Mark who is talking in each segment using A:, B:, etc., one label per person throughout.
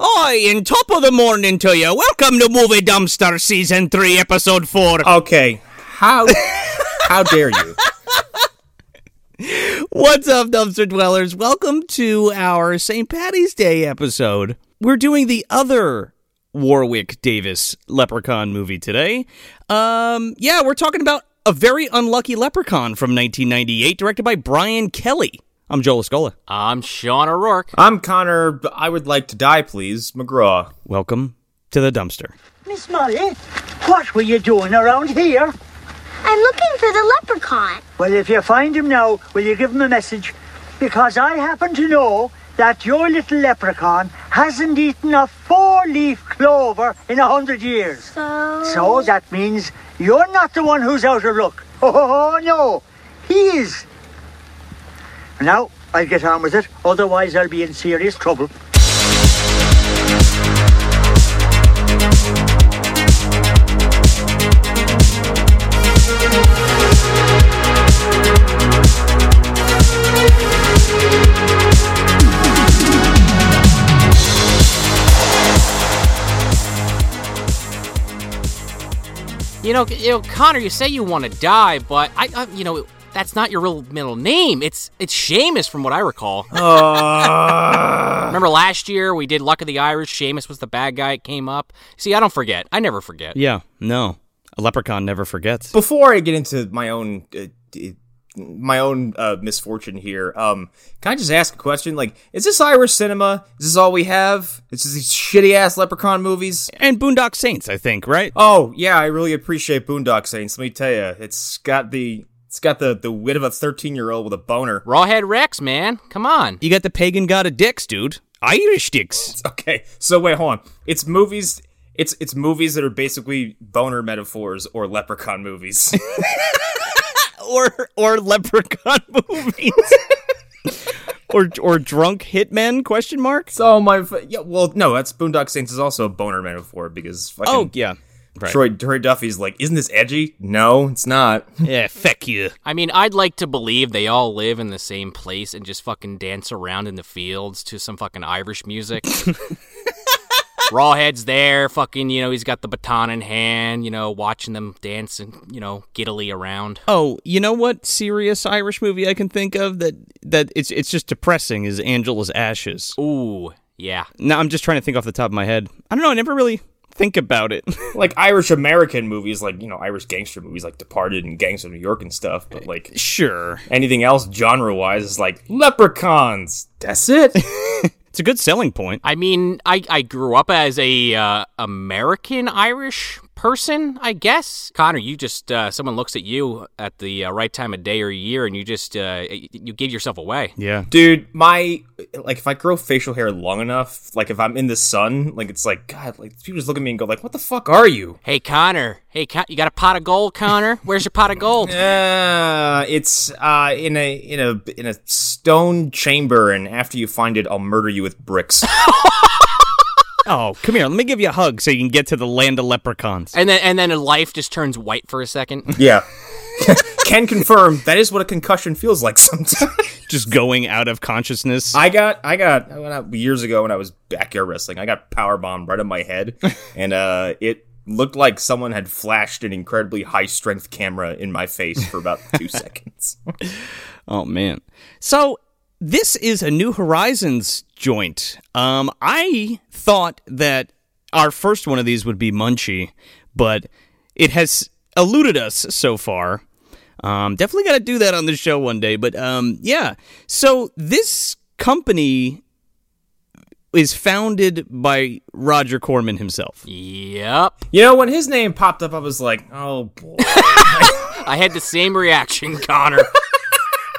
A: Oi, in top of the morning to you. Welcome to Movie Dumpster Season 3, Episode 4.
B: Okay. How how dare you?
A: What's up, dumpster dwellers? Welcome to our St. Patty's Day episode. We're doing the other Warwick Davis leprechaun movie today. Um, yeah, we're talking about A Very Unlucky Leprechaun from 1998, directed by Brian Kelly. I'm Joel Escola.
C: I'm Sean O'Rourke.
B: I'm Connor. but I would like to die, please, McGraw.
A: Welcome to the dumpster.
D: Miss Molly, what were you doing around here?
E: I'm looking for the leprechaun.
D: Well, if you find him now, will you give him a message? Because I happen to know that your little leprechaun hasn't eaten a four-leaf clover in a hundred years.
E: So.
D: So that means you're not the one who's out of luck. Oh, no, he is. Now, I'll get on with it, otherwise I'll be in serious trouble.
C: You know, you know, Connor, you say you want to die, but I, I, you know, that's not your real middle name. It's it's Seamus, from what I recall.
B: Uh,
C: Remember last year we did Luck of the Irish. Seamus was the bad guy. It came up. See, I don't forget. I never forget.
A: Yeah, no. A leprechaun never forgets.
B: Before I get into my own uh, d- my own uh, misfortune here, um, can I just ask a question? Like, is this Irish cinema? Is this all we have? It's just these shitty ass leprechaun movies.
A: And Boondock Saints, I think, right?
B: Oh yeah, I really appreciate Boondock Saints. Let me tell you, it's got the it's got the the wit of a thirteen year old with a boner.
C: Rawhead Rex, man, come on.
A: You got the pagan god of dicks, dude. Irish dicks.
B: Okay, so wait, hold on. It's movies. It's it's movies that are basically boner metaphors or leprechaun movies.
A: or or leprechaun movies. or or drunk hitmen question mark?
B: so my f- yeah, well, no, that's Boondock Saints is also a boner metaphor because fucking
A: Oh yeah. Right.
B: Troy Troy Duffy's like, isn't this edgy? No, it's not.
A: Yeah, fuck you.
C: I mean, I'd like to believe they all live in the same place and just fucking dance around in the fields to some fucking Irish music. Rawhead's there, fucking, you know, he's got the baton in hand, you know, watching them dance and, you know, giddily around.
A: Oh, you know what serious Irish movie I can think of that that it's it's just depressing is Angela's Ashes.
C: Ooh, yeah.
A: Now I'm just trying to think off the top of my head. I don't know, I never really think about it.
B: like Irish American movies, like you know Irish gangster movies, like Departed and Gangs of New York and stuff. But like
A: sure.
B: anything else genre wise is like leprechauns. That's it.
A: It's a good selling point.
C: I mean, I, I grew up as a uh, American Irish person, I guess. Connor, you just, uh, someone looks at you at the uh, right time of day or year and you just, uh, y- you give yourself away.
A: Yeah.
B: dude my like if i grow facial hair long enough like if i'm in the sun like it's like god like people just look at me and go like what the fuck are you
C: Hey, Connor. Hey, Con- you got a pot of gold, Connor? Where's your pot of gold?
B: uh it's uh in a in a in a stone chamber and after you find it i'll murder you with bricks
A: Oh, come here. Let me give you a hug so you can get to the land of leprechauns.
C: And then and then life just turns white for a second.
B: yeah can confirm that is what a concussion feels like sometimes
A: Just going out of consciousness.
B: i got i got when I, years ago when i was backyard wrestling i got power bombed right on my head and uh it looked like someone had flashed an incredibly high strength camera in my face for about two seconds
A: Oh man. So this is a New Horizons joint. Um, I thought that our first one of these would be Munchie, but it has eluded us so far. Um, definitely got to do that on the show one day. But um, yeah, so this company is founded by Roger Corman himself.
C: Yep.
B: You know, when his name popped up, I was like, oh boy.
C: I had the same reaction, Connor.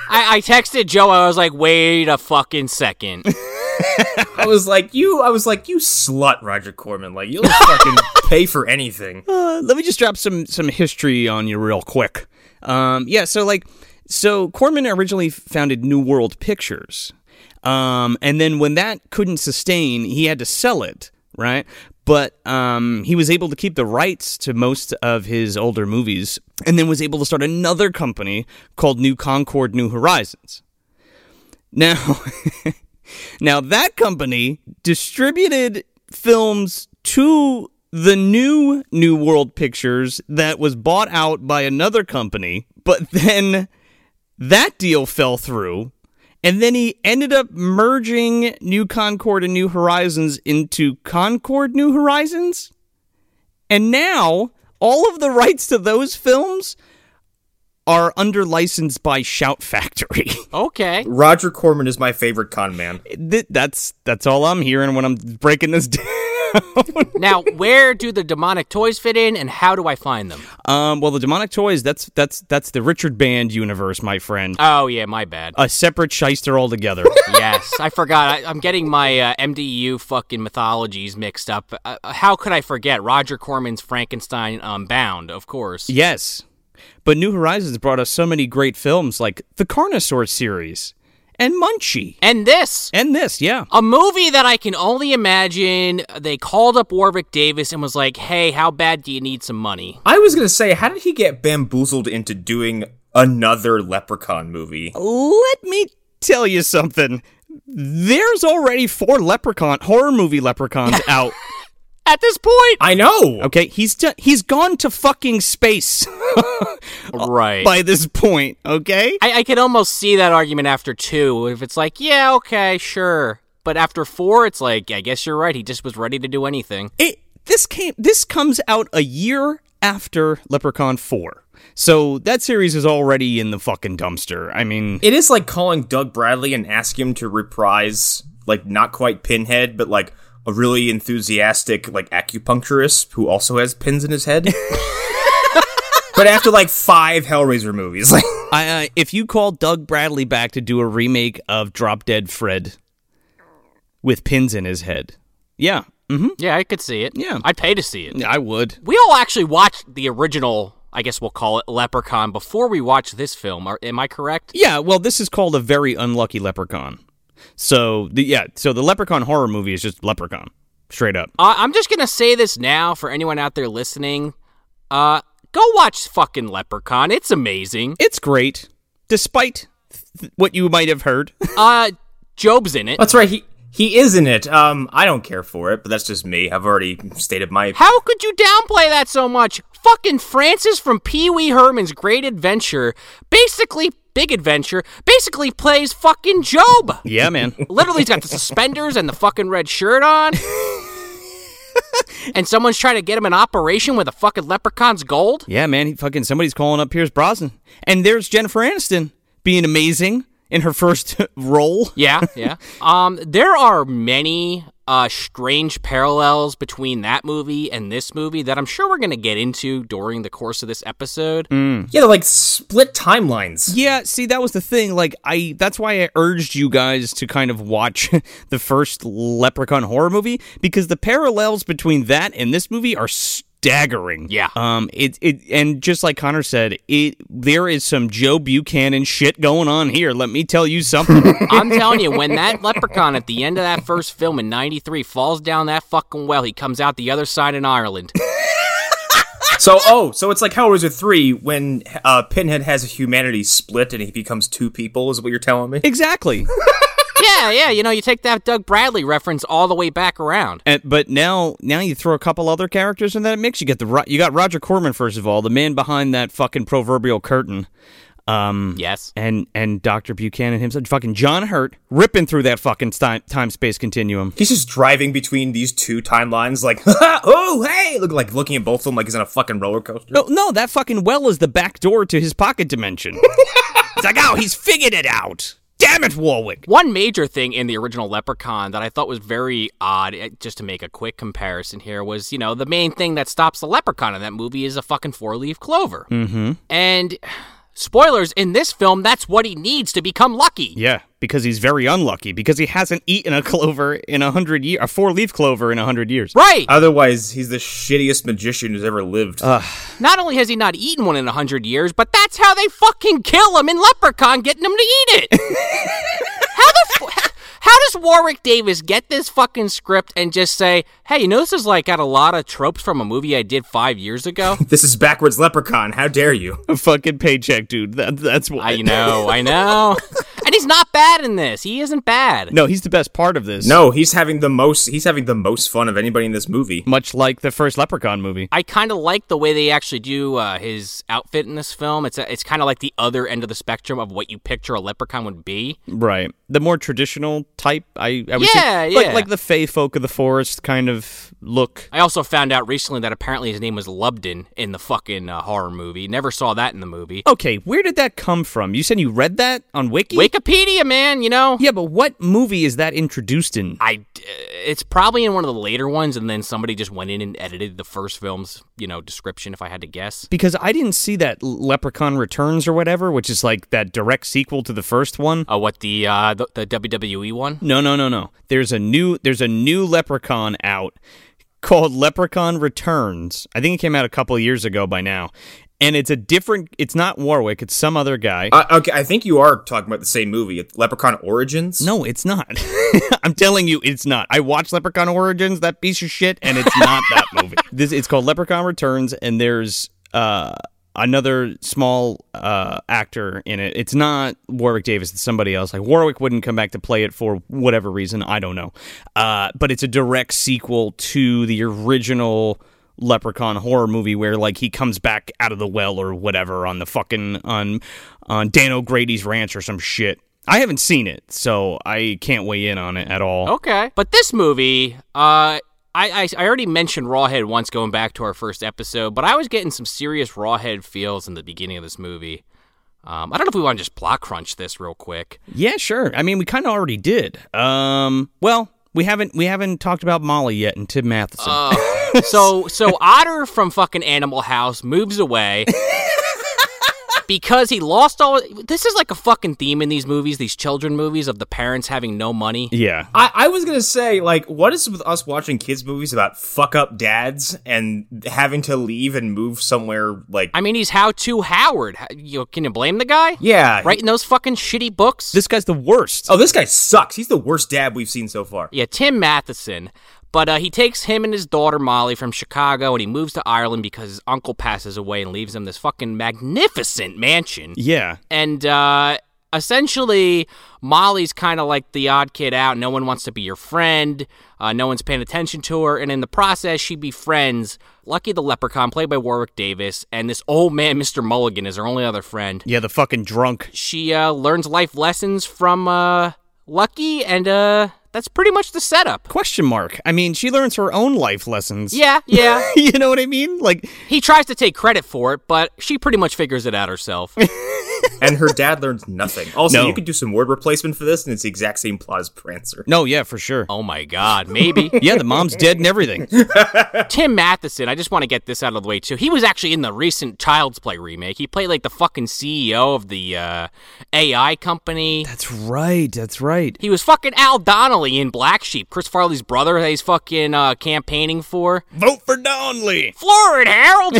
C: I, I texted Joe. I was like, "Wait a fucking second.
B: I was like, you, I was like, you slut, Roger Corman. Like, you'll fucking pay for anything.
A: Uh, let me just drop some some history on you real quick. Um, yeah, so like, so Corman originally founded New World Pictures, um, and then when that couldn't sustain, he had to sell it, right? But um, he was able to keep the rights to most of his older movies, and then was able to start another company called New Concord New Horizons. Now, Now, that company distributed films to the new New World Pictures that was bought out by another company, but then that deal fell through. And then he ended up merging New Concord and New Horizons into Concord New Horizons. And now all of the rights to those films are under license by Shout Factory.
C: Okay.
B: Roger Corman is my favorite con man.
A: Th- that's that's all I'm hearing when I'm breaking this down.
C: Now, where do the demonic toys fit in, and how do I find them?
A: Um, well, the demonic toys that's that's that's the Richard Band universe, my friend.
C: Oh yeah, my bad.
A: A separate shyster altogether.
C: yes, I forgot. I, I'm getting my uh, MDU fucking mythologies mixed up. Uh, how could I forget Roger Corman's Frankenstein Unbound? Of course.
A: yes, but New Horizons brought us so many great films like the Carnosaur series and Munchie
C: And this.
A: and this. Yeah,
C: A movie that I can only imagine they called up Warwick Davis and was like, hey, how bad do you need some money?
B: I was gonna say, how did he get bamboozled into doing another Leprechaun movie?
A: let me tell you something. There's already four Leprechaun horror movie Leprechauns out.
C: At this point.
B: I know.
A: Okay, he's t- he's gone to fucking space
C: Right.
A: by this point. Okay,
C: I, I could almost see that argument after two. If it's like, yeah, okay, sure. But after four, it's like, I guess you're right. He just was ready to do anything.
A: it this came this comes out a year after Leprechaun Four, so that series is already in the fucking dumpster. I mean,
B: It is like calling Doug Bradley and ask him to reprise, like, not quite Pinhead, but like a really enthusiastic, like, acupuncturist who also has pins in his head. but after like five Hellraiser movies, like,
A: I, uh, if you call Doug Bradley back to do a remake of Drop Dead Fred with pins in his head, yeah, mm-hmm,
C: Yeah, I could see it.
A: Yeah.
C: I'd pay to see it.
A: Mm, I would.
C: We all actually watched the original, I guess we'll call it Leprechaun, before we watched this film. Are, am I correct?
A: Yeah, well, this is called a very unlucky Leprechaun. So the yeah, so the Leprechaun horror movie is just Leprechaun, straight up.
C: Uh, I'm just going to say this now for anyone out there listening. Uh, go watch fucking Leprechaun. It's amazing.
A: It's great, despite th- what you might have heard.
C: Uh, Job's in it.
B: that's right. He he is in it. Um, I don't care for it, but that's just me. I've already stated my.
C: How could you downplay that so much? Fucking Francis from Pee Wee Herman's Great Adventure, basically Big Adventure, basically plays fucking Job.
A: yeah, man.
C: Literally, he's got the suspenders and the fucking red shirt on. and someone's trying to get him an operation with a fucking leprechaun's gold.
A: Yeah, man. He fucking somebody's calling up Pierce Brosnan, and there's Jennifer Aniston being amazing in her first role.
C: Yeah, yeah. um, there are many uh, strange parallels between that movie and this movie that I'm sure we're gonna get into during the course of this episode.
B: Yeah, they're like split timelines.
A: Yeah, see, that was the thing. Like, I that's why I urged you guys to kind of watch the first Leprechaun horror movie because the parallels between that and this movie are staggering.
C: Yeah.
A: Um. It it and just like Connor said, it there is some Joe Buchanan shit going on here. Let me tell you something.
C: I'm telling you, when that leprechaun at the end of that first film in '93 falls down that fucking well, he comes out the other side in Ireland.
B: So oh, so it's like Hellraiser three when uh, Pinhead has humanity split and he becomes two people. Is what you're telling me?
A: exactly.
C: yeah, yeah. You know, you take that Doug Bradley reference all the way back around.
A: And, but now, now you throw a couple other characters in that mix. You get the Ro- you got Roger Corman first of all, the man behind that fucking proverbial curtain,
C: Yes.
A: and and Doctor Buchanan himself, fucking John Hurt, ripping through that fucking time time space continuum.
B: He's just driving between these two timelines, like, oh hey, look like looking at both of them like he's on a fucking roller coaster.
A: No, no, that fucking well is the back door to his pocket dimension. it's like, oh, he's figured it out. Damn it, Warwick.
C: One major thing in the original Leprechaun that I thought was very odd, eh, just to make a quick comparison here, was you know the main thing that stops the Leprechaun in that movie is a fucking four-leaf clover. Mm-hmm. And spoilers in this film, that's what he needs to become lucky.
A: Yeah, because he's very unlucky because he hasn't eaten a clover in a hundred year, a four leaf clover in a hundred years.
C: Right.
B: Uh, Otherwise, he's the shittiest magician who's ever lived.
C: Not only has he not eaten one in a hundred years, but that's how they fucking kill him in Leprechaun, getting him to eat it. how the f- how does Warwick Davis get this fucking script and just say, "Hey, you know this is like got a lot of tropes from a movie I did five years ago."
B: this is backwards leprechaun. How dare you?
A: A fucking paycheck, dude. That, that's what
C: I know, I know. And He's not bad in this. He isn't bad.
A: No, he's the best part of this.
B: No, he's having the most. He's having the most fun of anybody in this movie.
A: Much like the first Leprechaun movie.
C: I kind of like the way they actually do uh, his outfit in this film. It's it's kind of like the other end of the spectrum of what you picture a leprechaun would be.
A: Right. The more traditional type, I, I would
C: Yeah,
A: say. Like,
C: yeah.
A: like the Fey folk of the forest kind of look.
C: I also found out recently that apparently his name was Lubden in the fucking uh, horror movie. Never saw that in the movie.
A: Okay, where did that come from? You said you read that on Wiki?
C: Wikipedia, man, you know.
A: Yeah, but what movie is that introduced in?
C: I, uh, it's probably in one of the later ones, and then somebody just went in and edited the first film's, you know, description. If I had to guess,
A: Because I didn't see that L- Leprechaun Returns or whatever, which is like that direct sequel to the first one.
C: uh, what the uh, the, the WWE one?
A: No, no, no, no. There's a new there's a new Leprechaun out called Leprechaun Returns. I think it came out a couple of years ago by now. And it's a different it's not Warwick, it's some other guy.
B: Uh, okay, I think you are talking about the same movie, It's Leprechaun Origins.
A: no, it's not. I'm telling you, it's not. I watched Leprechaun Origins, that piece of shit, and it's not that movie. This it's called Leprechaun Returns, and there's uh another small uh actor in it. It's not Warwick Davis, it's somebody else. Like Warwick wouldn't come back to play it for whatever reason, I don't know. Uh but it's a direct sequel to the original Leprechaun horror movie where like he comes back out of the well or whatever on the fucking on on Dan O'Grady's ranch or some shit. I haven't seen it, so I can't weigh in on it at all.
C: Okay, but this movie, uh. I, I, I already mentioned Rawhead once going back to our first episode, but I was getting some serious Rawhead feels in the beginning of this movie. Um, I don't know if we want to just plot crunch this real quick.
A: Yeah, sure. I mean, we kind of already did. Um, well, we haven't we haven't talked about Molly yet and Tim Matheson.
C: So so Otter from fucking Animal House moves away because he lost all this is like a fucking theme in these movies, these children movies of the parents having no money.
A: yeah,
B: I, I was gonna say, like, what is with us watching kids movies about fuck up dads and having to leave and move somewhere? Like,
C: I mean, he's how to Howard. How- You know, can you blame the guy?
B: yeah,
C: Writing those fucking shitty books?
A: this guy's the worst.
B: Oh, this guy sucks. He's the worst dad we've seen so far.
C: Yeah, Tim Matheson. But uh, he takes him and his daughter Molly from Chicago and he moves to Ireland because his uncle passes away and leaves him this fucking magnificent mansion.
A: Yeah,
C: and uh, essentially molly's kind of like the odd kid out no one wants to be your friend uh, no one's paying attention to her and in the process she befriends lucky the leprechaun played by warwick davis and this old man mr mulligan is her only other friend
A: yeah, the fucking drunk.
C: she uh, learns life lessons from uh, lucky and uh, that's pretty much the setup
A: Question mark. I mean, she learns her own life lessons.
C: yeah yeah
A: you know what I mean? Like,
C: he tries to take credit for it but she pretty much figures it out herself
B: And her dad learns nothing. Also,
A: No.
B: you could do some word replacement for this, and it's the exact same plot as Prancer.
A: no, yeah, for sure.
C: oh my god maybe
A: Yeah, the mom's dead and everything.
C: Tim Matheson, I just want to get this out of the way too. He was actually in the recent Child's Play remake. He played like the fucking CEO of the uh, AI company.
A: That's right. That's right.
C: He was fucking Al Donnelly in Black Sheep, Chris Farley's brother that he's fucking uh, campaigning for.
A: Vote for Donnelly.
C: Florid Harold!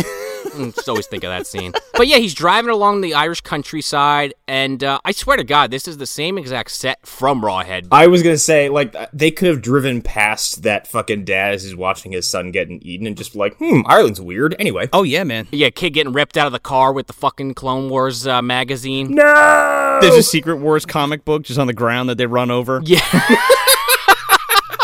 C: Mm, just always think of that scene. But yeah, he's driving along the Irish countryside, and uh, I swear to God, this is the same exact set from Rawhead.
B: I was gonna say, like, they could have driven past that fucking dad as he's watching his son getting eaten, and just be like, hmm, Ireland's weird. Anyway,
A: Oh yeah, man.
C: Yeah, kid getting ripped out of the car with the fucking Clone Wars uh, magazine.
B: no.
A: There's a Secret Wars comic book just on the ground that they run over.
C: Oh. Yeah.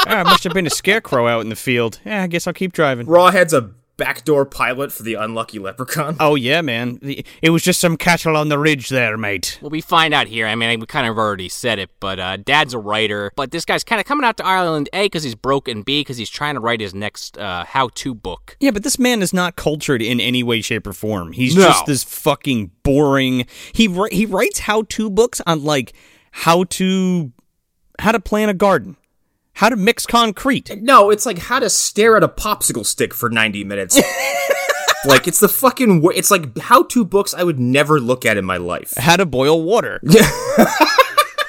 A: Ah, must have been a scarecrow out in the field. Yeah, I guess I'll keep driving.
B: Rawhead's a backdoor pilot for the unlucky leprechaun.
A: Oh yeah, man. The- It was just some cattle on the ridge there, mate.
C: Well, we find out here. I mean, we kind of already said it, but uh, Dad's a writer. But this guy's kind of coming out to Ireland, A, because he's broke, and B, because he's trying to write his next uh, how to book.
A: Yeah, but this man is not cultured in any way, shape, or form. He's
C: No.
A: just this fucking boring. He wri- he writes how to books on like how to how to plant a garden, how to mix concrete.
B: No, it's like how to stare at a popsicle stick for 90 minutes. like it's the fucking wor- it's like how to books I would never look at in my life.
A: How to boil water.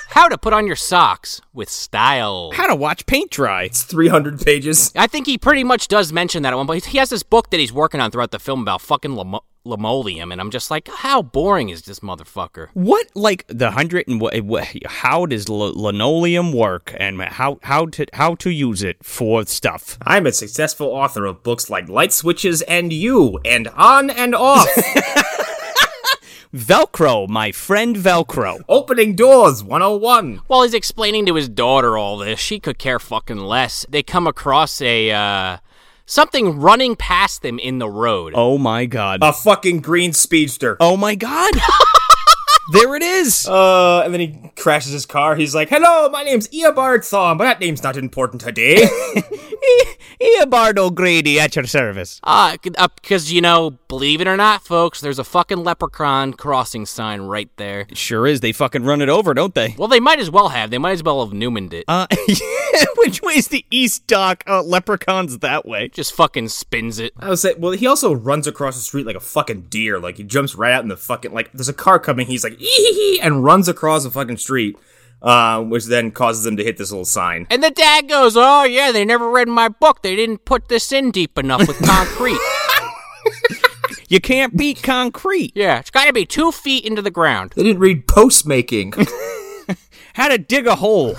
C: How to put on your socks with style.
A: How to watch paint dry.
B: It's 300 pages.
C: I think he pretty much does mention that at one point. He has this book that he's working on throughout the film about fucking limo- linoleum, and I'm just like, how boring is this motherfucker?
A: What like the hundred and what, what how does l- linoleum work and how how to how to use it for stuff?
B: I'm a successful author of books like Light Switches and You and On and Off.
A: Velcro, my friend Velcro.
B: Opening doors 101.
C: While he's explaining to his daughter all this, she could care fucking less. They come across a uh, something running past them in the road.
A: Oh my god.
B: A fucking green speedster.
A: Oh my god. there it is.
B: Uh, and then he crashes his car. He's like, "Hello, my name's Eobard Thawne, but that name's not important today."
A: Eobard O'Grady at your service.
C: Uh, because you know, believe it or not, folks, there's a fucking leprechaun crossing sign right there.
A: Sure is. They fucking run it over, don't they?
C: Well, they might as well have. They might as well have Newmaned it.
A: Uh, which way's the east dock? Uh, leprechauns that way.
C: Just fucking spins it.
B: I was say, well, he also runs across the street like a fucking deer. Like he jumps right out in the fucking like. There's a car coming. He's like, "Ee and runs across the fucking street, uh, which then causes them to hit this little sign.
C: And the dad goes, "Oh yeah, they never read my book. They didn't put this in deep enough with concrete.
A: You can't beat concrete.
C: yeah, it's got to be two feet into the ground."
B: They didn't read post making.
A: How to dig a hole.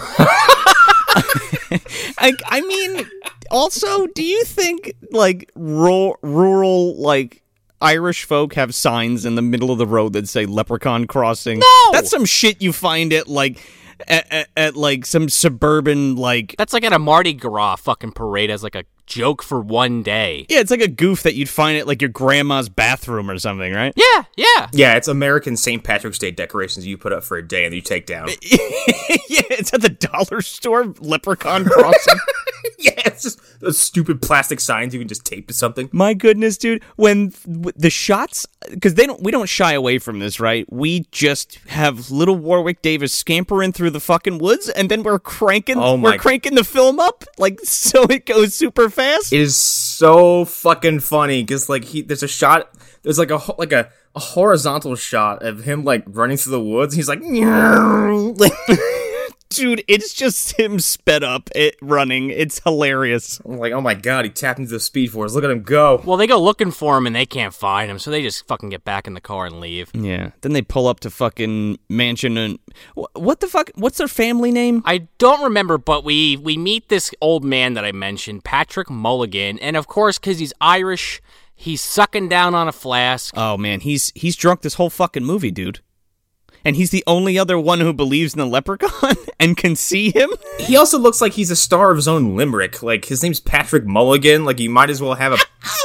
A: I, I mean, also, do you think like rural, rural, like Irish folk have signs in the middle of the road that say "Leprechaun Crossing"?
C: No!
A: that's some shit you find at like at, at, at like some suburban like.
C: That's like at a Mardi Gras fucking parade as like a joke for one day.
A: Yeah, it's like a goof that you'd find at like your grandma's bathroom or something, right?
C: Yeah, yeah.
B: yeah, it's American St. Patrick's Day decorations you put up for a day and you take down.
A: yeah, it's at the dollar store leprechaun crossing.
B: yeah, it's just those stupid plastic signs you can just tape to something.
A: My goodness, dude, when w- the shots cuz they don't we don't shy away from this, right? We just have little Warwick Davis scampering through the fucking woods and then we're cranking
B: Oh my-
A: we're cranking the film up like so it goes super fast.
B: It is so fucking funny because like he there's a shot there's like a ho- like a, a horizontal shot of him like running through the woods. he's like, like
A: dude, it's just him sped up it running. It's hilarious.
B: I'm like, oh my god, he tapped into the speed force. Look at him go.
C: Well, they go looking for him and they can't find him, so they just fucking get back in the car and leave.
A: Yeah. Then they pull up to fucking mansion and wh- what the fuck what's their family name?
C: I don't remember, but we we meet this old man that I mentioned, Patrick Mulligan, and of course, because he's Irish, he's sucking down on a flask.
A: Oh man, he's he's drunk this whole fucking movie, dude. And he's the only other one who believes in the leprechaun and can see him.
B: He also looks like he's a star of his own limerick. Like his name's Patrick Mulligan. Like you might as well have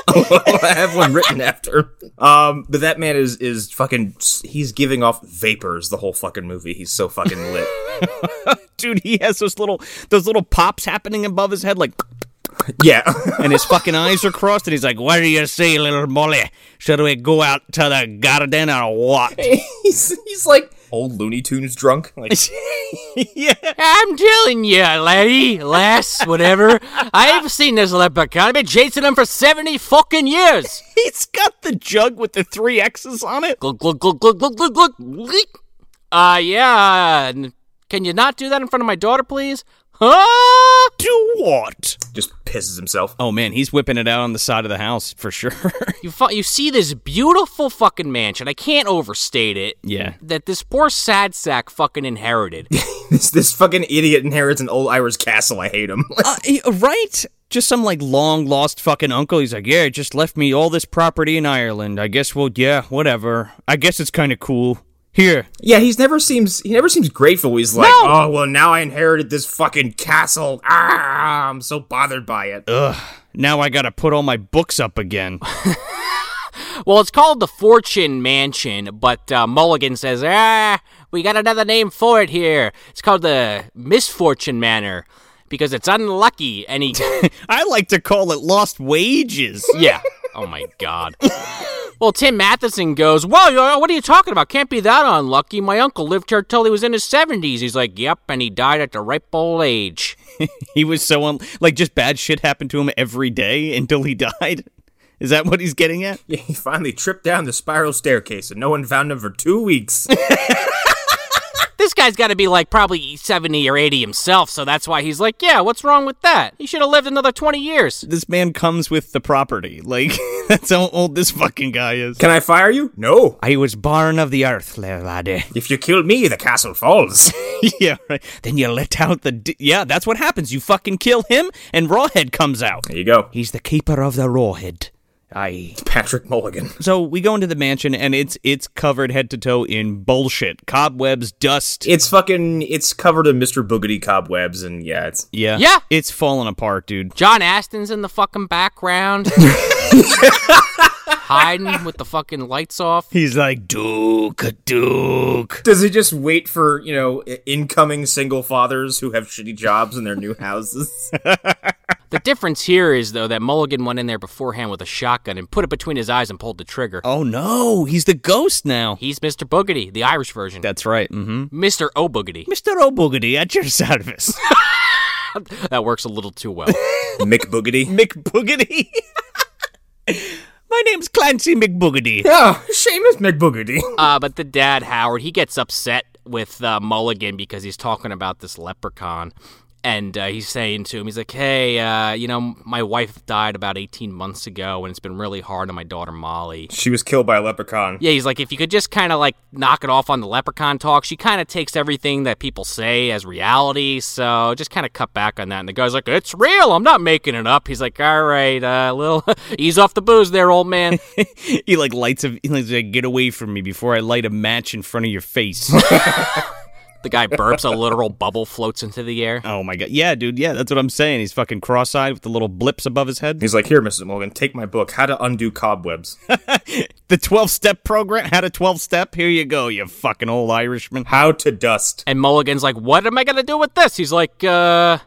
B: a have one written after. him. Um, but that man is is fucking. He's giving off vapors the whole fucking movie. He's so fucking lit.
A: Dude, he has those little those little pops happening above his head like
B: yeah.
A: and his fucking eyes are crossed and he's like, "What do you say, little Molly? Should we go out to the garden or what?"
B: he's he's like old Looney Tunes drunk. Like
A: yeah.
C: I'm telling you, laddie, lass, whatever. I've seen this leprechaun. I've been chasing him for seventy fucking years.
A: He's got the jug with the 3 X's on it.
C: Glug glug glug glug glug glug glug. Leek. Uh, yeah. n- Can you not do that in front of my daughter, please? Huh?
A: Do what?
B: just pisses himself.
A: Oh man, he's whipping it out on the side of the house for sure.
C: You fu- you see this beautiful fucking mansion. I can't overstate it.
A: yeah.
C: That this poor sad sack fucking inherited.
B: This this fucking idiot inherits an old Irish castle. I hate him.
A: Uh, he- right? Just some like long lost fucking uncle. He's like, yeah, just left me all this property in Ireland. I guess well, yeah, whatever. I guess it's kind of cool. Here,
B: yeah, he's never seems he never seems grateful. He's like, oh well, now I inherited this fucking castle. Ah, I'm so bothered by it.
A: now I gotta put all my books up again.
C: well, it's called the Fortune Mansion, but uh, Mulligan says, ah, we got another name for it here. It's called the Misfortune Manor because it's unlucky. And he,
A: I like to call it lost wages.
C: yeah. Oh my god. Well, Tim Matheson goes, Well, yo- what are you talking about? Can't be that unlucky. My uncle lived here till he was in his 70s. He's like, Yep, and he died at the ripe old age.
A: he was so un- like just bad shit happened to him every day until he died. Is that what he's getting at?
B: Yeah, he finally tripped down the spiral staircase, and no one found him for two weeks.
C: This guy's got to be like probably 70 or 80 himself, so that's why he's like, yeah, what's wrong with that? He should have lived another 20 years.
A: This man comes with the property. Like that's how old this fucking guy is.
B: Can I fire you? No.
A: I was born of the earth, laddie.
B: If you kill me, the castle falls.
A: yeah, right. Then you let out the. D- yeah, that's what happens. You fucking kill him, and Rawhead comes out.
B: there you go.
A: He's the keeper of the Rawhead. I
B: Patrick Mulligan.
A: so we go into the mansion and it's it's covered head to toe in bullshit, cobwebs, dust.
B: It's fucking. It's covered in Mr. Boogity cobwebs, and yeah, it's
A: yeah,
C: Yeah.
A: it's falling apart, dude.
C: John Aston's in the fucking background. Hiding with the fucking lights off.
A: He's like Duke, Duke.
B: Does he just wait for, you know, i- incoming single fathers who have shitty jobs in their new houses?
C: The difference here is, though, that Mulligan went in there beforehand with a shotgun and put it between his eyes and pulled the trigger.
A: Oh no, he's the ghost now.
C: He's Mr. Boogity, the Irish version.
A: That's right. Mm-hmm.
C: Mr. O'Boogity.
A: Mr. O'Boogity at your service.
C: That works a little too well.
B: Mick Boogity.
A: McBoogity. My name's Clancy McBoogity.
B: Oh, Seamus McBoogity.
C: Uh, but the dad, Howard, he gets upset with uh, Mulligan because he's talking about this leprechaun. And uh, he's saying to him, he's like, hey, uh, you know, my wife died about 18 months ago, and it's been really hard on my daughter, Molly.
B: She was killed by a leprechaun.
C: Yeah, he's like, if you could just kind of like knock it off on the leprechaun talk, she kind of takes everything that people say as reality. So just kind of cut back on that. And the guy's like, it's real. I'm not making it up. He's like, all right, uh, little ease off the booze there, old man.
A: He like lights a. He's like, get away from me before I light a match in front of your face.
C: the guy burps, a literal bubble floats into the air.
A: oh my god. Yeah, dude. Yeah, that's what I'm saying. He's fucking cross-eyed with the little blips above his head.
B: He's like, here, Mrs. Mulligan, take my book, How to Undo Cobwebs.
A: The 12-step program had a 12-step. Here you go, you fucking old Irishman.
B: How to Dust.
C: And Mulligan's like, what am I going to do with this? He's like, uh,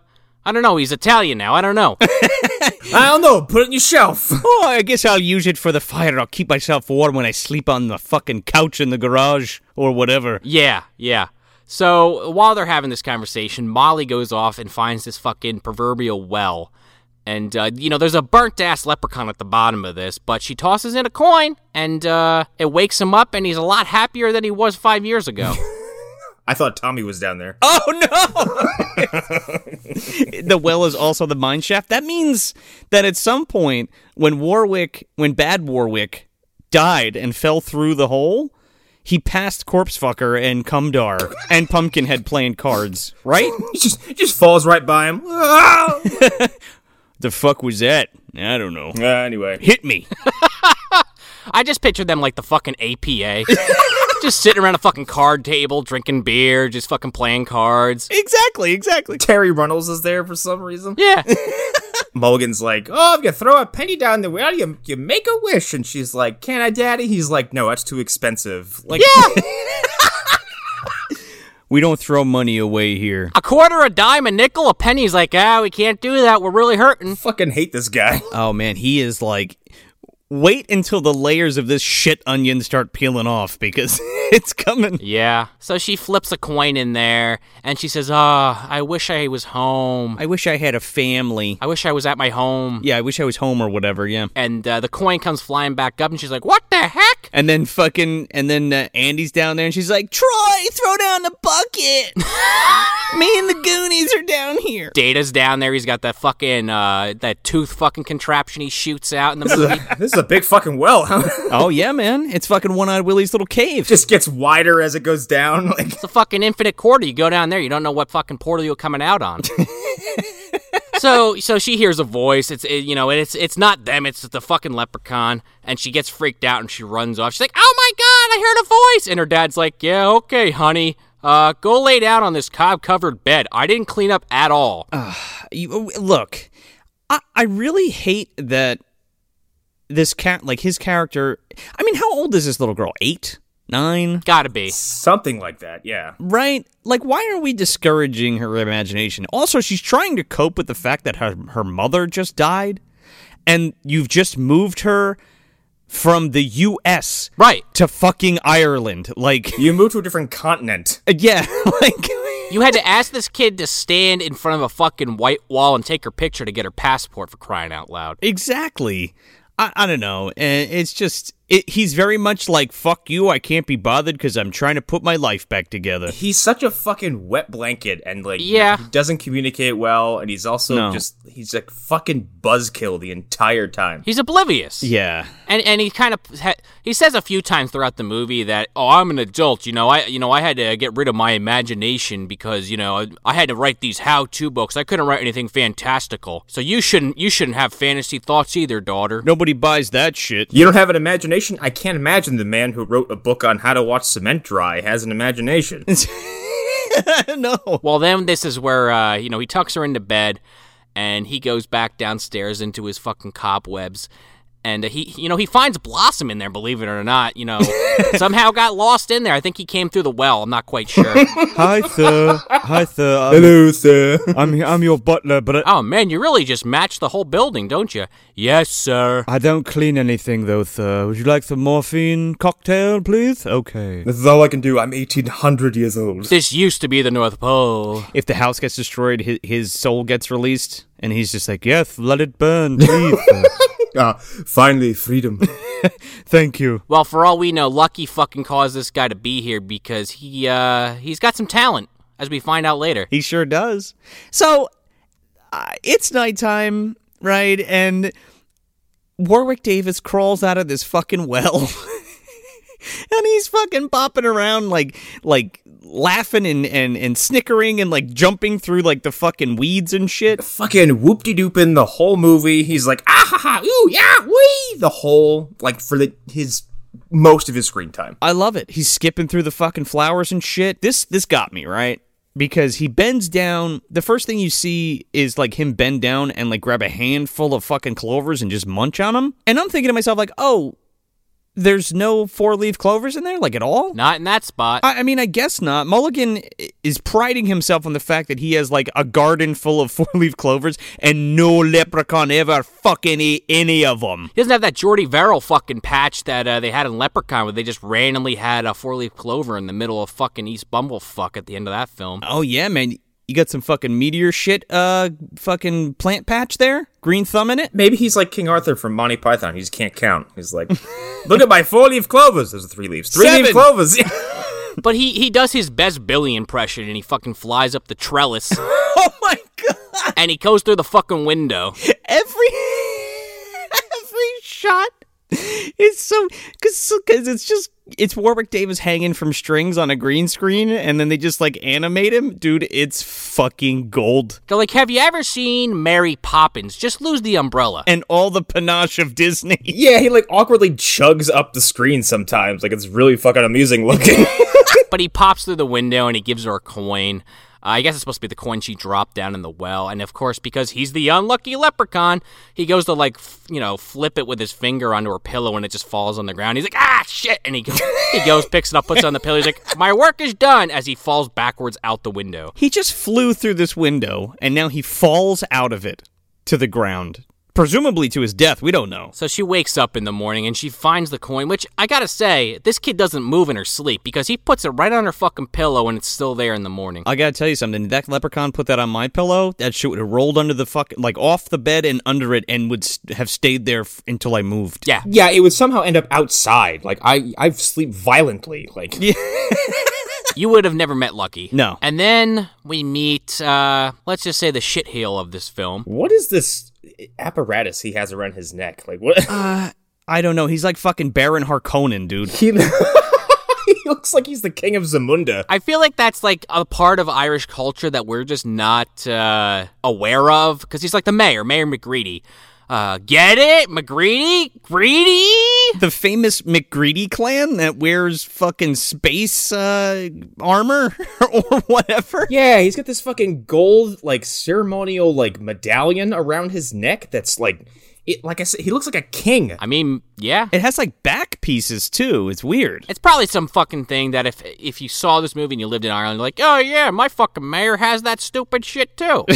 C: I don't know. He's Italian now. I don't know.
B: I don't know, put it on your shelf.
A: Oh, I guess I'll use it for the fire. I'll keep myself warm when I sleep on the fucking couch in the garage or whatever.
C: Yeah, yeah. So while they're having this conversation, Molly goes off and finds this fucking proverbial well. And, uh, you know, there's a burnt ass leprechaun at the bottom of this, but she tosses in a coin and uh, it wakes him up and he's a lot happier than he was five years ago.
B: I thought Tommy was down there.
A: Oh no! the well is also the mine shaft. That means that at some point, when Warwick, when Bad Warwick died and fell through the hole, he passed Corpsefucker and Cumdar and Pumpkinhead playing cards. Right?
B: He just, he just falls right by him. Ah!
A: the fuck was that? I don't know.
B: Uh, anyway.
A: Hit me.
C: I just pictured them like the fucking APA. just sitting around a fucking card table, drinking beer, just fucking playing cards.
A: exactly. Exactly.
B: Terry Runnels is there for some reason.
C: Yeah.
B: Mulligan's like, oh, I'm gonna throw a penny down the well. You, you make a wish, and she's like, can I, Daddy? He's like, no, that's too expensive. Like,
C: Yeah.
A: We don't throw money away here.
C: A quarter, a dime, a nickel, a penny's like, ah, we can't do that. We're really hurting.
B: fucking hate this guy.
A: Oh man, he is like. Wait until the layers of this shit onion start peeling off because it's coming.
C: Yeah. So she flips a coin in there and she says, Ah, I wish I was home.
A: I wish I had a family.
C: I wish I was at my home.
A: Yeah, I wish I was home or whatever. Yeah.
C: And uh, the coin comes flying back up and she's like, What the heck?
A: And then fucking, and then uh, Andy's down there and she's like, Troy, throw down the bucket. Me and the Goonies are down here.
C: Data's down there. He's got that fucking, uh, that tooth fucking contraption he shoots out in the
B: this, is
C: movie.
B: a, this is a big fucking well. Huh?
A: Oh, yeah, man. It's fucking One Eyed Willie's little cave.
B: just gets wider as it goes down. Like,
C: It's a fucking infinite quarter. You go down there, you don't know what fucking portal you're coming out on. so, so she hears a voice. It's it, you know, it's it's not them. It's the fucking leprechaun, and she gets freaked out and she runs off. She's like, "Oh my god, I heard a voice!" And her dad's like, "Yeah, okay, honey." Uh, go lay down on this cob-covered bed. I didn't clean up at all.
A: You- oh, look, I, I really hate that this cat, like his character. I mean, how old is this little girl? Eight? Nine?
C: Gotta be.
B: something like that, yeah.
A: Right? Like, why are we discouraging her imagination? Also, she's trying to cope with the fact that her, her mother just died, and you've just moved her from the U.S.
C: Right.
A: to fucking Ireland. Like,
B: You move to a different continent.
A: yeah, like,
C: You had to ask this kid to stand in front of a fucking white wall and take her picture to get her passport for crying out loud.
A: exactly. I, I don't know. Eh, It's just, it, he's very much like fuck you. I can't be bothered because I'm trying to put my life back together.
B: He's such a fucking wet blanket, and like,
C: Yeah.
B: he doesn't communicate well, and he's also
A: No.
B: just he's like fucking buzzkill the entire time.
C: He's oblivious.
A: Yeah,
C: And and he kind of ha- he says a few times throughout the movie that oh I'm an adult you know I you know I had to get rid of my imagination because you know I, I had to write these how to books I couldn't write anything fantastical so you shouldn't you shouldn't have fantasy thoughts either daughter
A: nobody buys that shit.
B: You don't have an imagination? I can't imagine the man who wrote a book on how to watch cement dry has an imagination.
A: no.
C: well then this is where uh, you know he tucks her into bed and he goes back downstairs into his fucking cobwebs and uh, he you know he finds Blossom in there believe it or not you know somehow got lost in there I think he came through the well I'm not quite sure.
A: Hi sir. Hi sir. I'm,
B: Hello, sir.
A: I'm I'm your butler, but
C: Oh man, you really just match the whole building, don't you? Yes, sir.
A: I don't clean anything though, sir. Would you like some morphine cocktail, please? Okay.
B: This is all I can do. I'm 1800 years old.
C: This used to be the North Pole.
A: If the house gets destroyed, his, his soul gets released, and he's just like, "Yes, let it burn, please." sir.
B: Ah, finally, freedom.
A: Thank you.
C: Well, for all we know, Lucky fucking caused this guy to be here because he uh he's got some talent, as we find out later.
A: He sure does. So uh, it's nighttime, right? And Warwick Davis crawls out of this fucking well. And he's fucking bopping around like like laughing and, and, and snickering and like jumping through like the fucking weeds and shit.
B: Fucking whoop de dooping the whole movie. He's like, ah ha ha, ooh, yeah, wee! The whole, like, for the, his, most of his screen time.
A: I love it. He's skipping through the fucking flowers and shit. This this got me, right? Because he bends down. The first thing you see is like him bend down and like grab a handful of fucking clovers and just munch on them. And I'm thinking to myself like, "Oh, there's no four-leaf clovers in there like at all?"
C: Not in that spot.
A: I, I mean, I guess not. Mulligan i- is priding himself on the fact that he has like a garden full of four-leaf clovers and no leprechaun ever fucking ate any of them.
C: He doesn't have that Jordy Verrill fucking patch that uh, they had in Leprechaun, where they just randomly had a four-leaf clover in the middle of fucking East Bumblefuck at the end of that film.
A: Oh yeah, man. You got some fucking meteor shit, uh, fucking plant patch there. Green thumb in it.
B: Maybe he's like King Arthur from Monty Python. He just can't count. He's like, look at my four leaf clovers. There's three leaves. Three
A: Seven.
B: leaf clovers.
C: But he he does his best Billy impression, and he fucking flies up the trellis,
A: Oh my god!
C: and he goes through the fucking window.
A: Every every shot is so because because it's just it's Warwick Davis hanging from strings on a green screen, and then they just like animate him, dude. It's fucking gold,
C: They're like, have you ever seen Mary Poppins? Just lose the umbrella.
A: and all the panache of Disney.
B: yeah, he like awkwardly chugs up the screen sometimes. Like, it's really fucking amusing looking.
C: But he pops through the window and he gives her a coin. Uh, I guess it's supposed to be the coin she dropped down in the well. And of course, because he's the unlucky leprechaun, he goes to like, f- you know, flip it with his finger onto her pillow and it just falls on the ground. He's like, ah, shit. And he, he goes, picks it up, puts it on the pillow. He's like, my work is done as he falls backwards out the window.
A: He just flew through this window, and now he falls out of it to the ground, presumably to his death. We don't know.
C: So she wakes up in the morning and she finds the coin, which I gotta say, this kid doesn't move in her sleep because he puts it right on her fucking pillow and it's still there in the morning.
A: I gotta tell you something. That leprechaun put that on my pillow. That shit would have rolled under the fuck, like off the bed and under it, and would st- have stayed there f- until I moved.
C: Yeah.
B: yeah, it would somehow end up outside. Like, I I sleep violently. Like,
C: You would have never met Lucky.
A: No.
C: And then we meet, uh, let's just say the shitheel of this film.
B: what is this apparatus he has around his neck? Like, what?
A: I don't know. He's like fucking Baron Harkonnen, dude.
B: he, he looks like he's the king of Zamunda.
C: I feel like that's like a part of Irish culture that we're just not uh, aware of because he's like the mayor, Mayor McGreedy. Uh, get it? McGreedy? Greedy?
A: The famous McGreedy clan that wears fucking space uh, armor or whatever.
B: Yeah, he's got this fucking gold like ceremonial like medallion around his neck that's like it like I said he looks like a king.
C: I mean, yeah.
A: It has like back pieces too. It's weird.
C: It's probably some fucking thing that if if you saw this movie and you lived in Ireland, you're like, oh yeah, my fucking mayor has that stupid shit too.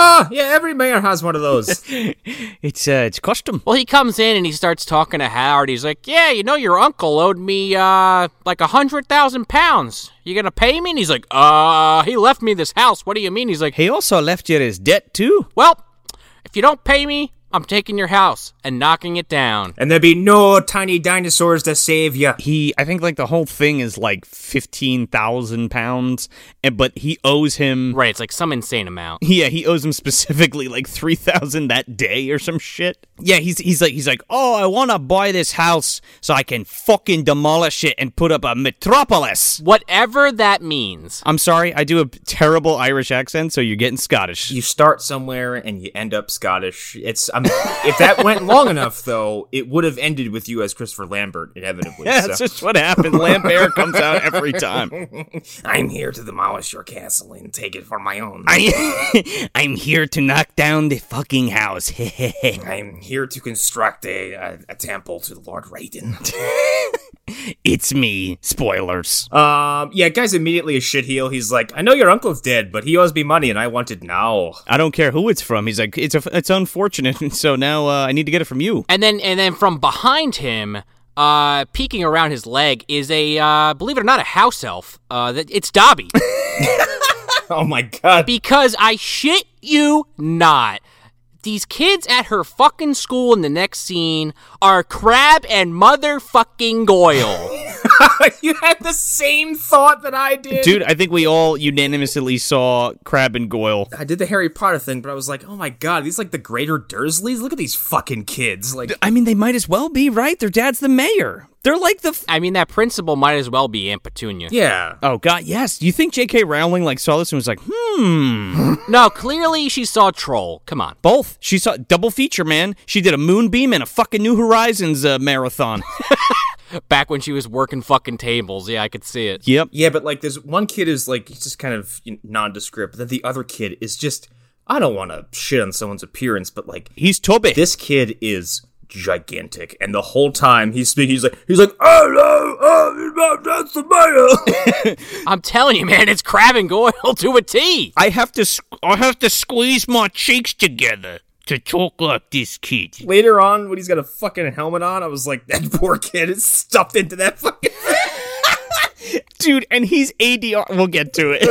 B: Ah, yeah, every mayor has one of those.
A: It's uh, it's custom.
C: Well, he comes in and he starts talking to Howard. He's like, "Yeah, you know, your uncle owed me uh like a hundred thousand pounds. You gonna pay me?" And he's like, "Uh, he left me this house. What do you mean?" He's like,
A: He also left you his debt too.
C: "Well, if you don't pay me, I'm taking your house and knocking it down.
B: And there be no tiny dinosaurs to save you.
A: he i think like the whole thing is like 15000 pounds and but he owes him
C: Right, it's like some insane amount.
A: yeah he owes him specifically like 3000 that day or some shit yeah he's he's like he's like oh i want to buy this house so i can fucking demolish it and put up a metropolis
C: Whatever that means.
A: i'm sorry i do a terrible irish accent so you're getting scottish
B: You start somewhere and you end up Scottish. It's I'm, if that went long enough, though, it would have ended with you as Christopher Lambert inevitably.
A: yeah,
B: so.
A: that's just what happens. Lambert comes out every time.
B: I'm here to demolish your castle and take it for my own.
A: I, I'm here to knock down the fucking house.
B: I'm here to construct a, a, a temple to Lord Raiden.
A: it's me. Spoilers.
B: um, yeah, guy's immediately a shitheel. He's like, I know your uncle's dead, but he owes me money and I want it now.
A: I don't care who it's from. He's like, it's a, it's unfortunate. So now uh, I need to get it from you.
C: And then and then from behind him, uh, peeking around his leg is a uh, believe it or not, a house elf. Uh, that it's Dobby.
B: Oh my god.
C: because I shit you not. These kids at her fucking school in the next scene are crab and motherfucking Goyle.
B: you had the same thought that I did.
A: Dude, I think we all unanimously saw Crab and Goyle.
B: I did the Harry Potter thing, but I was like, oh my god, these like the greater Dursleys? Look at these fucking kids. Like
A: I mean, they might as well be, right? Their dad's the mayor. They're like the. F-
C: I mean, that principal might as well be Aunt Petunia.
B: Yeah.
A: oh God, yes. Do you think J.K. Rowling like saw this and was like, hmm?
C: No, clearly she saw Troll. Come on.
A: Both. She saw double feature, man. She did a Moonbeam and a fucking New Horizons uh, marathon.
C: Back when she was working fucking tables. Yeah, I could see it.
A: yep.
B: Yeah, but like this one kid is like he's just kind of you know, nondescript, but then the other kid is just I don't wanna shit on someone's appearance, but like
A: He's Tobit.
B: this kid is gigantic and the whole time he's speaking he's like he's like oh no oh that's the mayor
C: I'm telling you, man, it's crab and Goyle to a T.
A: I have to. Squ- I have to squeeze my cheeks together to talk like this kid.
B: later on when he's got a fucking helmet on i was like that poor kid is stuffed into that fucking
A: Dude, and he's ADR. We'll get to it.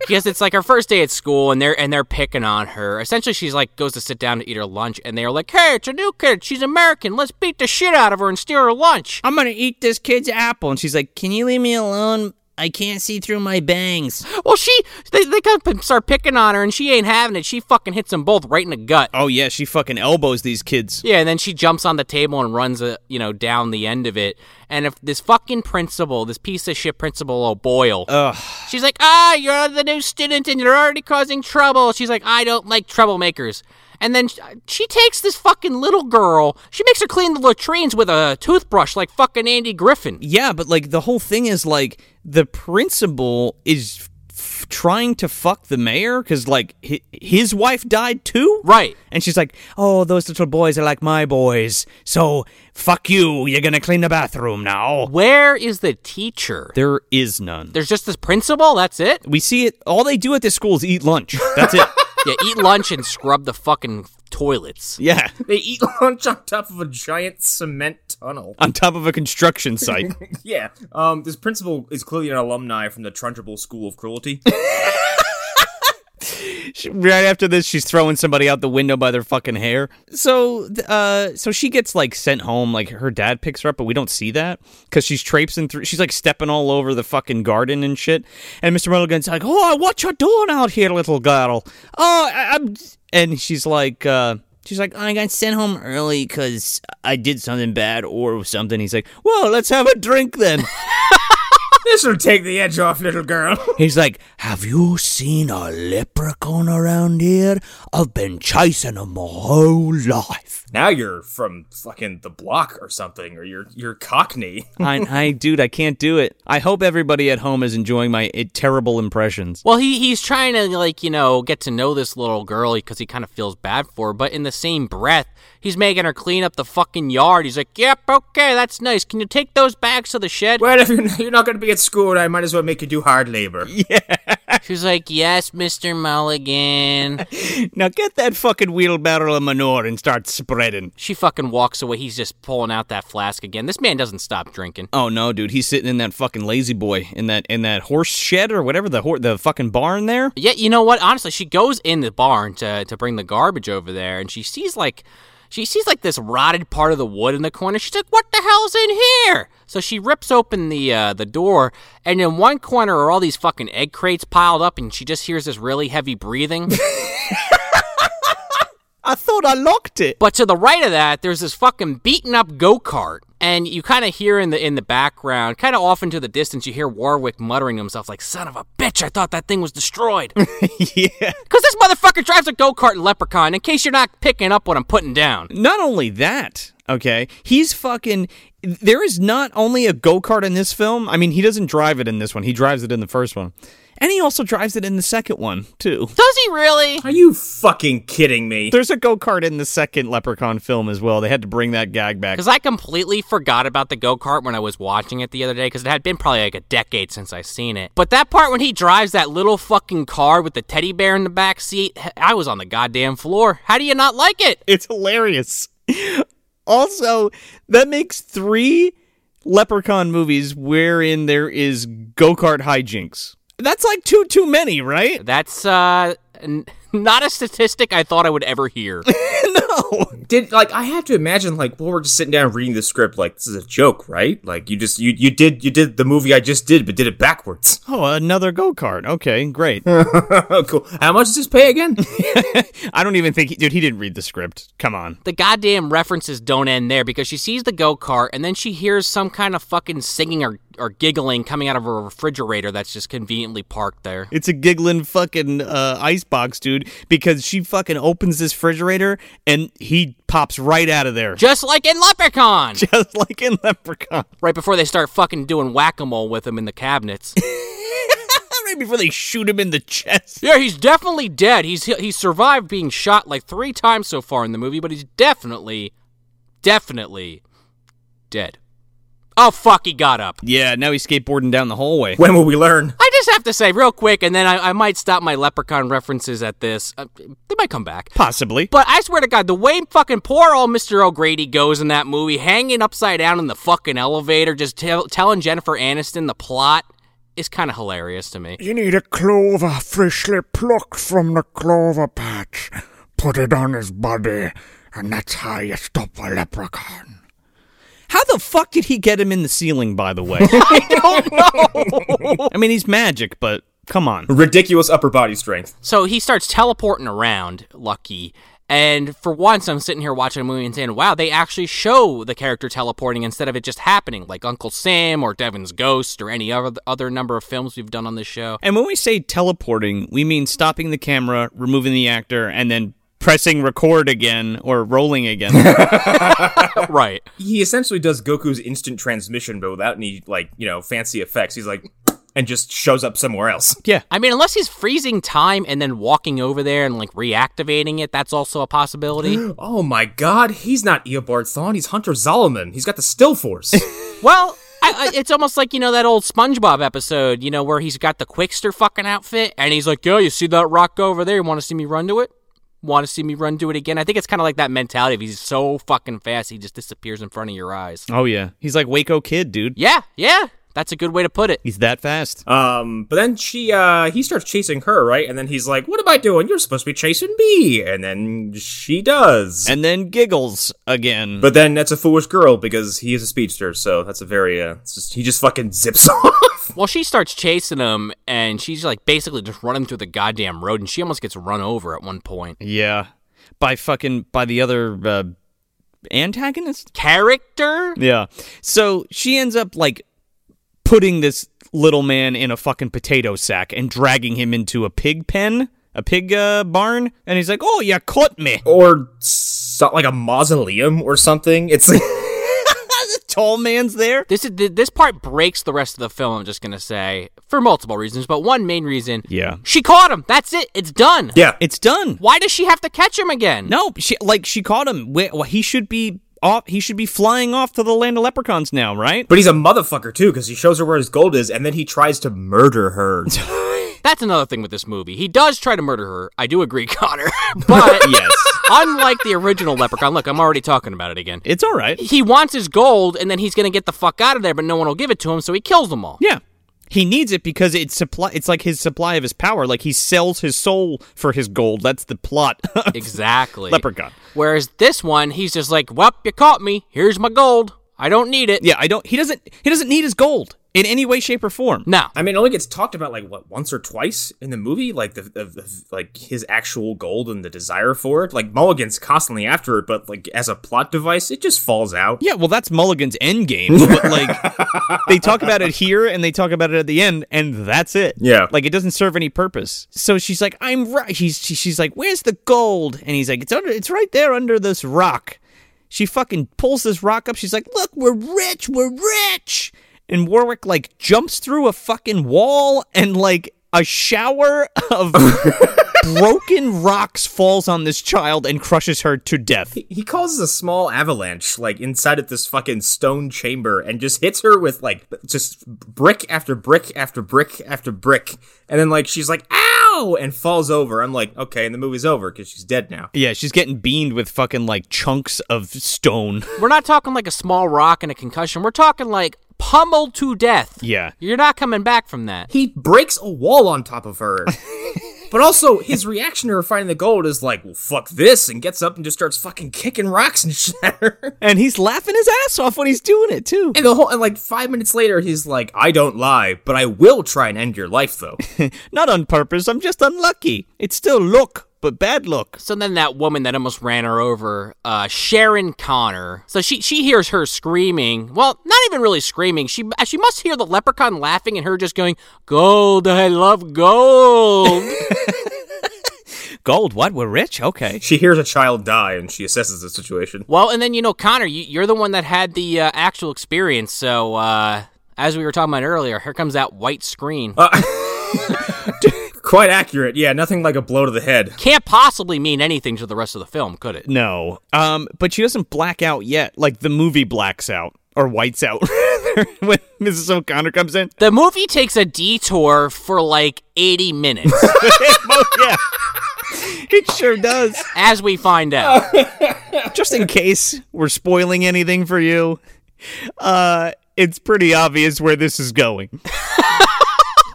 C: Because it's like her first day at school and they're and they're picking on her. Essentially she's like goes to sit down to eat her lunch and they're like, Hey, it's a new kid, she's American, let's beat the shit out of her and steal her lunch.
A: I'm gonna eat this kid's apple. And she's like, Can you leave me alone? I can't see through my bangs.
C: Well, she they they come and start picking on her, and she ain't having it. She fucking hits them both right in the gut.
A: Oh yeah, she fucking elbows these kids.
C: Yeah, and then she jumps on the table and runs, uh, you know, down the end of it. And if this fucking principal, this piece of shit principal, oh Boyle, she's like, ah, you're the new student and you're already causing trouble. She's like, I don't like troublemakers. And then she, she takes this fucking little girl. She makes her clean the latrines with a toothbrush, like fucking Andy Griffin.
A: Yeah, but like the whole thing is like the principal is f- trying to fuck the mayor because like hi his wife died too.
C: Right.
A: And she's like, "Oh, those little boys are like my boys. So fuck you. You're gonna clean the bathroom now."
C: Where is the teacher?
A: There is none.
C: There's just this principal. That's it.
A: We see it. All they do at this school is eat lunch. That's it.
C: Yeah, eat lunch and scrub the fucking toilets.
A: yeah.
B: they eat lunch on top of a giant cement tunnel
A: On top of a construction site.
B: yeah um this principal is clearly an alumni from the trunchable school of cruelty
A: right after this she's throwing somebody out the window by their fucking hair so th- uh so she gets like sent home like her dad picks her up but we don't see that because she's traipsing through she's like stepping all over the fucking garden and shit and mr mulligan's like oh what you doing out here little girl oh I- i'm and she's like uh She's like, I got sent home early because I did something bad or something. He's like, well, let's have a drink then.
B: this will take the edge off little girl
A: He's like, Have you seen a leprechaun around here? I've been chasing him my whole life.
B: now you're from fucking the block or something or you're you're cockney
A: I, I, dude, I can't do it. I hope everybody at home is enjoying my eh, terrible impressions.
C: Well, he he's trying to like you know get to know this little girl because he kind of feels bad for her. But in the same breath, he's making her clean up the fucking yard. He's like, "Yep, okay, that's nice. Can you take those bags to the shed?"
B: well if you're, you're not going to be at school i might as well make you do hard labor
C: She was like, "Yes, Mr. Mulligan."
A: Now get that fucking wheelbarrow of manure and start spreading.
C: She fucking walks away. He's just pulling out that flask again. This man doesn't stop drinking.
A: Oh no, dude, he's sitting in that fucking lazy boy in that in that horse shed or whatever the hor- the fucking barn there.
C: Yeah, you know what? Honestly, she goes in the barn to to bring the garbage over there, and she sees like she sees like this rotted part of the wood in the corner. She's like, "What the hell's in here?" So she rips open the uh, the door, and in one corner are all these fucking egg crates piled up, and she just hears this really heavy breathing.
A: I thought I locked it.
C: But to the right of that, there's this fucking beaten up go kart, and you kind of hear in the in the background, kind of off into the distance, you hear Warwick muttering to himself like, "Son of a bitch! I thought that thing was destroyed."
A: yeah.
C: Because this motherfucker drives a go kart and leprechaun, in case you're not picking up what I'm putting down.
A: Not only that, okay, he's fucking. There is not only a go kart in this film. I mean, he doesn't drive it in this one. He drives it in the first one, and he also drives it in the second one too.
C: Does he really?
B: Are you fucking kidding me?
A: There's a go kart in the second Leprechaun film as well. They had to bring that gag back.
C: Because I completely forgot about the go kart when I was watching it the other day, because it had been probably like a decade since I seen it. But that part when he drives that little fucking car with the teddy bear in the back seat, h- I was on the goddamn floor. How do you not like it?
A: It's hilarious. Also, that makes three Leprechaun movies wherein there is go kart hijinks. That's like two too many, right?
C: That's uh, n- not a statistic I thought I would ever hear.
B: Did like I have to imagine like well we're just sitting down reading the script like this is a joke right? Like you just you you did you did the movie I just did but did it backwards.
A: Oh, another go kart. Okay, great.
B: Oh cool. How much does this pay again?
A: I don't even think, he, dude, he didn't read the script. Come on.
C: the goddamn references don't end there because she sees the go kart and then she hears some kind of fucking singing or, or giggling coming out of a refrigerator that's just conveniently parked there.
A: It's a giggling fucking uh, icebox, dude, because she fucking opens this refrigerator and he pops right out of there.
C: Just like in Leprechaun!
A: Just like in Leprechaun.
C: Right before they start fucking doing whack a mole with him in the cabinets.
A: right before they shoot him in the chest.
C: yeah, he's definitely dead. He's he survived being shot like three times so far in the movie, but he's definitely, definitely dead. Oh fuck, he got up.
A: Yeah, now he's skateboarding down the hallway.
B: when will we learn?
C: I just have to say real quick, and then I, I might stop my Leprechaun references at this. Uh, they might come back.
A: Possibly.
C: But I swear to God, the way fucking poor old Mr. O'Grady goes in that movie, hanging upside down in the fucking elevator, just tell telling Jennifer Aniston the plot is kind of hilarious to me.
F: You need a clover freshly plucked from the clover patch. Put it on his body, and that's how you stop a leprechaun.
A: How the fuck did he get him in the ceiling, by the way? I don't know. I mean, he's magic, but come on.
B: Ridiculous upper body strength.
C: So he starts teleporting around, Lucky. And for once, I'm sitting here watching a movie and saying, wow, they actually show the character teleporting instead of it just happening, like Uncle Sam or Devin's Ghost or any other, other number of films we've done on this show.
A: And when we say teleporting, we mean stopping the camera, removing the actor, and then pressing record again or rolling again.
C: right.
B: He essentially does Goku's instant transmission but without any like, you know, fancy effects. He's like and just shows up somewhere else.
A: yeah.
C: I mean, unless he's freezing time and then walking over there and like reactivating it, that's also a possibility.
B: Oh my god, he's not Eobard Thawne, he's Hunter Zolomon. He's got the still force.
C: well, I, I, it's almost like you know that old SpongeBob episode, you know, where he's got the Quickster fucking outfit, and he's like, "Yo, you see that rock over there? You want to see me run to it? Want to see me run to it again?" I think it's kind of like that mentality. If he's so fucking fast, he just disappears in front of your eyes.
A: Oh, yeah. He's like Waco Kid, dude.
C: Yeah, yeah, that's a good way to put it.
A: He's that fast.
B: Um, but then she, uh, he starts chasing her, right? And then he's like, "What am I doing? You're supposed to be chasing me." And then she does.
A: and then giggles again.
B: but then that's a foolish girl because he is a speedster, so that's a very uh, it's just, he just fucking zips off.
C: Well, she starts chasing him, and she's like basically just running through the goddamn road, and she almost gets run over at one point.
A: yeah. By fucking, by the other uh, antagonist?
C: Character?
A: Yeah. So she ends up like putting this little man in a fucking potato sack and dragging him into a pig pen, a pig uh, barn, and he's like, "Oh, you caught me."
B: or so, like a mausoleum or something. It's
A: the tall man's there.
C: This is th- this part breaks the rest of the film. I'm just gonna say for multiple reasons, but one main reason.
A: Yeah.
C: She caught him. That's it. It's done.
B: yeah,
A: It's done.
C: Why does she have to catch him again?
A: No, she like she caught him. Wh- Well, he should be off. He should be flying off to the land of leprechauns now, right?
B: but he's a motherfucker too because he shows her where his gold is, and then he tries to murder her.
C: That's another thing with this movie. He does try to murder her. I do agree, Connor. But
A: Yes.
C: unlike the original Leprechaun, look, I'm already talking about it again.
A: It's all right.
C: He wants his gold, and then he's gonna get the fuck out of there, but no one will give it to him, so he kills them all.
A: Yeah. He needs it because it's supply it's like his supply of his power. Like he sells his soul for his gold. That's the plot.
C: Exactly.
A: Leprechaun.
C: Whereas this one, he's just like, "Well, you caught me. Here's my gold. I don't need it."
A: yeah, I don't he doesn't he doesn't need his gold in any way, shape, or form.
C: No.
B: I mean, it only gets talked about like what once or twice in the movie, like the of, of, like his actual gold and the desire for it. Like Mulligan's constantly after it, but like as a plot device, it just falls out.
A: Yeah, well that's Mulligan's end game. But like they talk about it here and they talk about it at the end and that's it.
B: Yeah.
A: Like it doesn't serve any purpose. So she's like, I'm right he's she, she's like, Where's the gold? And he's like, It's under it's right there under this rock. She fucking pulls this rock up. She's like, "Look, we're rich, we're rich." And Warwick like jumps through a fucking wall and like a shower of broken rocks falls on this child and crushes her to death.
B: He causes a small avalanche like inside of this fucking stone chamber and just hits her with like just brick after brick after brick after brick, and then like she's like ow and falls over. I'm like okay, and the movie's over because she's dead now.
A: Yeah, she's getting beamed with fucking like chunks of stone.
C: We're not talking like a small rock and a concussion. We're talking like pummeled to death.
A: Yeah.
C: You're not coming back from that.
B: he breaks a wall on top of her. but also, his reaction to her finding the gold is like, well, fuck this, and gets up and just starts fucking kicking rocks and shit at her.
A: And he's laughing his ass off when he's doing it too.
B: And the whole, and like five minutes later, he's like, I don't lie, but I will try and end your life, though.
A: Not on purpose, I'm just unlucky. It's still luck, but bad luck.
C: So then that woman that almost ran her over, uh, Sharon Connor. So she she hears her screaming. Well, not even really screaming. She she must hear the leprechaun laughing and her just going, "Gold, I love gold."
A: Gold, what? We're rich? Okay.
B: she hears a child die and she assesses the situation.
C: Well, and then you know, Connor, you, you're the one that had the uh, actual experience. So uh, as we were talking about earlier, here comes that white screen.
B: Quite accurate. Yeah, nothing like a blow to the head.
C: Can't possibly mean anything to the rest of the film, could it?
A: No. Um, but she doesn't black out yet. Like the movie blacks out or whites out rather, when Mrs. O'Connor comes in.
C: The movie takes a detour for like 80 minutes,
A: oh, yeah. It sure does.
C: as we find out.
A: Just in case we're spoiling anything for you, uh, it's pretty obvious where this is going.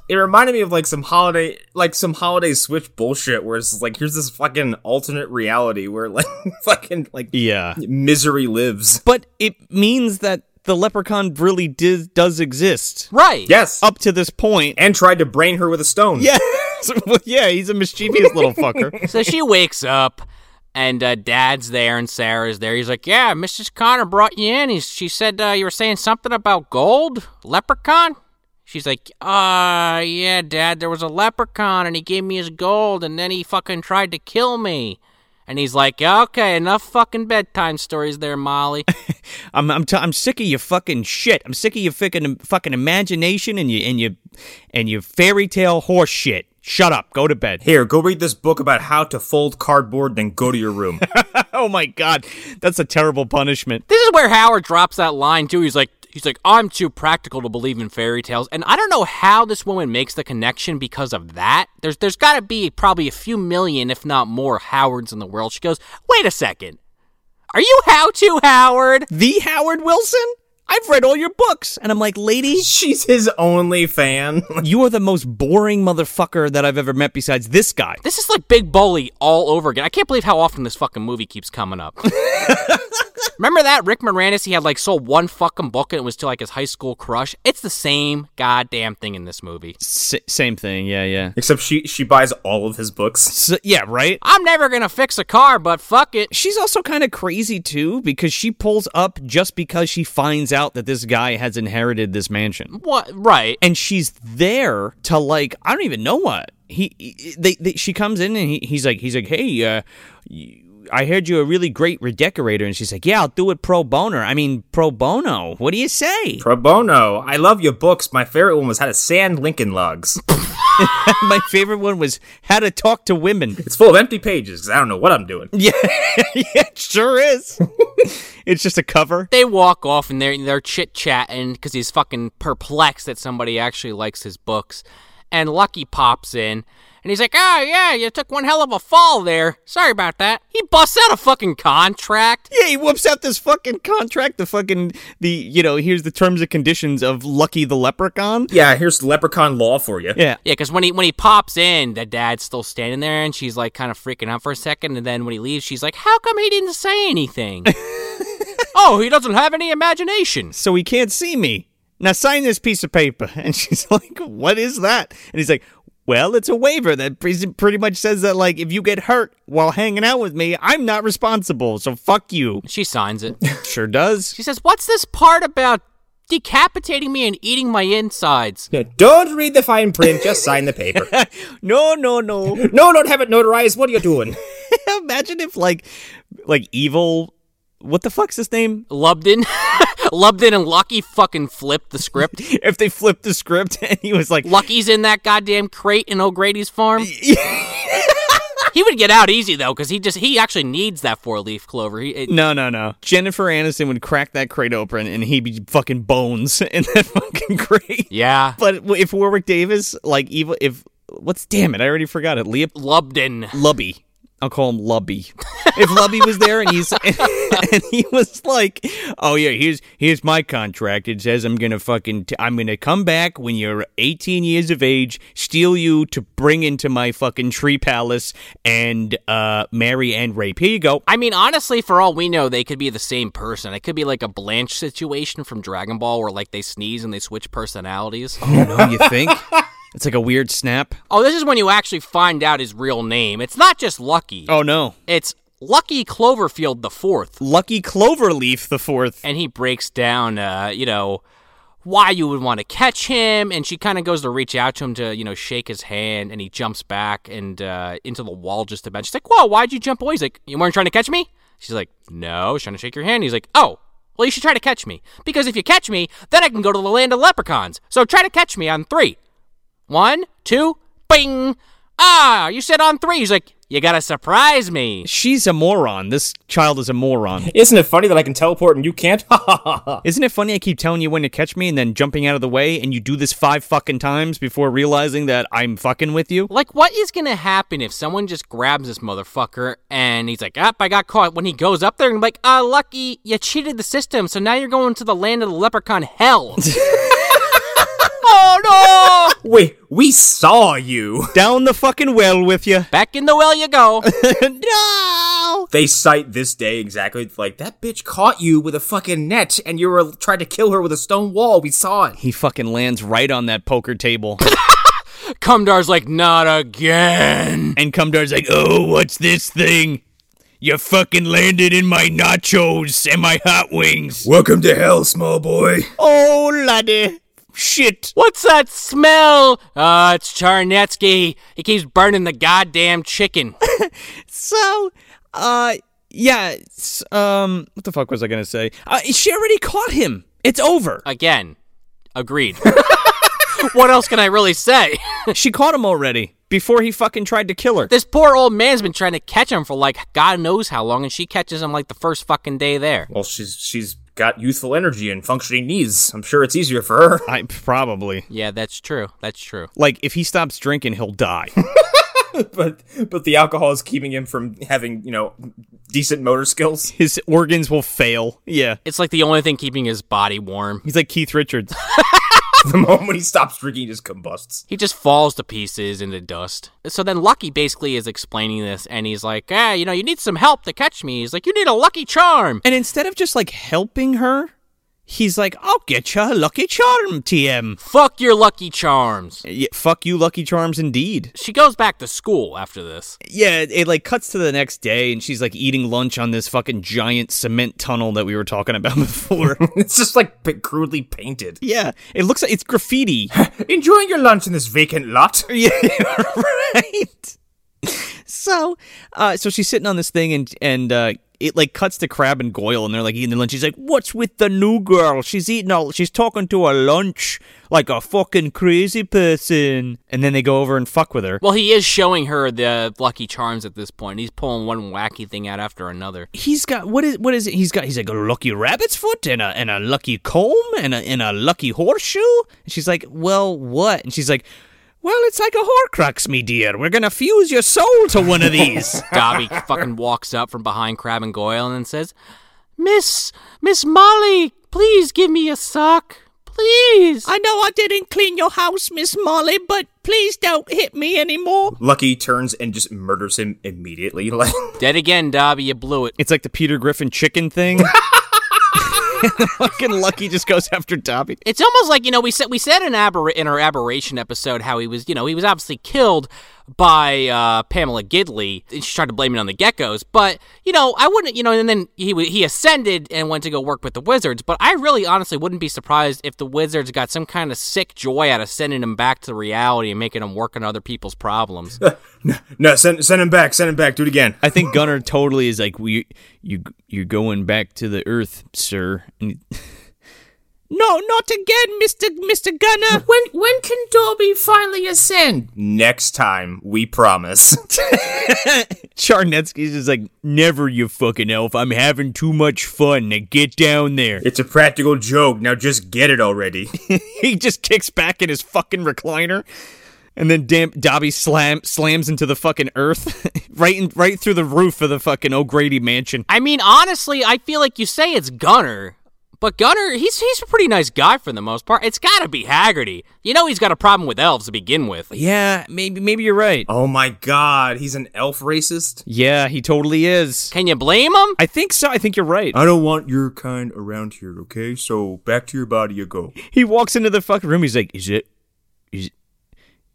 B: It reminded me of like some holiday, like some holiday switch bullshit where it's like, here's this fucking alternate reality where like fucking like
A: Yeah.
B: misery lives.
A: But it means that the leprechaun really did, does exist
C: Right.
B: Yes.
A: up to this point.
B: and tried to brain her with a stone.
A: Yeah. Well, yeah, he's a mischievous little fucker.
C: So she wakes up. And uh, Dad's there, and Sarah's there. He's like, "Yeah, Mrs. Connor brought you in. He's, she said uh, you were saying something about gold, leprechaun." She's like, "Uh, yeah, Dad. There was a leprechaun, and he gave me his gold, and then he fucking tried to kill me." And he's like, "Okay, enough fucking bedtime stories, there, Molly."
A: I'm I'm, t- I'm sick of your fucking shit. I'm sick of your fucking fucking imagination and you and you and your fairy tale horse shit. Shut up. Go to bed.
B: Here, go read this book about how to fold cardboard, then go to your room.
A: Oh my god, that's a terrible punishment.
C: This is where Howard drops that line too. He's like, he's like, I'm too practical to believe in fairy tales, and I don't know how this woman makes the connection because of that. There's there's got to be probably a few million, if not more, Howards in the world. She goes, wait a second, are you how to Howard?
A: The Howard Wilson? I've read all your books, and I'm like, lady,
B: She's his only fan.
A: you are the most boring motherfucker that I've ever met. Besides this guy.
C: This is like Big Bully all over again. I can't believe how often this fucking movie keeps coming up. Remember that Rick Moranis? He had like sold one fucking book and it was to like his high school crush. It's the same goddamn thing in this movie.
A: S- same thing. Yeah, yeah.
B: Except she she buys all of his books.
A: S- yeah, right.
C: I'm never gonna fix a car, but fuck it.
A: She's also kind of crazy too because she pulls up just because she finds out that this guy has inherited this mansion.
C: What? Right.
A: And she's there to like I don't even know what. He, he- they, they she comes in and he, he's like he's like, "Hey, uh y- I heard you're a really great redecorator." And she's like, "Yeah, I'll do it pro bono." I mean, pro bono. What do you say?
B: Pro bono, I love your books. My favorite one was How to Sand Lincoln Logs.
A: My favorite one was How to Talk to Women.
B: It's full of empty pages 'cause I don't know what I'm doing.
A: Yeah, it sure is. it's just a cover.
C: They walk off and they're they're chit chatting because he's fucking perplexed that somebody actually likes his books. and Lucky pops in. And he's like, oh, yeah, you took one hell of a fall there. Sorry about that. He busts out a fucking contract.
A: Yeah, he whoops out this fucking contract. The fucking the you know here's the terms and conditions of Lucky the Leprechaun.
B: Yeah, here's leprechaun law for you.
A: Yeah,
C: Yeah, because when he when he pops in, the dad's still standing there, and she's like kind of freaking out for a second, and then when he leaves, she's like, "How come he didn't say anything?" oh, he doesn't have any imagination.
A: so he can't see me. Now sign this piece of paper. And she's like, What is that? And he's like, Well, it's a waiver that pre- pretty much says that, like, if you get hurt while hanging out with me, I'm not responsible. So fuck you.
C: She signs it.
A: Sure does.
C: She says, "What's this part about decapitating me and eating my insides?"
B: Yeah, Don't read the fine print, just sign the paper.
A: No, no, no.
B: No, don't have it notarized. What are you doing?
A: Imagine if, like, like evil. What the fuck's his name?
C: Lubden, Lubden, and Lucky fucking flipped the script.
A: If they flipped the script and he was like,
C: Lucky's in that goddamn crate in O'Grady's farm. he would get out easy though, because he just he actually needs that four leaf clover. He, it,
A: No, no, no. Jennifer Aniston would crack that crate open and he'd be fucking bones in that fucking crate.
C: yeah,
A: But w- if Warwick Davis, like evil, if what's damn it, I already forgot it. Leop
C: Lubden.
A: Lubby. I'll call him Lubby. If Lubby was there and he's and, he was like, "Oh yeah, here's here's my contract. It says I'm gonna fucking t- I'm gonna come back when you're 18 years of age, steal you to bring into my fucking tree palace and uh marry and rape. Here you go.
C: I mean, honestly, for all we know, they could be the same person. It could be like a Blanche situation from Dragon Ball where like they sneeze and they switch personalities.
A: No, you think? It's like a weird snap.
C: oh, this is when you actually find out his real name. It's not just Lucky.
A: Oh no,
C: It's Lucky Cloverfield the Fourth.
A: Lucky Cloverleaf the fourth.
C: And he breaks down, uh, you know, why you would want to catch him. And she kind of goes to reach out to him to, you know, shake his hand. And he jumps back and uh, into the wall just about. She's like, whoa, why'd you jump away? He's like, you weren't trying to catch me? She's like, no, I was trying to shake your hand. He's like, oh, well, you should try to catch me. Because if you catch me, then I can go to the land of leprechauns. So try to catch me on three. One, two, bing. Ah, you said on three. He's like, you got to surprise me.
A: She's a moron. This child is a moron.
B: Isn't it funny that I can teleport and you can't?
A: Isn't it funny I keep telling you when to catch me and then jumping out of the way and you do this five fucking times before realizing that I'm fucking with you?
C: Like, what is gonna happen if someone just grabs this motherfucker and he's like, "Up, I got caught." When he goes up there and be like, "Ah, lucky, you cheated the system, so now you're going to the land of the leprechaun hell." oh no!
B: Wait, we saw you.
A: Down the fucking well with you.
C: Back in the well you go.
A: no!
B: They cite this day exactly like that bitch caught you with a fucking net and you were trying to kill her with a stone wall. We saw it.
A: He fucking lands right on that poker table.
C: Cumdar's like, "Not again."
A: and Cumdar's like, oh, what's this thing? You fucking landed in my nachos and my hot wings.
B: Welcome to hell, small boy.
A: Oh, laddie. Shit.
C: What's that smell? Uh, it's Charnetsky. He keeps burning the goddamn chicken.
A: So, uh, yeah, it's, um, what the fuck was I gonna say? Uh, she already caught him. It's over.
C: Again, agreed. what else can I really say?
A: she caught him already before he fucking tried to kill her.
C: This poor old man's been trying to catch him for like God knows how long, and she catches him like the first fucking day there.
B: Well, she's she's got youthful energy and functioning knees. I'm sure it's easier for her.
A: I probably
C: Yeah, that's true. That's true.
A: like if he stops drinking, he'll die.
B: but but the alcohol is keeping him from having, you know, decent motor skills.
A: His organs will fail. Yeah,
C: It's like the only thing keeping his body warm.
A: he's like Keith Richards.
B: the moment he stops drinking, he just combusts.
C: He just falls to pieces into dust. So then Lucky basically is explaining this, and he's like, "Ah, you know, you need some help to catch me." He's like, "You need a lucky charm."
A: and instead of just like helping her, he's like, "I'll get you a lucky charm, TM."
C: Fuck your lucky charms.
A: Yeah, fuck you, lucky charms indeed.
C: She goes back to school after this.
A: Yeah, it, it like cuts to the next day, and she's like eating lunch on this fucking giant cement tunnel that we were talking about before.
B: It's just like p- crudely painted.
A: yeah, it looks like it's graffiti.
B: Enjoying your lunch in this vacant lot.
A: Yeah, right. So, uh, so she's sitting on this thing, and and uh, it like cuts to Crab and Goyle, and they're like eating their lunch. She's like, "What's with the new girl? She's eating all. She's talking to her lunch like a fucking crazy person." And then they go over and fuck with her.
C: Well, he is showing her the lucky charms at this point. He's pulling one wacky thing out after another.
A: He's got what is what is it? He's got he's like a lucky rabbit's foot and a and a lucky comb and a and a lucky horseshoe. And she's like, "Well, what?" And she's like. Well, it's like a Horcrux, me dear. We're gonna fuse your soul to one of these.
C: Dobby fucking walks up from behind Crab and Goyle and then says, Miss, Miss Molly, please give me a sock. Please.
A: I know I didn't clean your house, Miss Molly, but please don't hit me anymore.
B: Lucky turns and just murders him immediately. Like,
C: Dead again, Dobby, you blew it.
A: It's like the Peter Griffin chicken thing. Fucking Lucky just goes after Dobby.
C: It's almost like you know we said we said in aber- in our aberration episode how he was you know he was obviously killed by uh, Pamela Gidley. And She tried to blame it on the geckos, but you know I wouldn't you know and then he w- he ascended and went to go work with the wizards. But I really honestly wouldn't be surprised if the wizards got some kind of sick joy out of sending him back to reality and making him work on other people's problems.
B: no, send send him back. Send him back. Do it again.
A: I think Gunnar totally is like, we, you, you're going back to the Earth, sir. And he- no, not again, Mister Mister Gunnar.
G: When when can Dobby finally ascend?
B: Next time, we promise.
A: Charnetsky's just like, never, you fucking elf. I'm having too much fun. Now get down there.
B: it's a practical joke. Now just get it already.
A: he just kicks back in his fucking recliner. And then damn, Dobby slam slams into the fucking earth, right in, right through the roof of the fucking O'Grady mansion.
C: I mean honestly I feel like you say it's Gunner. But Gunner, he's he's a pretty nice guy for the most part. It's got to be Haggerty. You know he's got a problem with elves to begin with.
A: Yeah, maybe maybe you're right.
B: oh my god, he's an elf racist.
A: Yeah, he totally is.
C: Can you blame him?
A: I think so. I think you're right.
B: I don't want your kind around here, okay? So back to your body you go.
A: He walks into the fucking room. He's like, "Is it? Is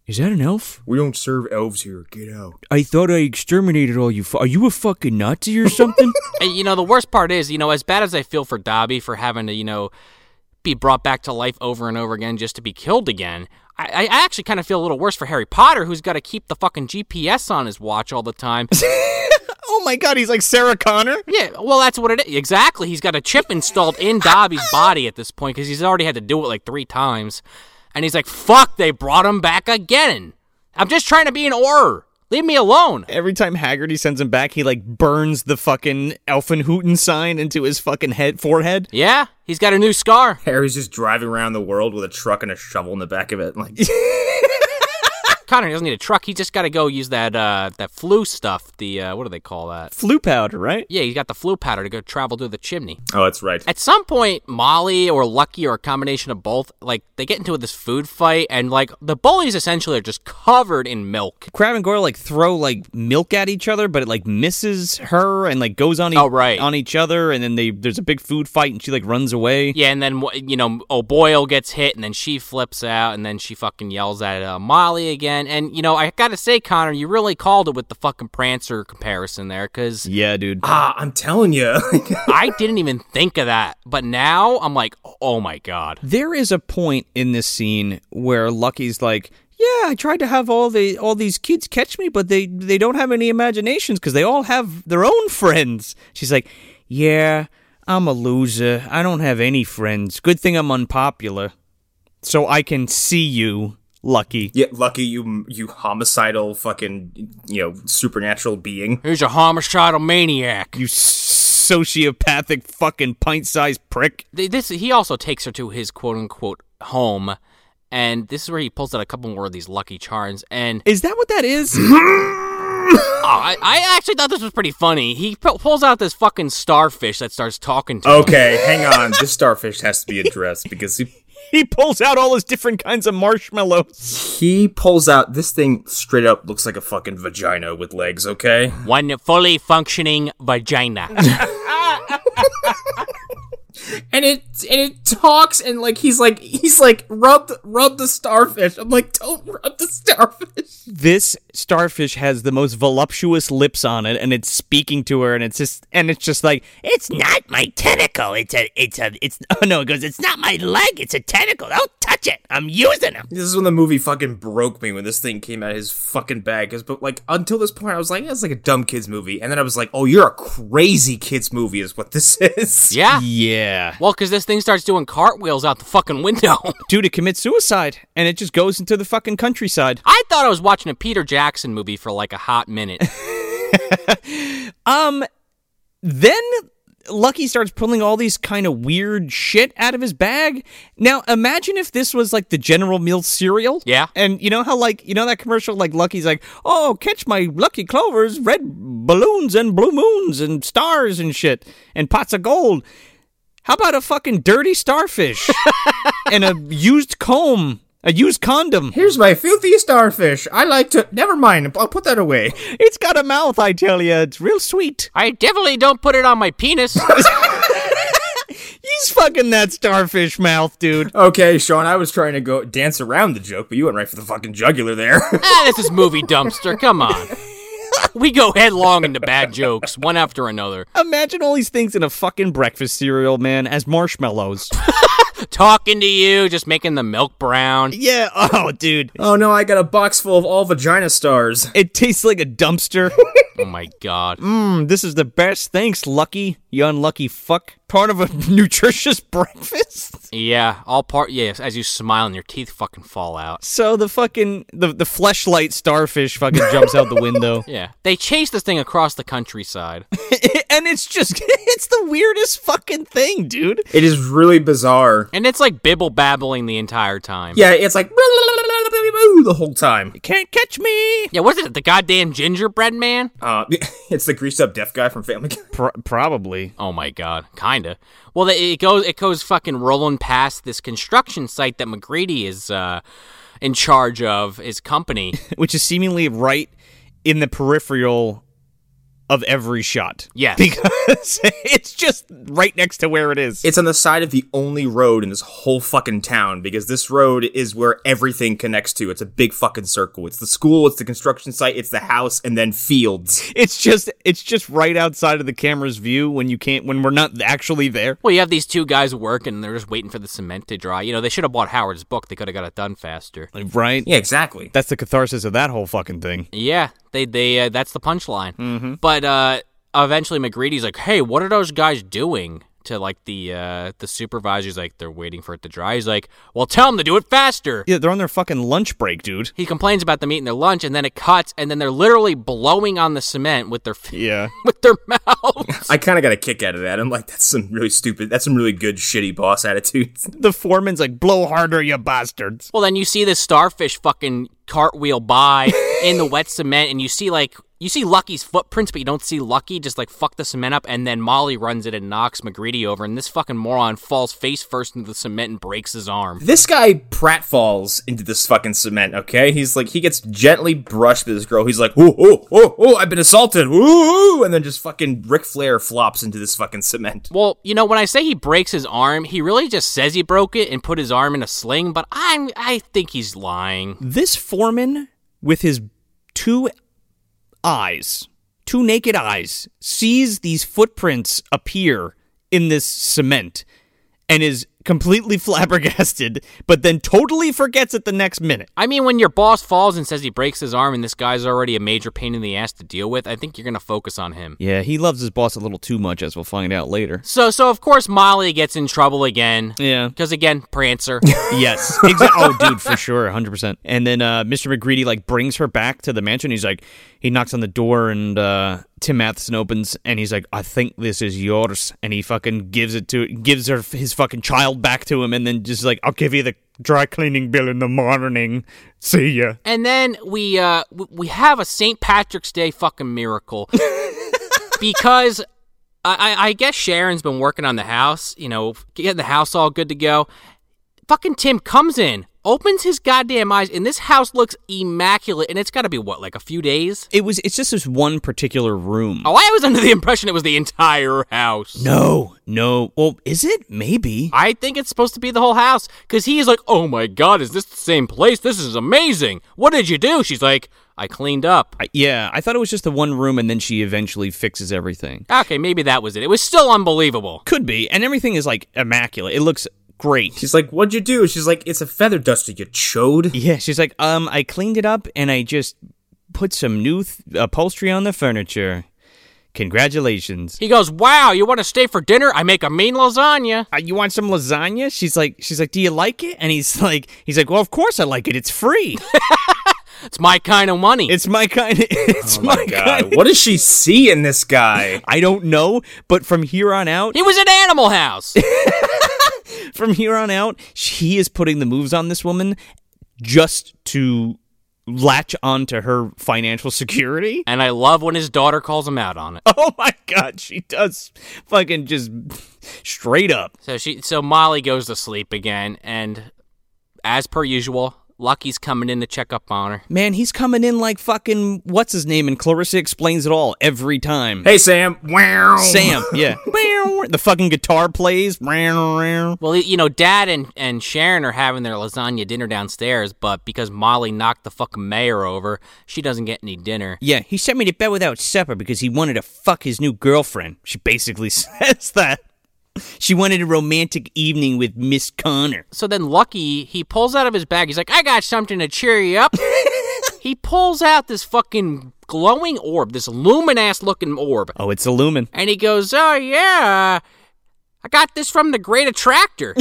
A: is that an elf?
B: We don't serve elves here. Get out.
A: I thought I exterminated all you. Fu- Are you a fucking Nazi or something?"
C: And, you know, the worst part is, you know, as bad as I feel for Dobby for having to, you know, be brought back to life over and over again just to be killed again, I, I actually kind of feel a little worse for Harry Potter, who's got to keep the fucking GPS on his watch all the time.
A: oh my god, he's like Sarah Connor.
C: yeah, well, that's what it is. Exactly. He's got a chip installed in Dobby's body at this point because he's already had to do it like three times. And he's like, fuck, they brought him back again. I'm just trying to be an horror. Leave me alone.
A: Every time Haggerty sends him back, he like burns the fucking Elfenhooten sign into his fucking head forehead.
C: Yeah, he's got a new scar.
B: Harry's just driving around the world with a truck and a shovel in the back of it. Like,
C: Connor he doesn't need a truck. He just got to go use that uh, that flu stuff. The uh, what do they call that?
A: Flu powder, right?
C: Yeah, he's got the flu powder to go travel through the chimney.
B: oh, that's right.
C: At some point, Molly or Lucky or a combination of both, like they get into this food fight, and like the bullies essentially are just covered in milk.
A: Crab and Goyle like throw like milk at each other, but it like misses her and like goes on e-
C: Oh, right.
A: on each other, and then they there's a big food fight, and she like runs away.
C: Yeah, and then wh- you know, O'Boyle gets hit, and then she flips out, and then she fucking yells at uh, Molly again. And you know, I gotta say, Connor, you really called it with the fucking Prancer comparison there, because
A: Yeah, dude.
B: Ah, I'm telling you.
C: I didn't even think of that, but now I'm like, oh my god.
A: There is a point in this scene where Lucky's like, "Yeah, I tried to have all the all these kids catch me, but they they don't have any imaginations because they all have their own friends." She's like, "Yeah, I'm a loser. I don't have any friends. Good thing I'm unpopular, so I can see you, Lucky."
B: yeah, lucky you, you homicidal fucking, you know, supernatural being.
C: Here's a homicidal maniac.
A: You sociopathic fucking pint-sized prick.
C: Th- This he also takes her to his quote unquote home, and this is where he pulls out a couple more of these lucky charms. And
A: Is that what that is?
C: oh, I, I actually thought this was pretty funny. He pu- pulls out this fucking starfish that starts talking to him.
B: Okay, hang on. This starfish has to be addressed because he
A: he pulls out all his different kinds of marshmallows.
B: he pulls out this thing straight up looks like a fucking vagina with legs, okay?
C: One fully functioning vagina.
G: And it and it talks and like he's like he's like rub the- rub the starfish. I'm like don't rub the starfish.
A: this starfish has the most voluptuous lips on it and it's speaking to her and it's just and it's just like it's not my tentacle it's a it's a it's oh no it goes it's not my leg it's a tentacle don't touch it i'm using him
B: This is when the movie fucking broke me when this thing came out of his fucking bag. 'Cause- But like until this point, I was like, yeah, it's like a dumb kids movie, and then I was like, oh, you're a crazy kids movie, is what this is.
C: yeah.
A: yeah
C: Well, because this thing starts doing cartwheels out the fucking window.
A: dude it commits suicide and it just goes into the fucking countryside
C: I thought I was watching a Peter Jackson movie for like a hot minute.
A: then Lucky starts pulling all these kind of weird shit out of his bag. Now, imagine if this was like the General Mills cereal.
C: Yeah.
A: And you know how, like, you know that commercial, like, Lucky's like, oh, catch my Lucky Clovers, red balloons and blue moons and stars and shit and pots of gold. How about a fucking dirty starfish and a used comb, a used condom?
G: Here's my filthy starfish. I like to. Never mind. I'll put that away.
A: It's got a mouth, I tell you. It's real sweet.
C: I definitely don't put it on my penis.
A: He's fucking that starfish mouth, dude.
B: Okay, Sean, I was trying to go dance around the joke, but you went right for the fucking jugular there.
C: ah, this is movie dumpster. Come on. We go headlong into bad jokes, one after another.
A: Imagine all these things in a fucking breakfast cereal, man, as marshmallows.
C: Talking to you, just making the milk brown.
A: yeah, oh, dude.
B: oh no, I got a box full of all vagina stars.
A: It tastes like a dumpster.
C: Oh my god.
A: Mm, this is the best. Thanks, Lucky. You unlucky fuck. Part of a nutritious breakfast.
C: Yeah, all part. Yes, as you smile and your teeth fucking fall out.
A: So the fucking the the fleshlight starfish fucking jumps out the window,
C: Yeah, they chase this thing across the countryside.
A: and it's just it's the weirdest fucking thing, dude.
B: It is really bizarre.
C: And it's like bibble babbling the entire time.
B: Yeah, it's like the whole time.
A: Can't catch me.
C: Yeah, what is it? The goddamn gingerbread man?
B: Uh, it's the greased up deaf guy from Family Guy.
A: Pro- probably.
C: Oh my god, kinda. Well, it it goes it goes fucking rolling past this construction site that McGrady is uh, in charge of his company.
A: which is seemingly right in the peripheral of every shot.
C: Yes.
A: Because it's just right next to where it is.
B: It's on the side of the only road in this whole fucking town because this road is where everything connects to. It's a big fucking circle. It's the school, it's the construction site, it's the house, and then fields.
A: It's just it's just right outside of the camera's view when you can't when we're not actually there.
C: Well, you have these two guys working, and they're just waiting for the cement to dry. You know, they should have bought Howard's book. They could have got it done faster.
A: Right?
B: Yeah, exactly.
A: That's the catharsis of that whole fucking thing.
C: Yeah, they they uh, that's the punchline. Mm-hmm. But uh, eventually, McGreedy's like, "Hey, what are those guys doing?" To like the uh, the supervisor's like, "They're waiting for it to dry." He's like, "Well, tell them to do it faster."
A: Yeah, they're on their fucking lunch break, dude.
C: He complains about them eating their lunch, and then it cuts, and then they're literally blowing on the cement with their f-
A: Yeah.
C: with their mouths.
B: I kind of got a kick out of that. I'm like, that's some really stupid, that's some really good shitty boss attitudes.
A: The foreman's like, blow harder, you bastards.
C: well, then you see this starfish fucking cartwheel by in the wet cement, and you see like. You see Lucky's footprints, but you don't see Lucky just like fuck the cement up, and then Molly runs it and knocks McGreedy over, and this fucking moron falls face first into the cement and breaks his arm.
B: This guy pratfalls into this fucking cement, okay? He's like, he gets gently brushed by this girl. He's like, oh, oh, oh, oh, I've been assaulted. Ooh, ooh," and then just fucking Ric Flair flops into this fucking cement.
C: Well, you know, when I say he breaks his arm, he really just says he broke it and put his arm in a sling, but I'm I think he's lying.
A: This foreman with his two eyes, two naked eyes, sees these footprints appear in this cement and is completely flabbergasted, but then totally forgets it the next minute.
C: I mean, when your boss falls and says he breaks his arm and this guy's already a major pain in the ass to deal with, I think you're going to focus on him.
A: Yeah, he loves his boss a little too much, as we'll find out later.
C: So, so of course, Molly gets in trouble again.
A: Yeah.
C: Because again, Prancer.
A: Yes. Exa- oh, dude, for sure, 100%. And then uh, Mr. McGreedy, like, brings her back to the mansion. He's like, he knocks on the door, and uh, Tim Matheson opens, and he's like, I think this is yours. And he fucking gives it to, gives her his fucking child back to him, and then just like, I'll give you the dry cleaning bill in the morning. See ya.
C: and then we uh w- we have a St. Patrick's Day fucking miracle because I, I I guess Sharon's been working on the house, you know, getting the house all good to go. Fucking Tim comes in, opens his goddamn eyes, and this house looks immaculate. And it's got to be what, like a few days?
A: It was, it's just this one particular room.
C: Oh, I was under the impression it was the entire house.
A: No, no. Well, is it? Maybe.
C: I think it's supposed to be the whole house because he is like, oh my god, is this the same place? This is amazing. What did you do? She's like, I cleaned up.
A: I- yeah, I thought it was just the one room, and then she eventually fixes everything.
C: Okay, maybe that was it. It was still unbelievable.
A: Could be, and everything is like immaculate. It looks great.
B: She's like, what'd you do? She's like, it's a feather duster, you chode.
A: Yeah, she's like, um, I cleaned it up and I just put some new th- upholstery on the furniture. Congratulations.
C: He goes, wow, you want to stay for dinner? I make a mean lasagna.
A: Uh, you want some lasagna? She's like, she's like, do you like it? And he's like, he's like, well, of course I like it. It's free.
C: It's my kind of money.
A: It's my kind of. It's Oh my, kind.
B: God, what does she see in this guy?
A: I don't know, but from here on out,
C: he was at Animal House.
A: from here on out, he is putting the moves on this woman just to latch onto her financial security.
C: and I love when his daughter calls him out on it.
A: Oh my god, she does fucking just straight up.
C: So she so Molly goes to sleep again and as per usual, Lucky's coming in to check up on her.
A: Man, he's coming in like fucking what's his name and Clarissa explains it all every time.
B: Hey, Sam. Wow.
A: Sam, yeah. the fucking guitar plays. Well,
C: Well, you know, Dad and, and Sharon are having their lasagna dinner downstairs, but because Molly knocked the fucking mayor over, she doesn't get any dinner.
A: yeah, he sent me to bed without supper because he wanted to fuck his new girlfriend. She basically says that. She wanted a romantic evening with Miss Connor.
C: So then Lucky, he pulls out of his bag. He's like, I got something to cheer you up. he pulls out this fucking glowing orb, this luminous looking orb.
A: Oh, it's a lumen.
C: And he goes, Oh, yeah. I got this from the Great Attractor.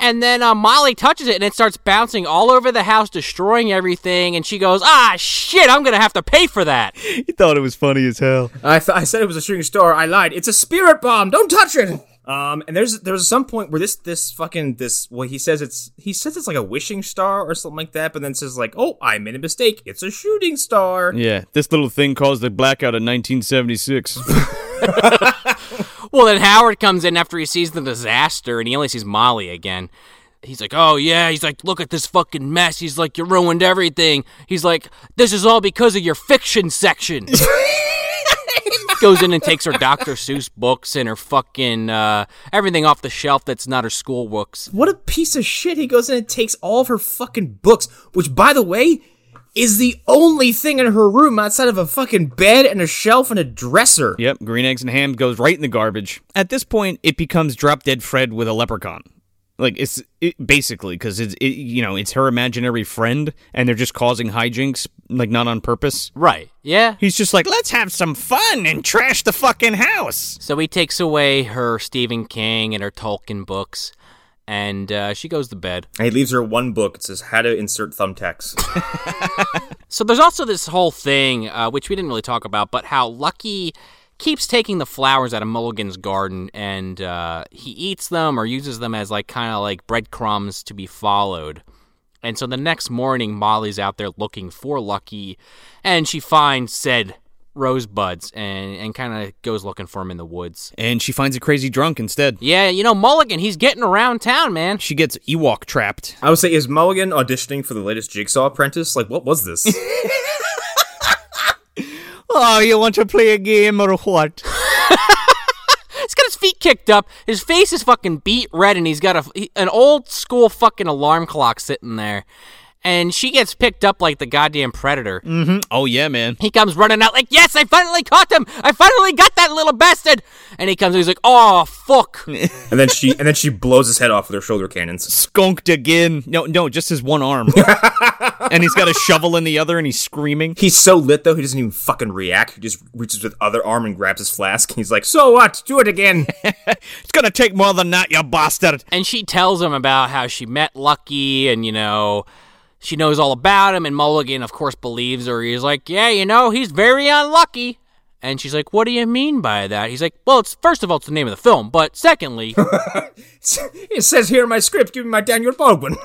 C: and then uh, Molly touches it and it starts bouncing all over the house, destroying everything. And she goes, Ah, shit, I'm going to have to pay for that.
A: He thought it was funny as hell.
B: I, th- I said it was a shooting star. I lied. It's a spirit bomb. Don't touch it. Um, and there's there's some point where this this fucking this well he says it's he says it's like a wishing star or something like that, but then says like, oh, I made a mistake. It's a shooting star.
A: Yeah, this little thing caused the blackout in 1976.
C: Well, then Howard comes in after he sees the disaster and he only sees Molly again. He's like, oh yeah. He's like, look at this fucking mess. He's like, you ruined everything. He's like, this is all because of your fiction section. Goes in and takes her Dr. Seuss books and her fucking uh, everything off the shelf that's not her school books.
B: What a piece of shit. He goes in and takes all of her fucking books, which, by the way, is the only thing in her room outside of a fucking bed and a shelf and a dresser.
A: yep, green eggs and ham goes right in the garbage. At this point, it becomes drop dead Fred with a leprechaun. Like it's it, basically because it's it, you know it's her imaginary friend, and they're just causing hijinks like not on purpose.
C: Right. Yeah.
A: He's just like, let's have some fun and trash the fucking house.
C: So he takes away her Stephen King and her Tolkien books, and uh, she goes to bed.
B: And he leaves her one book. It says How to Insert Thumbtacks.
C: So there's also this whole thing, uh, which we didn't really talk about, but how Lucky keeps taking the flowers out of Mulligan's garden and uh, he eats them or uses them as like kind of like breadcrumbs to be followed. And so the next morning, Molly's out there looking for Lucky, and she finds said rosebuds and, and kind of goes looking for him in the woods.
A: And she finds a crazy drunk instead.
C: Yeah, you know, Mulligan, he's getting around town, man.
A: She gets Ewok trapped.
B: I would say, is Mulligan auditioning for the latest Jigsaw Apprentice? Like, what was this?
A: Oh, you want to play a game or what?
C: He's got his feet kicked up, his face is fucking beat red, and he's got a he- an old school fucking alarm clock sitting there. And she gets picked up like the goddamn predator.
A: Oh yeah, man.
C: He comes running out like, "Yes, I finally caught him! I finally got that little bastard!" And he comes, he's like, "Oh fuck!"
B: and then she and then she blows his head off with her shoulder cannons.
A: Skunked again. No, no, just his one arm. and he's got a shovel in the other, and he's screaming.
B: He's so lit though, he doesn't even fucking react. He just reaches with other arm and grabs his flask. He's like, "So what? Do it again."
A: It's gonna take more than that, you bastard.
C: and she tells him about how she met Lucky, and you know. She knows all about him, and Mulligan, of course, believes her. He's like, Yeah, you know, he's very unlucky. And she's like, What do you mean by that? He's like, Well, it's first of all, it's the name of the film, but secondly,
B: it says here in my script, "Give me my Daniel Baldwin."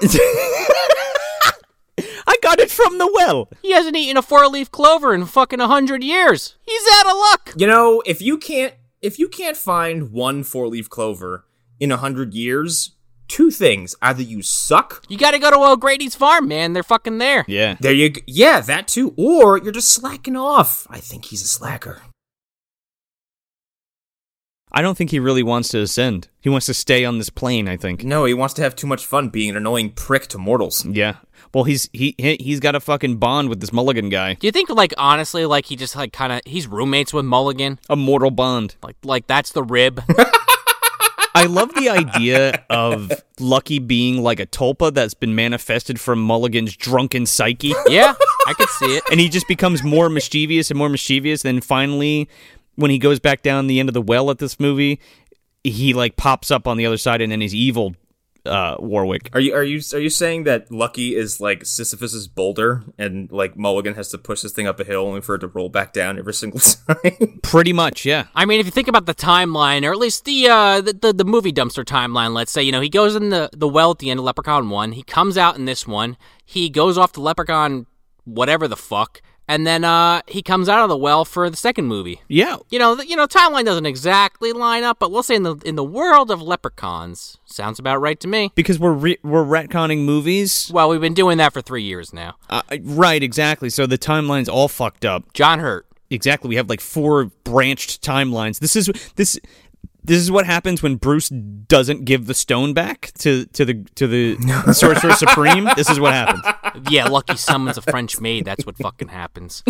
A: I got it from the well.
C: He hasn't eaten a four leaf clover in fucking a hundred years. He's out of luck.
B: You know, if you can't if you can't find one four leaf clover in a hundred years, two things: either you suck,
C: You gotta go to O'Grady's farm, man. They're fucking there.
A: Yeah.
B: there you g- yeah that too, or you're just slacking off. I think he's a slacker.
A: I don't think he really wants to ascend. He wants to stay on this plane. I think.
B: No, he wants to have too much fun being an annoying prick to mortals.
A: Yeah. Well, he's he he- he's got a fucking bond with this Mulligan guy,
C: Do you think, like, honestly, like he just like kind of he's roommates with Mulligan?
A: a mortal bond.
C: Like, like that's the rib.
A: I love the idea of Lucky being like a tulpa that's been manifested from Mulligan's drunken psyche,
C: yeah, I could see it.
A: and he just becomes more mischievous and more mischievous. Then finally, when he goes back down the end of the well at this movie, he like pops up on the other side, and then he's evil uh, Warwick.
B: Are you are you are you saying that Lucky is like Sisyphus's boulder, and like Mulligan has to push this thing up a hill only for it to roll back down every single time?
A: Pretty much, yeah.
C: I mean, if you think about the timeline, or at least the uh, the, the the movie dumpster timeline, let's say, you know, he goes in the the well at the end of Leprechaun One. He comes out in this one. He goes off to Leprechaun, whatever the fuck, and then uh, he comes out of the well for the second movie.
A: Yeah,
C: You know, the, you know, timeline doesn't exactly line up, but we'll say in the in the world of leprechauns, sounds about right to me.
A: because we're re- we're retconning movies.
C: Well, we've been doing that for three years now.
A: Uh, right, exactly. So the timeline's all fucked up.
C: John Hurt.
A: Exactly. We have like four branched timelines. This is this this is what happens when Bruce doesn't give the stone back to to the to the Sorcerer Supreme. This is what happens.
C: Yeah, lucky summons a French maid. That's what fucking happens.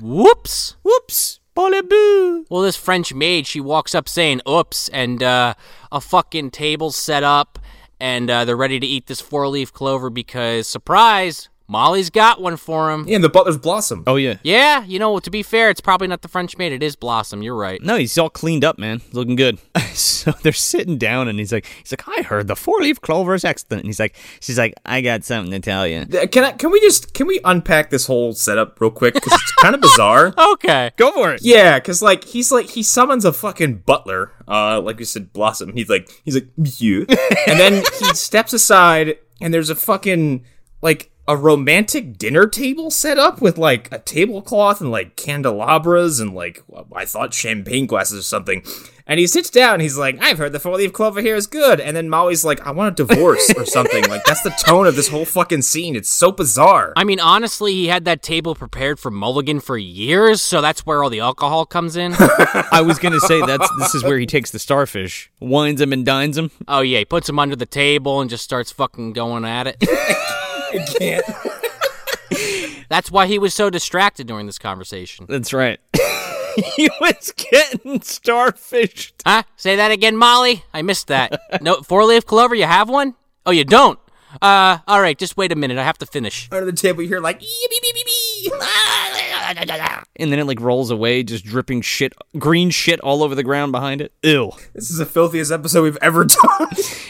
C: Whoops.
A: Whoops. Boliboo.
C: Well, this French maid, she walks up saying "oops," and uh, a fucking table's set up, and uh, they're ready to eat this four-leaf clover because surprise, Molly's got one for him.
B: yeah, and the butler's blossom.
A: Oh yeah.
C: Yeah, you know, to be fair, it's probably not the French maid. It is Blossom. You're right.
A: No, he's all cleaned up, man. He's looking good. so they're sitting down, and he's like, he's like, I heard the four leaf clover is excellent. And he's like, she's like, I got something to tell you.
B: Th- Can I? Can we just can we unpack this whole setup real quick? Because it's kind of bizarre.
C: Okay.
A: Go for it.
B: Yeah, because like he's like he summons a fucking butler. Uh, like you said, Blossom. He's like he's like you, and then he steps aside, and there's a fucking like a romantic dinner table set up with like a tablecloth and like candelabras and like I thought champagne glasses or something. And he sits down. and He's like, I've heard the four leaf clover here is good. And then Molly's like, I want a divorce or something. like that's the tone of this whole fucking scene. It's so bizarre.
C: I mean, honestly, he had that table prepared for Mulligan for years, so that's where all the alcohol comes in.
A: I was gonna say that's this is where he takes the starfish, wines him and dines him.
C: oh, yeah, he puts him under the table and just starts fucking going at it.
B: I can't.
C: That's why he was so distracted during this conversation.
A: That's right. he was getting starfish.
C: Huh? Say that again, Molly. I missed that. no, four leaf clover, you have one? Oh, you don't? Uh, all right, just wait a minute. I have to finish.
B: Under the table, you hear like. "Ee-bee-bee-bee-bee."
A: And then it like rolls away, just dripping shit, green shit all over the ground behind it. Ew.
B: This is the filthiest episode we've ever done.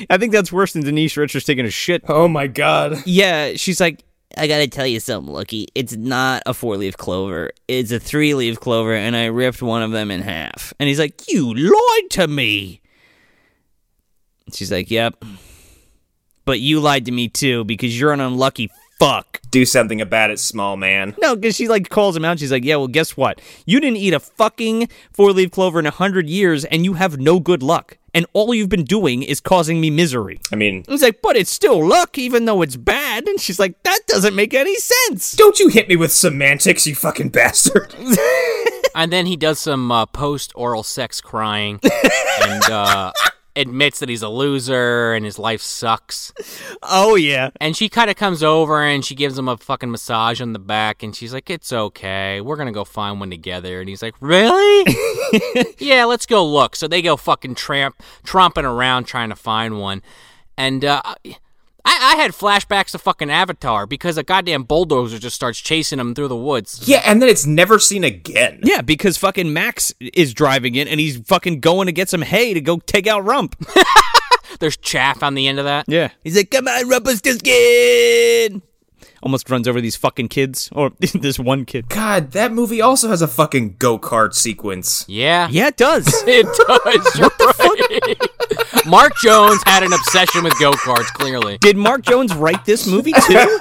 A: I think that's worse than Denise Richards taking a shit.
B: oh my god.
H: Yeah, she's like, I gotta tell you something, Lucky. It's not a four leaf clover. It's a three leaf clover, and I ripped one of them in half.
A: And he's like, You lied to me.
H: She's like, Yep. But you lied to me too because you're an unlucky fuck.
B: Do something about it, small man.
A: No, because she like calls him out. She's like, Yeah, well, guess what? You didn't eat a fucking four leaf clover in a hundred years, and you have no good luck. And all you've been doing is causing me misery.
B: I mean,
A: He's like, but it's still luck, even though it's bad. And she's like, that doesn't make any sense.
B: don't you hit me with semantics, you fucking bastard.
C: And then he does some uh, post oral sex crying and uh, admits that he's a loser and his life sucks.
A: Oh yeah,
C: And she kind of comes over and she gives him a fucking massage on the back and she's like, It's okay. We're going to go find one together. And he's like, Really? yeah, let's go look. So they go fucking tramp, tromping around trying to find one. And uh, I, I had flashbacks to fucking Avatar because a goddamn bulldozer just starts chasing him through the woods.
B: yeah, and then it's never seen again.
A: yeah, because fucking Max is driving it, and he's fucking going to get some hay to go take out Rump.
C: There's chaff on the end of that.
A: Yeah, he's like, come on, Rumpelstiltskin. Almost runs over these fucking kids, or this one kid.
B: God, that movie also has a fucking go kart sequence.
C: Yeah.
A: Yeah, it does.
C: It does. You're right. Mark Jones had an obsession with go karts, clearly.
A: Did Mark Jones write this movie too?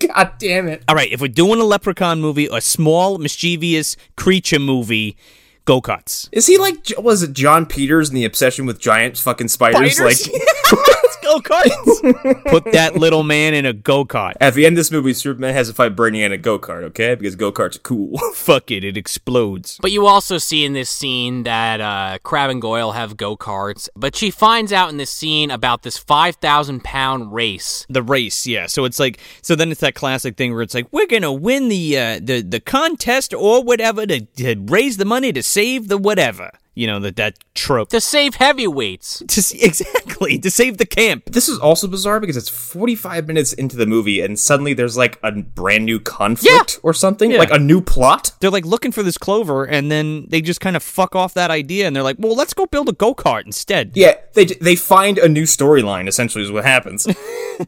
G: God damn it.
A: All right, if we're doing a Leprechaun movie, a small mischievous creature movie, go karts.
B: Is he like, J- was it John Peters and the obsession with giant fucking spiders?
A: Spiders?
B: Like,
A: Go karts. Put that little man in a go kart.
B: at the end of this movie, Superman has to fight Brainiac in a go kart, okay? Because go karts are cool.
A: Fuck it, it explodes.
C: But you also see in this scene that uh, Crab and Goyle have go karts. But she finds out in this scene about this 5,000 pound race.
A: the race yeah so it's like so then it's that classic thing where it's like we're gonna win the uh the the contest or whatever to, to raise the money to save the whatever you know that that trope
C: to save heavyweights.
A: to s- exactly to save the camp.
B: This is also bizarre because it's 45 minutes into the movie and suddenly there's like a brand new conflict
C: Yeah.
B: or something, like a new plot.
A: They're like looking for this clover, and then they just kind of fuck off that idea, and they're like, "Well, let's go build a go kart instead."
B: Yeah, they they find a new storyline essentially is what happens.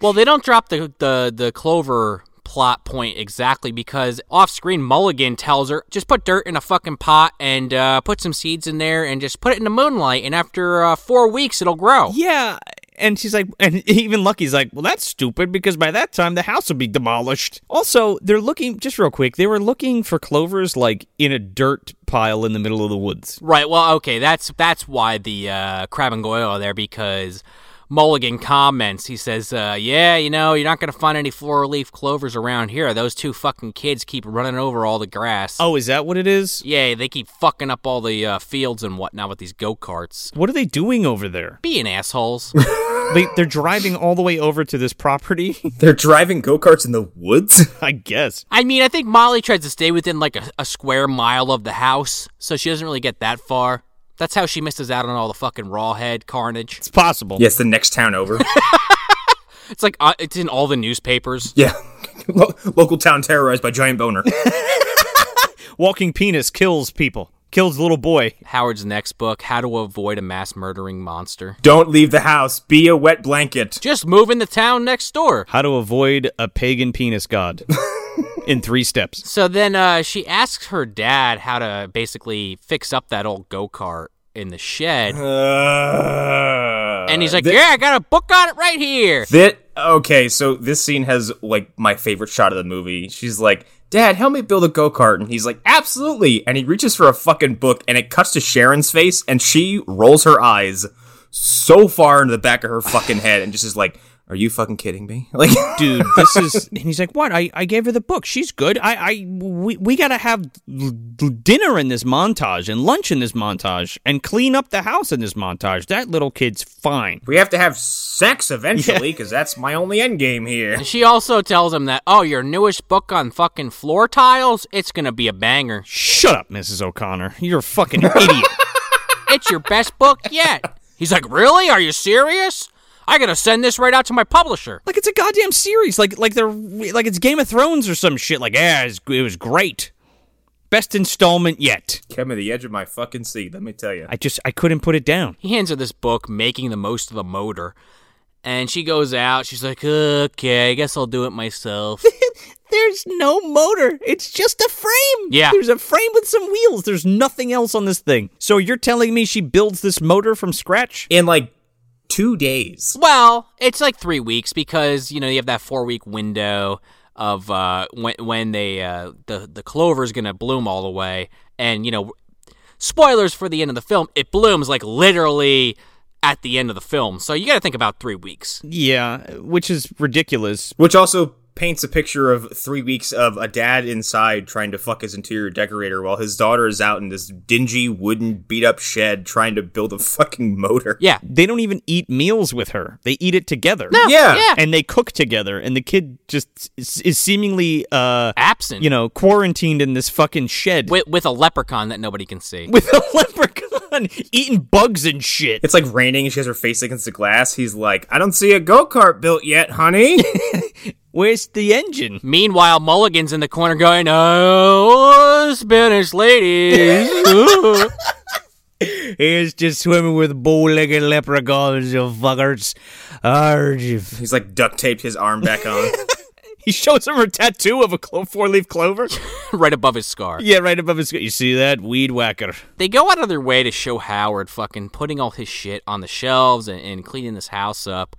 C: Well, they don't drop the the the clover plot point exactly because off screen Mulligan tells her just put dirt in a fucking pot and uh, put some seeds in there and just put it in the moonlight and after uh, four weeks it'll grow.
A: Yeah. And she's like, and even Lucky's like, well, that's stupid because by that time the house will be demolished. Also, they're looking, just real quick, they were looking for clovers like in a dirt pile in the middle of the woods.
C: Right. Well, okay. That's that's why the uh, crab and goyle are there because Mulligan comments. He says, uh, "Yeah, you know, you're not gonna find any four leaf clovers around here. Those two fucking kids keep running over all the grass.
A: Oh, is that what it is?
C: yeah, they keep fucking up all the uh, fields and whatnot with these go karts.
A: What are they doing over there?
C: Being assholes."
A: they, they're driving all the way over to this property,
B: They're driving go-karts in the woods.
A: I guess.
C: I mean, I think Molly tries to stay within like a, a square mile of the house, so she doesn't really get that far. That's how she misses out on all the fucking rawhead carnage.
A: It's possible.
B: yes, the next town over.
C: It's like uh, it's in all the newspapers.
B: yeah. Lo- local town terrorized by giant boner.
A: Walking penis kills people, kills little boy.
C: Howard's next book, How to Avoid a Mass Murdering Monster.
B: Don't leave the house. Be a wet blanket.
C: Just move in the town next door.
A: How to avoid a pagan penis god in three steps.
C: So then uh, she asks her dad how to basically fix up that old go kart in the shed.
B: Uh,
C: and he's like, Yeah, I got a book on it right here.
B: That okay, so this scene has like my favorite shot of the movie. She's like, "Dad, help me build a go-kart." And he's like, "Absolutely." And he reaches for a fucking book and it cuts to Sharon's face and she rolls her eyes so far into the back of her fucking head and just is like, "Are you fucking kidding me?" Like
A: Dude, this is. And he's like, what? I, I gave her the book. She's good. I, I we, we got to have l- l- dinner in this montage and lunch in this montage and clean up the house in this montage. That little kid's fine.
B: we have to have sex eventually cuz that's my only end game here.
C: And she also tells him that, Oh, your newest book on fucking floor tiles? It's going to be a banger.
A: Shut up, Mrs. O'Connor. You're a fucking idiot.
C: It's your best book yet. He's like, Really? Are you serious? I gotta send this right out to my publisher.
A: like it's a goddamn series. Like like they're like it's Game of Thrones or some shit. Like yeah, it was, it was great. Best installment yet.
B: Came at the edge of my fucking seat, let me tell you.
A: I just I couldn't put it down.
C: he hands her this book, Making the Most of the Motor. And she goes out. She's like, okay, I guess I'll do it myself.
A: There's no motor. It's just a frame.
C: Yeah.
A: There's a frame with some wheels. There's nothing else on this thing. So you're telling me she builds this motor from scratch?
B: In like 2 days.
C: well, it's like three weeks because, you know, you have that four week window of uh, when, when they uh, the, the clover's going to bloom all the way. And, you know, spoilers for the end of the film, it blooms like literally at the end of the film. So you got to think about three weeks.
A: Mm. Yeah, which is ridiculous.
B: Which also paints a picture of three weeks of a dad inside trying to fuck his interior decorator while his daughter is out in this dingy wooden beat up shed trying to build a fucking motor.
C: Yeah.
A: They don't even eat meals with her. They eat it together.
B: Yeah.
C: Yeah.
A: And they cook together and the kid just is is seemingly uh
C: Absent.
A: you know, quarantined in this fucking shed.
C: with, with a leprechaun that nobody can see.
A: with a leprechaun eating bugs and shit.
B: It's like raining and she has her face against the glass. He's like, I don't see a go kart built yet, honey.
A: Where's the engine?
C: Meanwhile, Mulligan's in the corner going, "Oh, Spanish ladies." ooh."
A: He's just swimming with bow-legged leprechauns, you fuckers. Argh.
B: He's like duct taped his arm back on.
A: He shows him her tattoo of a clo- four-leaf clover.
C: right above his scar.
A: yeah, right above his. You see that weed whacker?
C: They go out of their way to show Howard fucking putting all his shit on the shelves and, and cleaning this house up.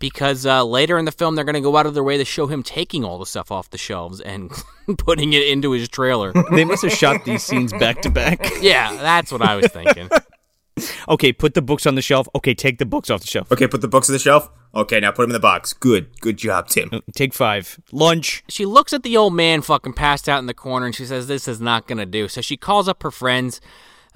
C: Because uh, later in the film, they're going to go out of their way to show him taking all the stuff off the shelves and putting it into his trailer.
A: They must have shot these scenes back to back.
C: yeah, that's what I was thinking.
A: Okay, put the books on the shelf. Okay, take the books off the shelf.
B: okay, put the books on the shelf. Okay, now put them in the box. Good. Good job, Tim.
A: Take five. Lunch.
C: she looks at the old man fucking passed out in the corner and she says, This is not going to do. So she calls up her friends,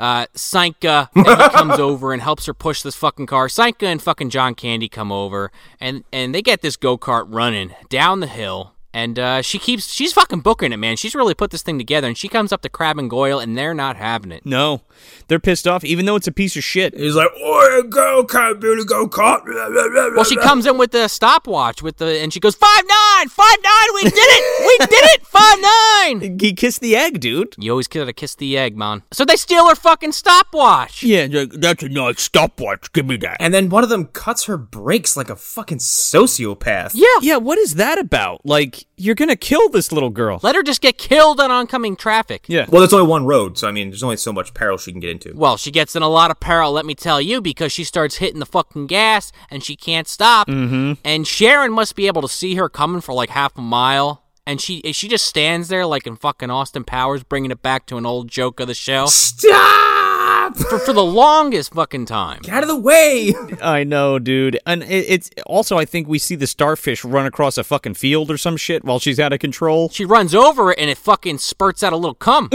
C: uh, Sanka, and he comes over and helps her push this fucking car. Sanka and fucking John Candy come over and, and they get this go kart running down the hill. And uh, she keeps, she's fucking booking it, man. She's really put this thing together. And she comes up to Crab and Goyle, and they're not having it.
A: No, they're pissed off, even though it's a piece of shit.
B: He's like, oh, girl can't really go caught.
C: Well, she comes in with the stopwatch with the, and she goes five nine, five nine. We did it, we did it, five nine.
A: He kissed the egg, dude.
C: You always gotta kiss the egg, man. So they steal her fucking stopwatch.
A: Yeah, like, that's a nice stopwatch. Give me that.
B: And then one of them cuts her brakes like a fucking sociopath.
C: Yeah.
A: Yeah, what is that about? Like, you're gonna kill this little girl.
C: Let her just get killed on oncoming traffic.
A: Yeah.
B: Well, there's only one road, so I mean, there's only so much peril she can get into.
C: Well, she gets in a lot of peril, let me tell you, because she starts hitting the fucking gas and she can't stop. Mm-hmm. And Sharon must be able to see her coming for like half a mile. And she she just stands there like in fucking Austin Powers, bringing it back to an old joke of the show
B: Stop!
C: for, for the longest fucking time.
B: Get out of the way!
A: I know, dude. And it, it's also, I think we see the starfish run across a fucking field or some shit while she's out of control.
C: She runs over it and it fucking spurts out a little cum.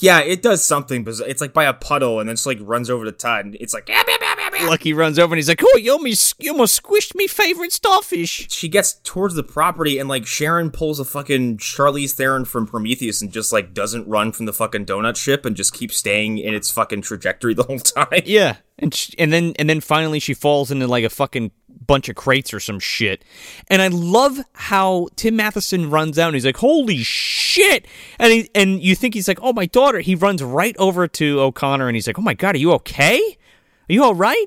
B: yeah, it does something bizarre. It's like by a puddle, and then it's like runs over the tide, and it's like. "Ah, bah, bah, bah, bah."
A: Lucky runs over and he's like, "Oh, you almost, you almost squished me favorite starfish."
B: She gets towards the property, and like Sharon pulls a fucking Charlize Theron from Prometheus, and just like doesn't run from the fucking donut ship, and just keeps staying in its fucking trajectory the whole time.
A: Yeah, and sh and then and then finally she falls into like a fucking bunch of crates or some shit. And I love how Tim Matheson runs out and he's like, "Holy shit!" And he, and you think he's like, "Oh my daughter." He runs right over to O'Connor and he's like, "Oh my god, are you okay? Are you all right?"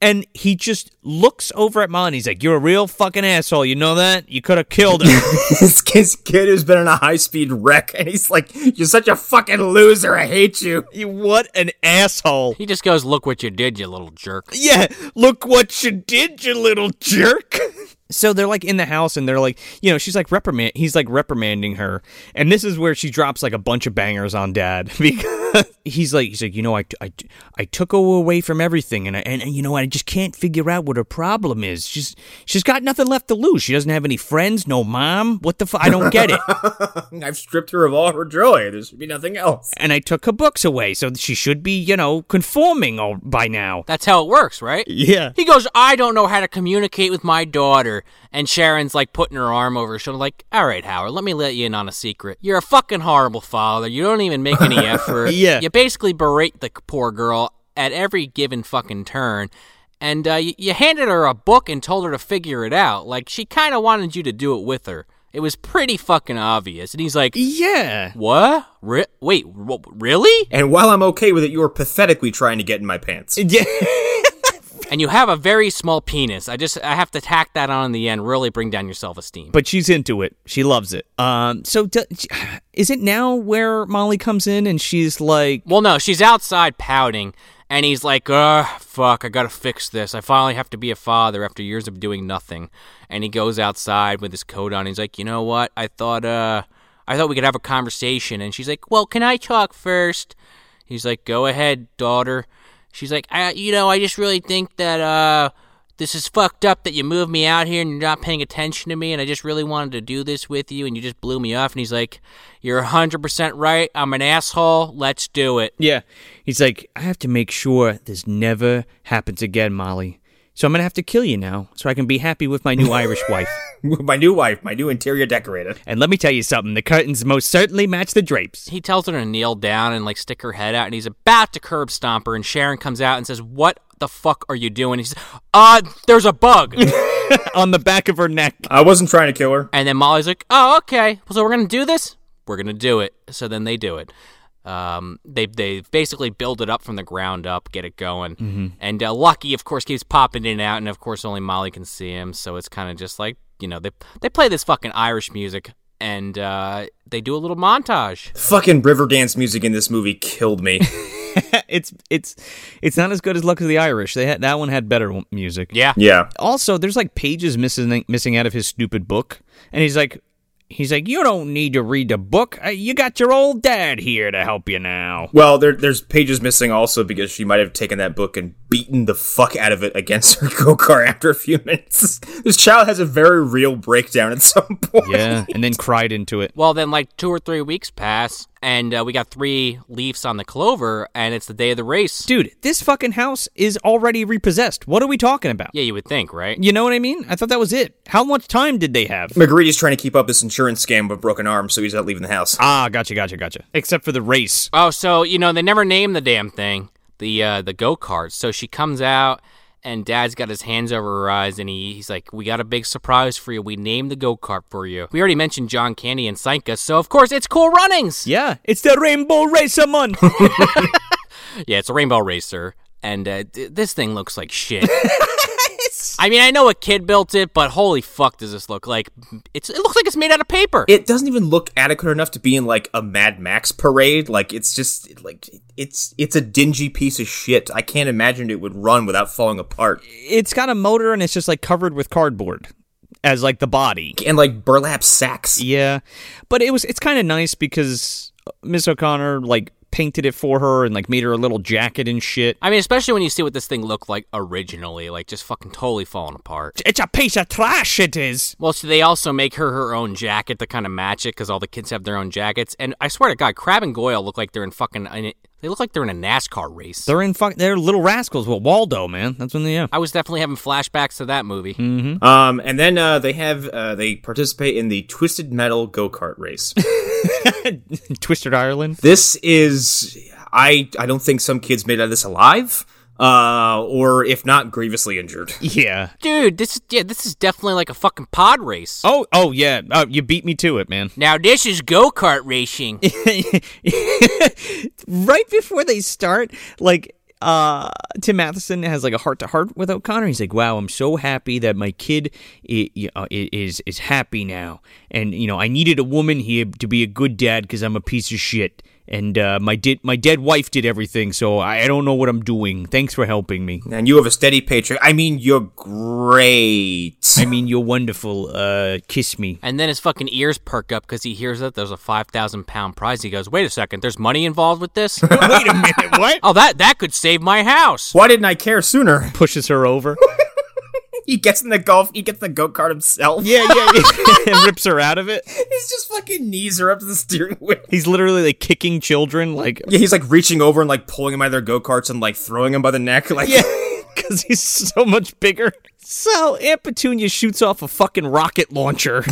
A: And he just looks over at Ma and he's like, "You're a real fucking asshole. You know that? You could have killed her."
B: this kid's kid has been in a high speed wreck, and he's like, "You're such a fucking loser. I hate you."
A: You- what an asshole.
C: he just goes, Look what you did, you little jerk.
A: Yeah, look what you did, you little jerk. So they're like in the house and they're like, you know, she's like reprimand he's like reprimanding her. And this is where she drops like a bunch of bangers on dad because he's like he's like, you know, I, I, I took her away from everything and, I, and and you know, I just can't figure out what her problem is. She's she's got nothing left to lose. She doesn't have any friends, no mom. What the fu- I don't get it.
B: I've stripped her of all her joy. There should be nothing else.
A: and I took her books away, so she should be, you know, conforming all by now.
C: That's how it works, right?
A: Yeah.
C: He goes, I don't know how to communicate with my daughter. And Sharon's like putting her arm over her shoulder, like, All right, Howard, let me let you in on a secret. You're a fucking horrible father. You don't even make any effort.
A: Yeah.
C: You basically berate the poor girl at every given fucking turn. And uh, you, you handed her a book and told her to figure it out. Like, she kind of wanted you to do it with her. It was pretty fucking obvious. And he's like,
A: Yeah.
C: What? Re- wait, wh- really?
B: And while I'm okay with it, you are pathetically trying to get in my pants.
A: Yeah.
C: And you have a very small penis. I just, I have to tack that on in the end. Really bring down your self esteem.
A: but she's into it. She loves it. Um, so do, is it now where Molly comes in and she's like,
C: Well, no, she's outside pouting, and he's like, "Ugh, fuck, I gotta fix this. I finally have to be a father after years of doing nothing." And he goes outside with his coat on. He's like, "You know what? I thought, uh, I thought we could have a conversation." And she's like, "Well, can I talk first? He's like, "Go ahead, daughter." She's like, I, "You know, I just really think that, uh." This is fucked up that you moved me out here and you're not paying attention to me, and I just really wanted to do this with you, and you just blew me off. And he's like, You're 100% right. I'm an asshole. Let's do it.
A: yeah, he's like, I have to make sure this never happens again, Molly. So I'm gonna have to kill you now, so I can be happy with my new Irish wife.
B: my new wife, my new interior decorator.
A: And let me tell you something: the curtains most certainly match the drapes.
C: he tells her to kneel down and like stick her head out and he's about to curb stomp her and sharon comes out and says what the fuck are you doing he says uh there's a bug
A: On the back of her neck.
B: I wasn't trying to kill her.
C: and then molly's like oh okay so we're gonna do this we're gonna do it so then they do it um, they they basically build it up from the ground up, get it going, and uh, Lucky, of course, keeps popping in and out, and of course, only Molly can see him, so it's kind of just like you know they they play this fucking Irish music, and uh, they do a little montage.
B: Fucking river dance music in this movie killed me.
A: It's it's it's not as good as Luck of the Irish. They had that one had better music.
C: Yeah,
B: yeah.
A: also there's like pages missing missing out of his stupid book and he's like he's like you don't need to read the book Uh, you got your old dad here to help you now
B: Well, there, there's pages missing also because she might have taken that book and beaten the fuck out of it against her go kart after a few minutes. This child has a very real breakdown at some point.
A: Yeah, and then cried into it.
C: Well, then like two or three weeks pass, and uh, we got three leaves on the clover, and it's the day of the race.
A: Dude, this fucking house is already repossessed. What are we talking about?
C: Yeah, you would think, right?
A: You know what I mean? I thought that was it. How much time did they have?
B: McGreedy's trying to keep up this insurance scam with broken arms, so he's not leaving the house.
A: Ah, gotcha, gotcha, gotcha. Except for the race.
C: Oh, so you know they never named the damn thing the uh, the go kart. So she comes out, and Dad's got his hands over her eyes, and he, he's like, "We got a big surprise for you. We named the go kart for you. We already mentioned John Candy and Sanka, so of course it's Cool Runnings.
A: Yeah, it's the Rainbow Racer Month.
C: Yeah, it's a rainbow racer, and uh, d- this thing looks like shit. I mean, I know a kid built it, but holy fuck, does this look like? It's it looks like it's made out of paper.
B: it doesn't even look adequate enough to be in like a Mad Max parade. Like it's just like it's it's a dingy piece of shit. I can't imagine it would run without falling apart.
A: it's got a motor and it's just like covered with cardboard as like the body.
B: And like burlap sacks.
A: Yeah, but it was it's kind of nice because Miss O'Connor like painted it for her and like made her a little jacket and shit.
C: I mean, especially when you see what this thing looked like originally, like just fucking totally falling apart.
A: It's a piece of trash. It is.
C: Well, so they also make her her own jacket to kind of match it because all the kids have their own jackets. And I swear to God, Crab and Goyle look like they're in fucking. in- They look like they're in a NASCAR race.
A: They're in fuck. They're little rascals. Well, Waldo, man, that's when they are.
C: I was definitely having flashbacks to that movie.
A: Hmm.
B: Um, and then uh, they have uh, they participate in the twisted metal go kart race.
A: Twisted Ireland.
B: this is I I don't think some kids made out of this alive. Uh, or if not, grievously injured.
A: Yeah.
C: Dude, this is yeah, this is definitely like a fucking pod race.
A: Oh, oh yeah. Oh, you beat me to it, man.
C: Now this is go kart racing.
A: right before they start, like uh Tim Matheson has like a heart to heart with O'Connor. He's like, "Wow, I'm so happy that my kid i- y- uh, i- is is happy now, and you know I needed a woman here to be a good dad because I'm a piece of shit." And uh, my did my dead wife did everything, so I I don't know what I'm doing. Thanks for helping me.
B: And you have a steady paycheck. I mean, you're great.
A: I mean, you're wonderful. Uh, kiss me.
C: And then his fucking ears perk up because he hears that there's a five thousand pound prize. He goes, "Wait a second, there's money involved with this?
A: Wait a minute, what?
C: oh, that that could save my house."
B: Why didn't I care sooner?
A: Pushes her over.
B: He gets in the golf. He gets the go kart himself.
A: Yeah, yeah. yeah. rips her out of it.
B: He's just fucking knees are up to the steering wheel.
A: He's literally like kicking children, like
B: Yeah, he's like reaching over and like pulling him out of their go karts and like throwing him by the neck. Like,
A: because he's so much bigger. So Aunt Petunia shoots off a fucking rocket launcher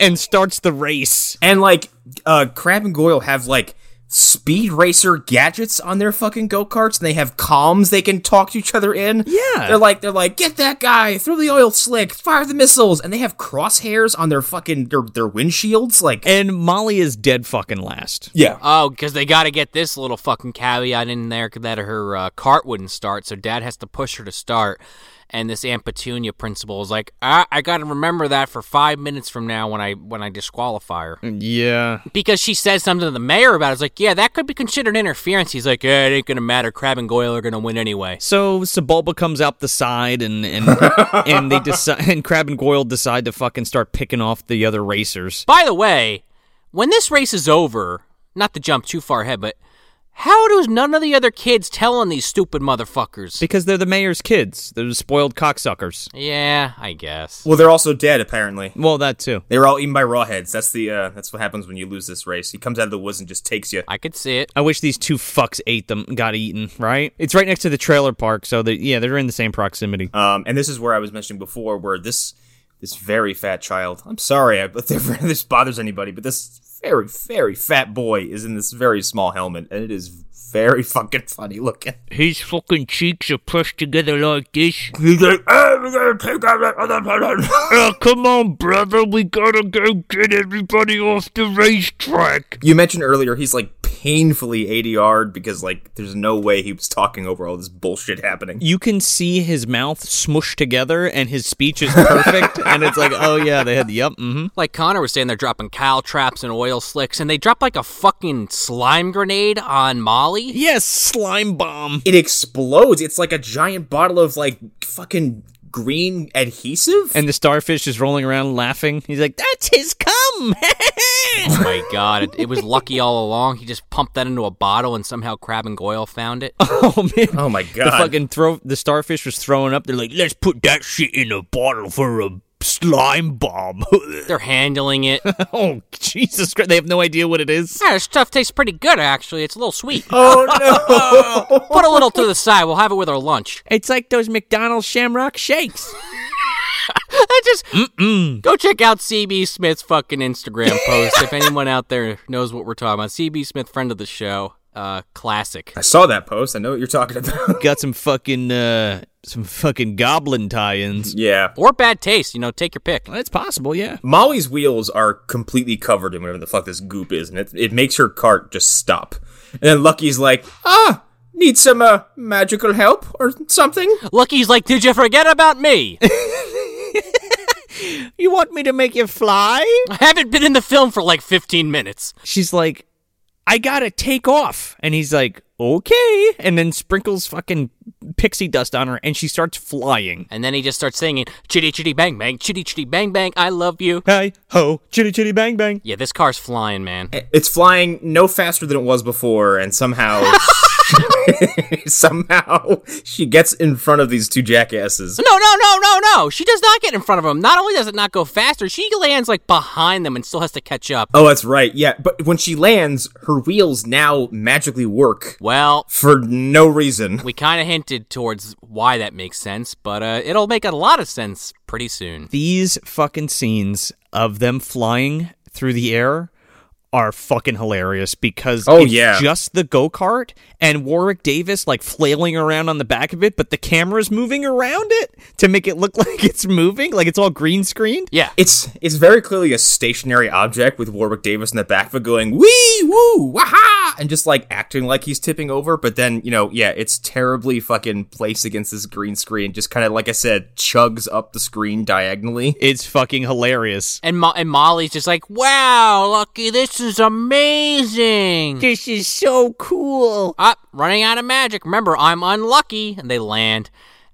A: and starts the race.
B: and like, uh, Crab and Goyle have like speed racer gadgets on their fucking go karts, and they have comms they can talk to each other in.
A: Yeah.
B: they're like, they're like, get that guy, throw the oil slick, fire the missiles, and they have crosshairs on their fucking their their windshields. Like,
A: And Molly is dead fucking last.
B: yeah,
C: Oh, because they got to get this little fucking caveat in there that her uh, cart wouldn't start, so Dad has to push her to start. And this Aunt Petunia principal is like, I, I got to remember that for five minutes from now when I when I disqualify her.
A: Mm. Yeah.
C: because she says something to the mayor about it. It's like, yeah, that could be considered interference. He's like, yeah, it ain't gonna matter. Crab and Goyle are gonna win anyway.
A: So Sebulba comes out the side, and and and they decide, and Crab and Goyle decide to fucking start picking off the other racers.
C: By the way, when this race is over, not to jump too far ahead, but how does none of the other kids tell on these stupid motherfuckers?
A: Because they're the mayor's kids. They're the spoiled cocksuckers.
C: yeah, I guess.
B: well, they're also dead apparently.
A: Well, that too.
B: They were all eaten by rawheads. That's the uh, that's what happens when you lose this race. He comes out of the woods and just takes you.
C: I could see it.
A: I wish these two fucks ate them, got eaten. Right? It's right next to the trailer park, so they, yeah, they're in the same proximity.
B: Um, and this is where I was mentioning before, where this this very fat child. I'm sorry, I, but this bothers anybody, but this very very fat boy is in this very small helmet, and it is very fucking funny looking.
H: His fucking cheeks are pushed together like this.
B: He's like, "Oh, we're gonna take out that other planet."
H: Oh, come on, brother. We gotta go get everybody off the racetrack.
B: you mentioned earlier he's like painfully ADR'd because like there's no way he was talking over all this bullshit happening.
A: you can see his mouth smushed together and his speech is perfect and it's like oh yeah they had yep mm-hmm
C: Like Connor was saying, they're dropping cow traps and oil slicks, and they drop like a fucking slime grenade on Molly.
A: yes slime bomb
B: It explodes. It's like a giant bottle of like fucking green adhesive.
A: and the starfish is rolling around laughing he's like that's his cum him.
C: Oh my god, it, it was lucky all along. He just pumped that into a bottle and somehow Crab and Goyle found it.
A: oh man.
B: Oh my
A: the
B: god.
A: fucking throw the starfish was throwing up. They're like, let's put that shit in a bottle for a slime bomb.
C: They're handling it. Yeah,
A: oh Jesus Christ! They have no idea what it is.
C: this stuff tastes pretty good actually. It's a little sweet.
B: oh no.
C: Put a little to the side. We'll have it with our lunch.
A: It's like those McDonald's Shamrock Shakes.
C: I just go check out CB Smith's fucking Instagram post if anyone out there knows what we're talking about. CB Smith, friend of the show, uh, classic.
B: I saw that post. I know what you're talking about.
A: Got some fucking uh, some fucking goblin tie-ins.
B: yeah.
C: Or bad taste, you know. Take your pick.
A: It's possible, yeah.
B: Molly's wheels are completely covered in whatever the fuck this goop is, and it, it makes her cart just stop. And then Lucky's like, ah, need some uh, magical help or something?
C: Lucky's like, did you forget about me?
A: You want me to make you fly?
C: I haven't been in the film for like 15 minutes.
A: She's like, I gotta take off, and he's like, okay, and then sprinkles fucking pixie dust on her, and she starts flying.
C: And then he just starts singing, chitty chitty bang bang, chitty chitty bang bang, I love you.
A: Hi ho, chitty chitty bang bang.
C: Yeah, this car's flying, man.
B: It's flying no faster than it was before, and somehow. somehow she gets in front of these two jackasses.
C: No, no, no, no, no. She does not get in front of him. Not only does it not go faster, she lands like behind them and still has to catch up.
B: Oh, that's right. Yeah, but when she lands, her wheels now magically work
C: Well,
B: for no reason.
C: we kind of hinted towards why that makes sense, but uh, it'll make a lot of sense pretty soon.
A: These fucking scenes of them flying through the air are fucking hilarious because
B: Oh,
A: it's
B: yeah.
A: just the go-kart and Warwick Davis like flailing around on the back of it, but the camera's moving around it to make it look like it's moving, like it's all green screened.
C: Yeah.
B: It's it's very clearly a stationary object with Warwick Davis in the back of it going wee woo waha and just like acting like he's tipping over, but then you know yeah, it's terribly fucking placed against this green screen. Just kind of like I said, chugs up the screen diagonally.
A: It's fucking hilarious.
C: And, Mo- and Molly's just like, wow, Lucky, this is amazing.
A: This is so cool.
C: up, running out of magic. Remember, I'm unlucky. And they land.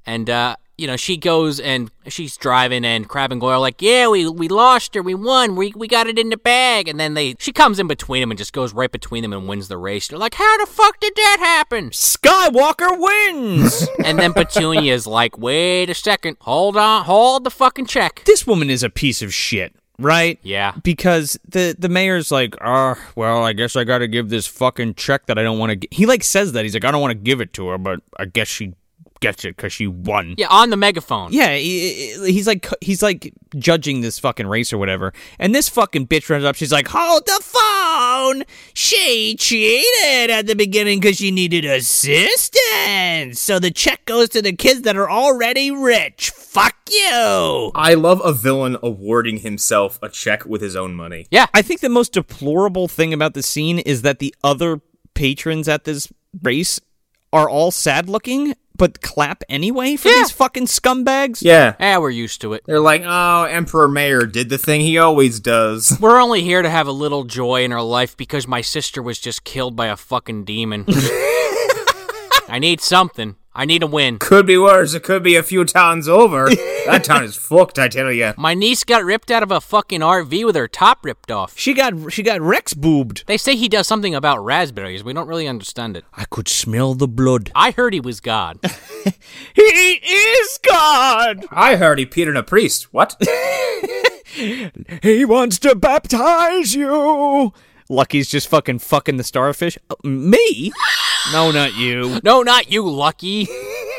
C: And, uh, you know, she goes and she's driving, and Crab and Goyle are like, yeah, we, we lost her, we won, we, we got it in the bag. And then they, she comes in between them and just goes right between them and wins the race. They're like, how the fuck did that happen?
A: Skywalker wins.
C: And then Petunia's like, wait a second, hold on, hold the fucking check.
A: this woman is a piece of shit, right?
C: Yeah.
A: because the the mayor's like, ah, well, I guess I got to give this fucking check that I don't want to. G-. He like says that he's like, I don't want to give it to her, but I guess she gets it because she won.
C: Yeah, on the megaphone.
A: Yeah, he- he- he's like he's like judging this fucking race or whatever, and this fucking bitch runs up. She's like, "Hold the phone! She cheated at the beginning because she needed assistance, so the check goes to the kids that are already rich. Fuck you!"
B: I love a villain awarding himself a check with his own money.
A: I think the most deplorable thing about the scene is that the other patrons at this race are all sad looking, but clap anyway for these fucking scumbags.
B: Yeah.
C: Yeah, we're used to it.
B: They're like, oh, Emperor Mayor did the thing he always does.
C: We're only here to have a little joy in our life because my sister was just killed by a fucking demon. I need something. I need a win.
B: Could be worse. It could be a few towns over. that town is fucked, I tell you.
C: My niece got ripped out of a fucking RV with her top ripped off.
A: She got she got Rex boobed.
C: They say he does something about raspberries. We don't really understand it.
A: I could smell the blood.
C: I heard he was God.
A: He is God.
B: I heard he peed in a priest. What?
A: He wants to baptize you. Lucky's just fucking fucking the starfish. Uh, me? no, not you.
C: no, not you, Lucky.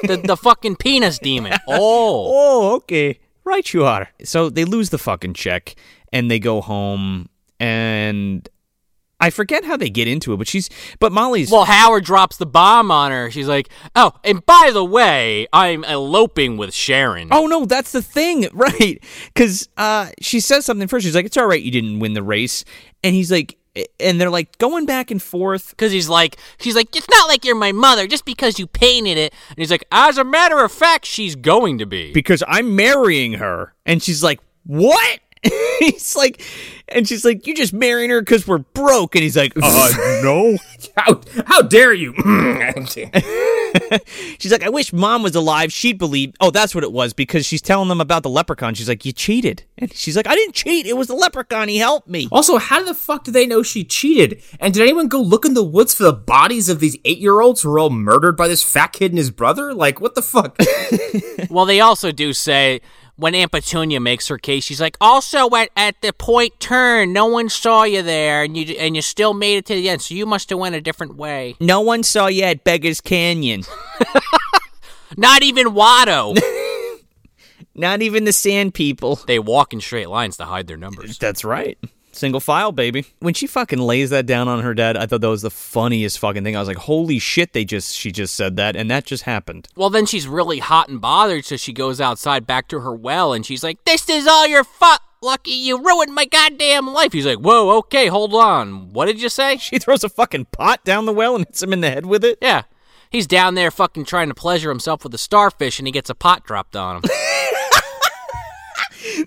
C: The, the fucking penis demon. Oh.
A: Oh, okay. Right, you are. So they lose the fucking check and they go home. And I forget how they get into it, but she's, but Molly's,
C: Well, Howard drops the bomb on her. She's like, "Oh, and by the way, I'm eloping with Sharon."
A: oh no, that's the thing, right? Because uh, she says something first. She's like, it's all right, you didn't win the race. And he's like, and they're like going back and forth.
C: Because he's like, she's like, "It's not like you're my mother just because you painted it." And he's like, "As a matter of fact, she's going to be."
A: because I'm marrying her. And she's like, What? he's like, and she's like, You just marrying her because we're broke. And he's like, Uh, no.
B: How, how dare you?
A: she's like, I wish mom was alive. She'd believe. Oh, that's what it was because she's telling them about the leprechaun. She's like, You cheated. And she's like, I didn't cheat. It was the leprechaun. He helped me.
G: Also, how the fuck do they know she cheated? And did anyone go look in the woods for the bodies of these eight year olds who were all murdered by this fat kid and his brother? Like, what the fuck?
C: Well, they also do say when Aunt Petunia makes her case, she's like, also at, at the point turn, no one saw you there, and you and you still made it to the end, so you must have went a different way.
A: No one saw you at Beggar's Canyon.
C: Not even Watto.
A: Not even the sand people.
C: they walk in straight lines to hide their numbers.
A: That's right. Single file, baby. When she fucking lays that down on her dad, I thought that was the funniest fucking thing. I was like, holy shit, they just, she just said that, and that just happened.
C: Well, then she's really hot and bothered, so she goes outside back to her well, and she's like, "This is all your fault, Lucky. You ruined my goddamn life." He's like, "Whoa, okay, hold on. What did you say?"
A: She throws a fucking pot down the well and hits him in the head with it.
C: Yeah. He's down there fucking trying to pleasure himself with a starfish and he gets a pot dropped on him.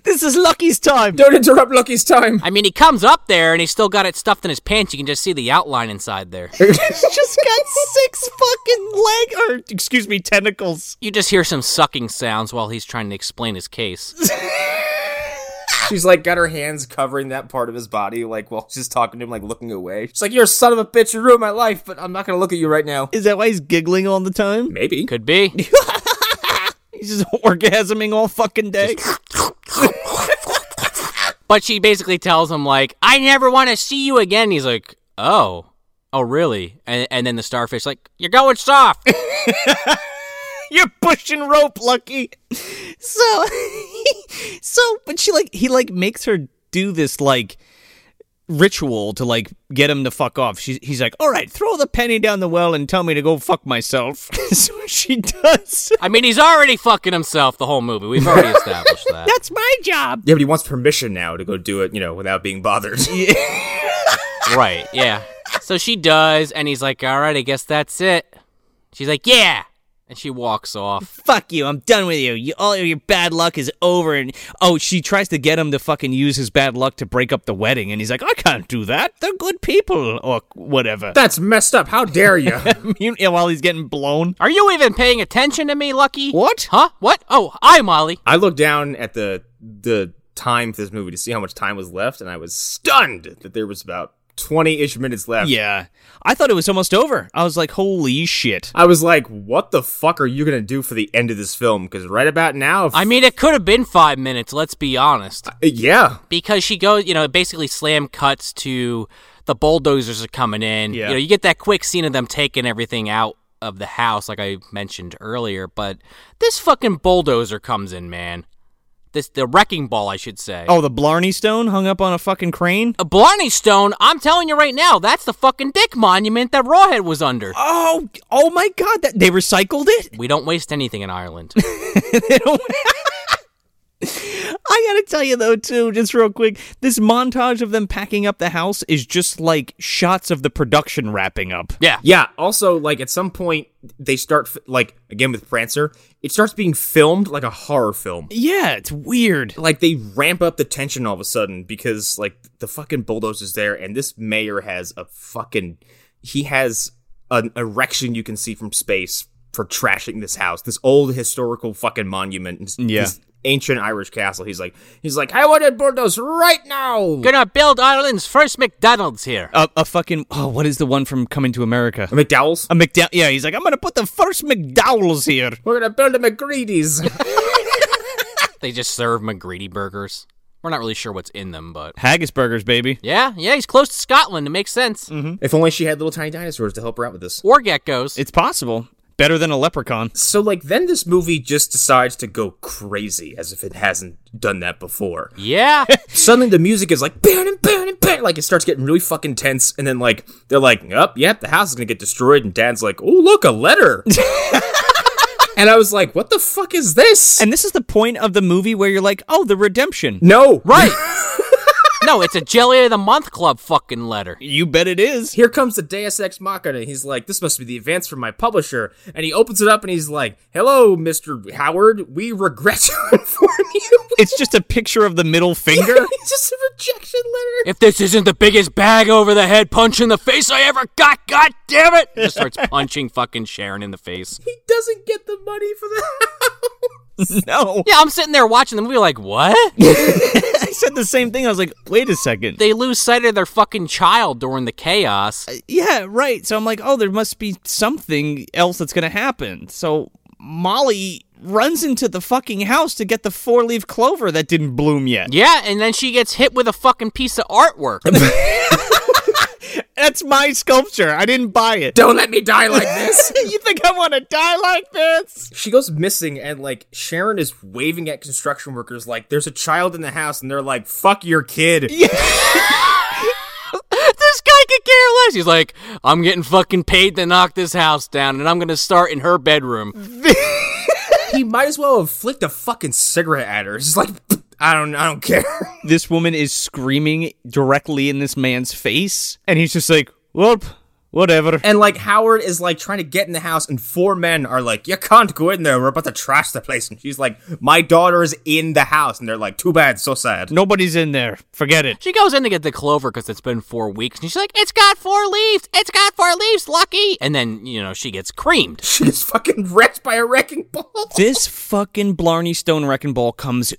A: This is Lucky's time.
G: Don't interrupt Lucky's time.
C: I mean, he comes up there and he's still got it stuffed in his pants. You can just see the outline inside there.
A: She's just got six fucking leg, or excuse me, tentacles.
C: You just hear some sucking sounds while he's trying to explain his case.
B: She's like got her hands covering that part of his body, like while she's talking to him, like looking away. She's like, "You're a son of a bitch. You ruined my life, but I'm not gonna look at you right now."
A: Is that why he's giggling all the time?
B: Maybe.
C: Could be.
A: He's just orgasming all fucking day.
C: But she basically tells him, like, I never want to see you again. He's like, oh, oh, really? And, and then the starfish, like, you're going soft.
A: You're pushing rope, Lucky. So, so, but she like he like makes her do this like ritual to like get him to fuck off. She's he's like, all right, throw the penny down the well and tell me to go fuck myself. so she does.
C: I mean, he's already fucking himself the whole movie. We've already established that.
A: That's my job.
B: Yeah, but he wants permission now to go do it, you know, without being bothered.
C: Right, yeah. So she does, and he's like, all right, I guess that's it. She's like, yeah. And she walks off.
A: Fuck you. I'm done with you. you. All your bad luck is over. And oh, she tries to get him to fucking use his bad luck to break up the wedding, and he's like, I can't do that. They're good people or whatever.
G: That's messed up. How dare you?
A: Yeah, While he's getting blown.
C: Are you even paying attention to me, Lucky?
A: What?
C: Huh? What? Oh, hi, Molly.
B: I looked down at the the time for this movie to see how much time was left, and I was stunned that there was about twenty ish minutes left.
A: Yeah. I thought it was almost over. I was like, holy shit.
B: I was like, "What the fuck are you gonna do for the end of this film?" Because right about now, if-
C: I mean, it could have been five minutes, let's be honest.
B: yeah,
C: Because she goes, you know, it basically slam cuts to the bulldozers are coming in.
A: Yeah.
C: You know, you get that quick scene of them taking everything out of the house, like I mentioned earlier. But this fucking bulldozer comes in, man. This the wrecking ball, I should say.
A: Oh, the Blarney Stone hung up on a fucking crane?
C: A Blarney Stone, I'm telling you right now, that's the fucking dick monument that Rawhead was under.
A: Oh, oh my god, that they recycled it?
C: We don't waste anything in Ireland.
A: I gotta tell you though, too, just real quick, this montage of them packing up the house is just like shots of the production wrapping up.
C: yeah.
B: Yeah. Also, like at some point, they start f- like again with Prancer. It starts being filmed like a horror film.
A: Yeah, it's weird.
B: Like they ramp up the tension all of a sudden because like the fucking bulldozer's there, and this mayor has a fucking he has an erection you can see from space for trashing this house, this old historical fucking monument, this-
A: Yeah.
B: this ancient Irish castle. He's like, he's like, I want it bulldozed right now.
C: Gonna build Ireland's first McDonald's here.
A: A, a fucking oh, what is the one from Coming to America?
B: McDowell's.
A: A McDowell. Yeah, he's like, I'm gonna put the first McDowell's here.
B: We're gonna build a McGreedy's.
C: They just serve McGreedy burgers. We're not really sure what's in them, but
A: Haggis burgers, baby.
C: yeah, yeah, he's close to Scotland. It makes sense.
B: if only she had little tiny dinosaurs to help her out with this.
C: Or geckos.
A: It's possible. Better than a leprechaun.
B: So, like, then this movie just decides to go crazy as if it hasn't done that before.
C: yeah,
B: Suddenly, the music is like, bam, bam, bam, like, it starts getting really fucking tense. And then, like, they're like, up, yep, the house is gonna get destroyed. And Dan's like, oh, look, a letter. and I was like, what the fuck is this?
A: And this is the point of the movie where you're like, oh, the redemption.
B: no,
C: right. No, it's a Jelly of the Month Club fucking letter.
A: You bet it is.
B: Here comes the Deus Ex Machina. He's like, this must be the advance from my publisher. And he opens it up and he's like, hello, Mr. Howard. We regret to inform you.
A: It's just a picture of the middle finger.
B: it's just a rejection letter.
C: If this isn't the biggest bag over the head punch in the face I ever got, god damn it! Just starts punching fucking Sharon in the face.
B: He doesn't get the money for the
A: no.
C: Yeah, I'm sitting there watching the movie like, what?
A: I said the same thing. I was like, wait a second.
C: They lose sight of their fucking child during the chaos.
A: Yeah, right. So I'm like, oh, there must be something else that's going to happen. So Molly runs into the fucking house to get the four leaf clover that didn't bloom yet.
C: Yeah, and then she gets hit with a fucking piece of artwork.
A: That's my sculpture. I didn't buy it.
B: Don't let me die like this.
A: you think I want to die like this?
B: she goes missing and like Sharon is waving at construction workers like there's a child in the house and they're like, fuck your kid.
C: this guy could care less. He's like, I'm getting fucking paid to knock this house down, and I'm gonna start in her bedroom.
B: he might as well have flicked a fucking cigarette at her. It's just like I don't I don't care.
A: This woman is screaming directly in this man's face, and he's just like, "Whoop, whatever."
B: And like Howard is like trying to get in the house, and four men are like, "You can't go in there. We're about to trash the place." And she's like, "My daughter's in the house," and they're like, "Too bad. So sad."
A: Nobody's in there. Forget it.
C: She goes in to get the clover because it's been four weeks, and she's like, It's got four leaves! It's got four leaves, Lucky! And then, you know, she gets creamed.
B: She gets fucking wrecked by a wrecking ball.
A: This fucking Blarney Stone wrecking ball comes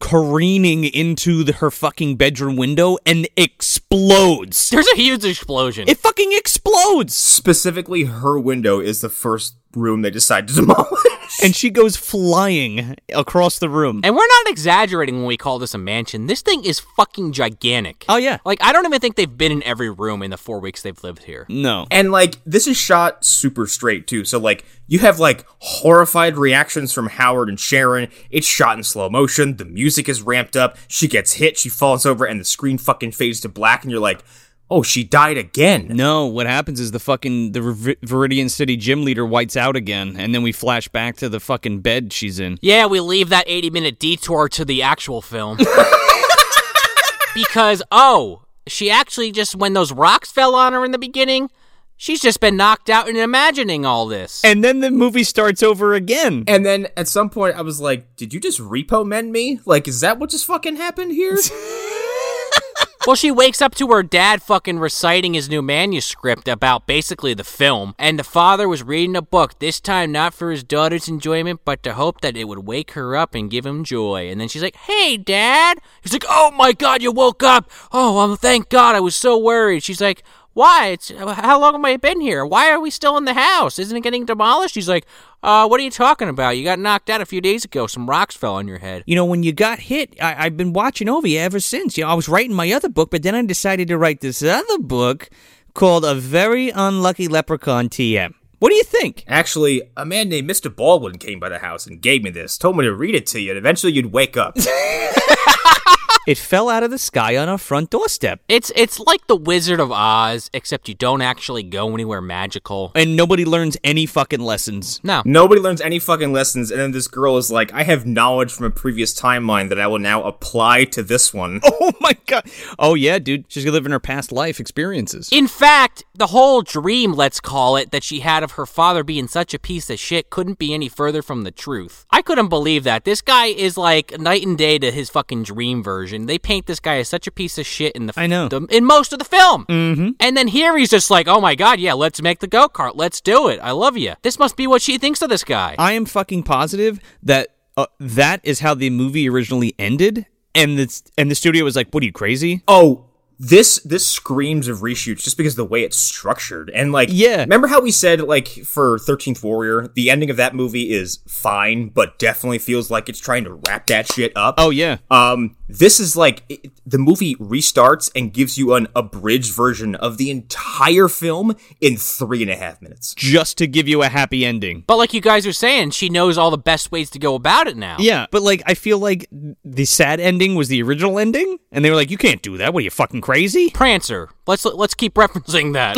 A: careening into the, her fucking bedroom window and explodes.
C: There's a huge explosion.
A: It fucking explodes.
B: Specifically, her window is the first room they decide to demolish.
A: And she goes flying across the room.
C: and we're not exaggerating when we call this a mansion. This thing is fucking gigantic.
A: Oh, yeah.
C: Like, I don't even think they've been in every room in the four weeks they've lived here.
A: No.
B: And like this is shot super straight too. So like you have like horrified reactions from Howard and Sharon. It's shot in slow motion. The music is ramped up. She gets hit. She falls over, and the screen fucking fades to black. And you're like, oh, she died again.
A: No, what happens is the fucking the Vir- Viridian City gym leader whites out again, and then we flash back to the fucking bed she's in.
C: Yeah, we leave that 80 minute detour to the actual film. because, oh, she actually just, when those rocks fell on her in the beginning, she's just been knocked out and imagining all this.
A: And then the movie starts over again.
B: And then at some point, I was like, did you just repo mend me? Like, is that what just fucking happened here?
C: well, she wakes up to her dad fucking reciting his new manuscript about basically the film. And the father was reading a book, this time not for his daughter's enjoyment, but to hope that it would wake her up and give him joy. And then she's like, hey, dad. He's like, oh my God, you woke up. Oh, um, thank God. I was so worried. She's like, why? It's how long have I been here? Why are we still in the house? Isn't it getting demolished? He's like, uh, what are you talking about? You got knocked out a few days ago. Some rocks fell on your head.
A: you know, when you got hit, I- I've been watching over you ever since. You know, I was writing my other book, but then I decided to write this other book called A Very Unlucky Leprechaun TM. What do you think?
B: Actually, a man named Mr. Baldwin came by the house and gave me this, told me to read it to you, and eventually you'd wake up.
A: It fell out of the sky on our front doorstep,
C: It's it's like the Wizard of Oz, except you don't actually go anywhere magical.
A: and nobody learns any fucking lessons.
C: No.
B: Nobody learns any fucking lessons, and then this girl is like, I have knowledge from a previous timeline that I will now apply to this one.
A: Oh my god. Oh yeah, dude. She's living her past life experiences.
C: In fact, the whole dream, let's call it, that she had of her father being such a piece of shit couldn't be any further from the truth. I couldn't believe that. This guy is like night and day to his fucking dream version. They paint this guy as such a piece of shit in the
A: I know.
C: the- in most of the film. Mm-hmm. And then here he's just like, "Oh my god, yeah, let's make the go-kart. Let's do it. I love you." This must be what she thinks of this guy.
A: I am fucking positive that uh, that is how the movie originally ended, and the and the studio was like, "What are you crazy?"
B: Oh, this this screams of reshoots just because of the way it's structured. And like
A: Yeah.
B: Remember how we said like for Thirteenth Warrior, the ending of that movie is fine, but definitely feels like it's trying to wrap that shit up.
A: Oh yeah,
B: Um, this is like it, the movie restarts and gives you an abridged version of the entire film in three and a half minutes.
A: just to give you a happy ending.
C: but like you guys are saying, she knows all the best ways to go about it now.
A: Yeah, but like I feel like the sad ending was the original ending, and they were like, "You can't do that. What are you fucking crazy?"
C: Prancer. Let's let's keep referencing that.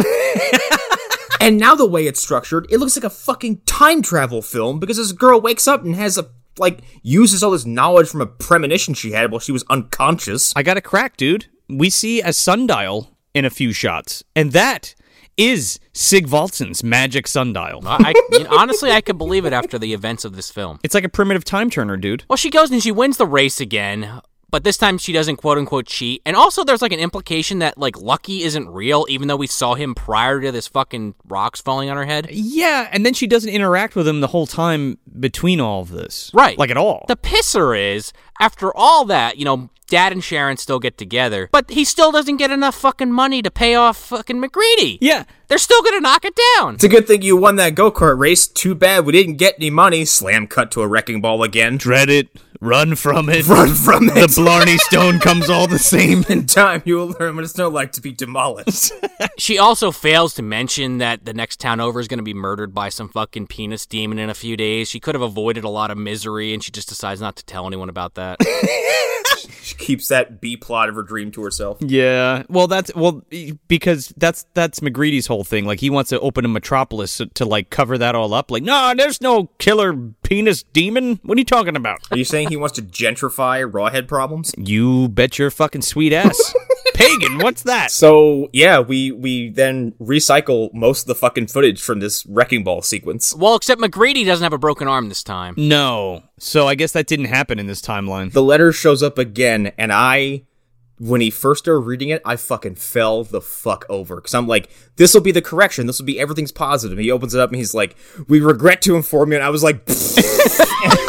B: And now the way it's structured, it looks like a fucking time travel film because this girl wakes up and has a like uses all this knowledge from a premonition she had while she was unconscious.
A: I got a crack, dude. we see a sundial in a few shots, and that is Sigvaldson's magic sundial.
C: I, I- you know, honestly, I could believe it after the events of this film.
A: It's like a primitive time turner, dude.
C: Well, she goes and she wins the race again, but this time she doesn't quote unquote cheat. And also, there's like an implication that like Lucky isn't real, even though we saw him prior to this fucking rocks falling on her head.
A: Yeah, and then she doesn't interact with him the whole time between all of this.
C: Right.
A: Like at all.
C: The pisser is, after all that, you know, Dad and Sharon still get together, but he still doesn't get enough fucking money to pay off fucking McGreedy.
A: yeah.
C: They're still gonna knock it down.
B: It's a good thing you won that go kart race. Too bad we didn't get any money. Slam cut to a wrecking ball again.
A: Dread it, run from it.
B: Run from
A: The
B: it.
A: Blarney Stone comes all the same.
B: In time, you will learn what it's not like to be demolished.
C: She also fails to mention that the next town over is going to be murdered by some fucking penis demon in a few days. She could have avoided a lot of misery, and she just decides not to tell anyone about that.
B: she keeps that B plot of her dream to herself.
A: Yeah. Well, that's well e, because that's that's McGreedy's whole thing. Like he wants to open a metropolis to, to like cover that all up. Like, nah, there's no killer penis demon. What are you talking about?
B: Are you saying he wants to gentrify rawhead problems?
A: You bet your fucking sweet ass, pagan. What's that?
B: So yeah, we we then recycle most of the fucking footage from this wrecking ball sequence.
C: well, except McGreedy doesn't have a broken arm this time.
A: No. So I guess that didn't happen in this timeline.
B: The letter shows up again, and I, when he first started reading it, I fucking fell the fuck over because I'm like, this will be the correction. This will be everything's positive. He opens it up and he's like, we regret to inform you, and I was like.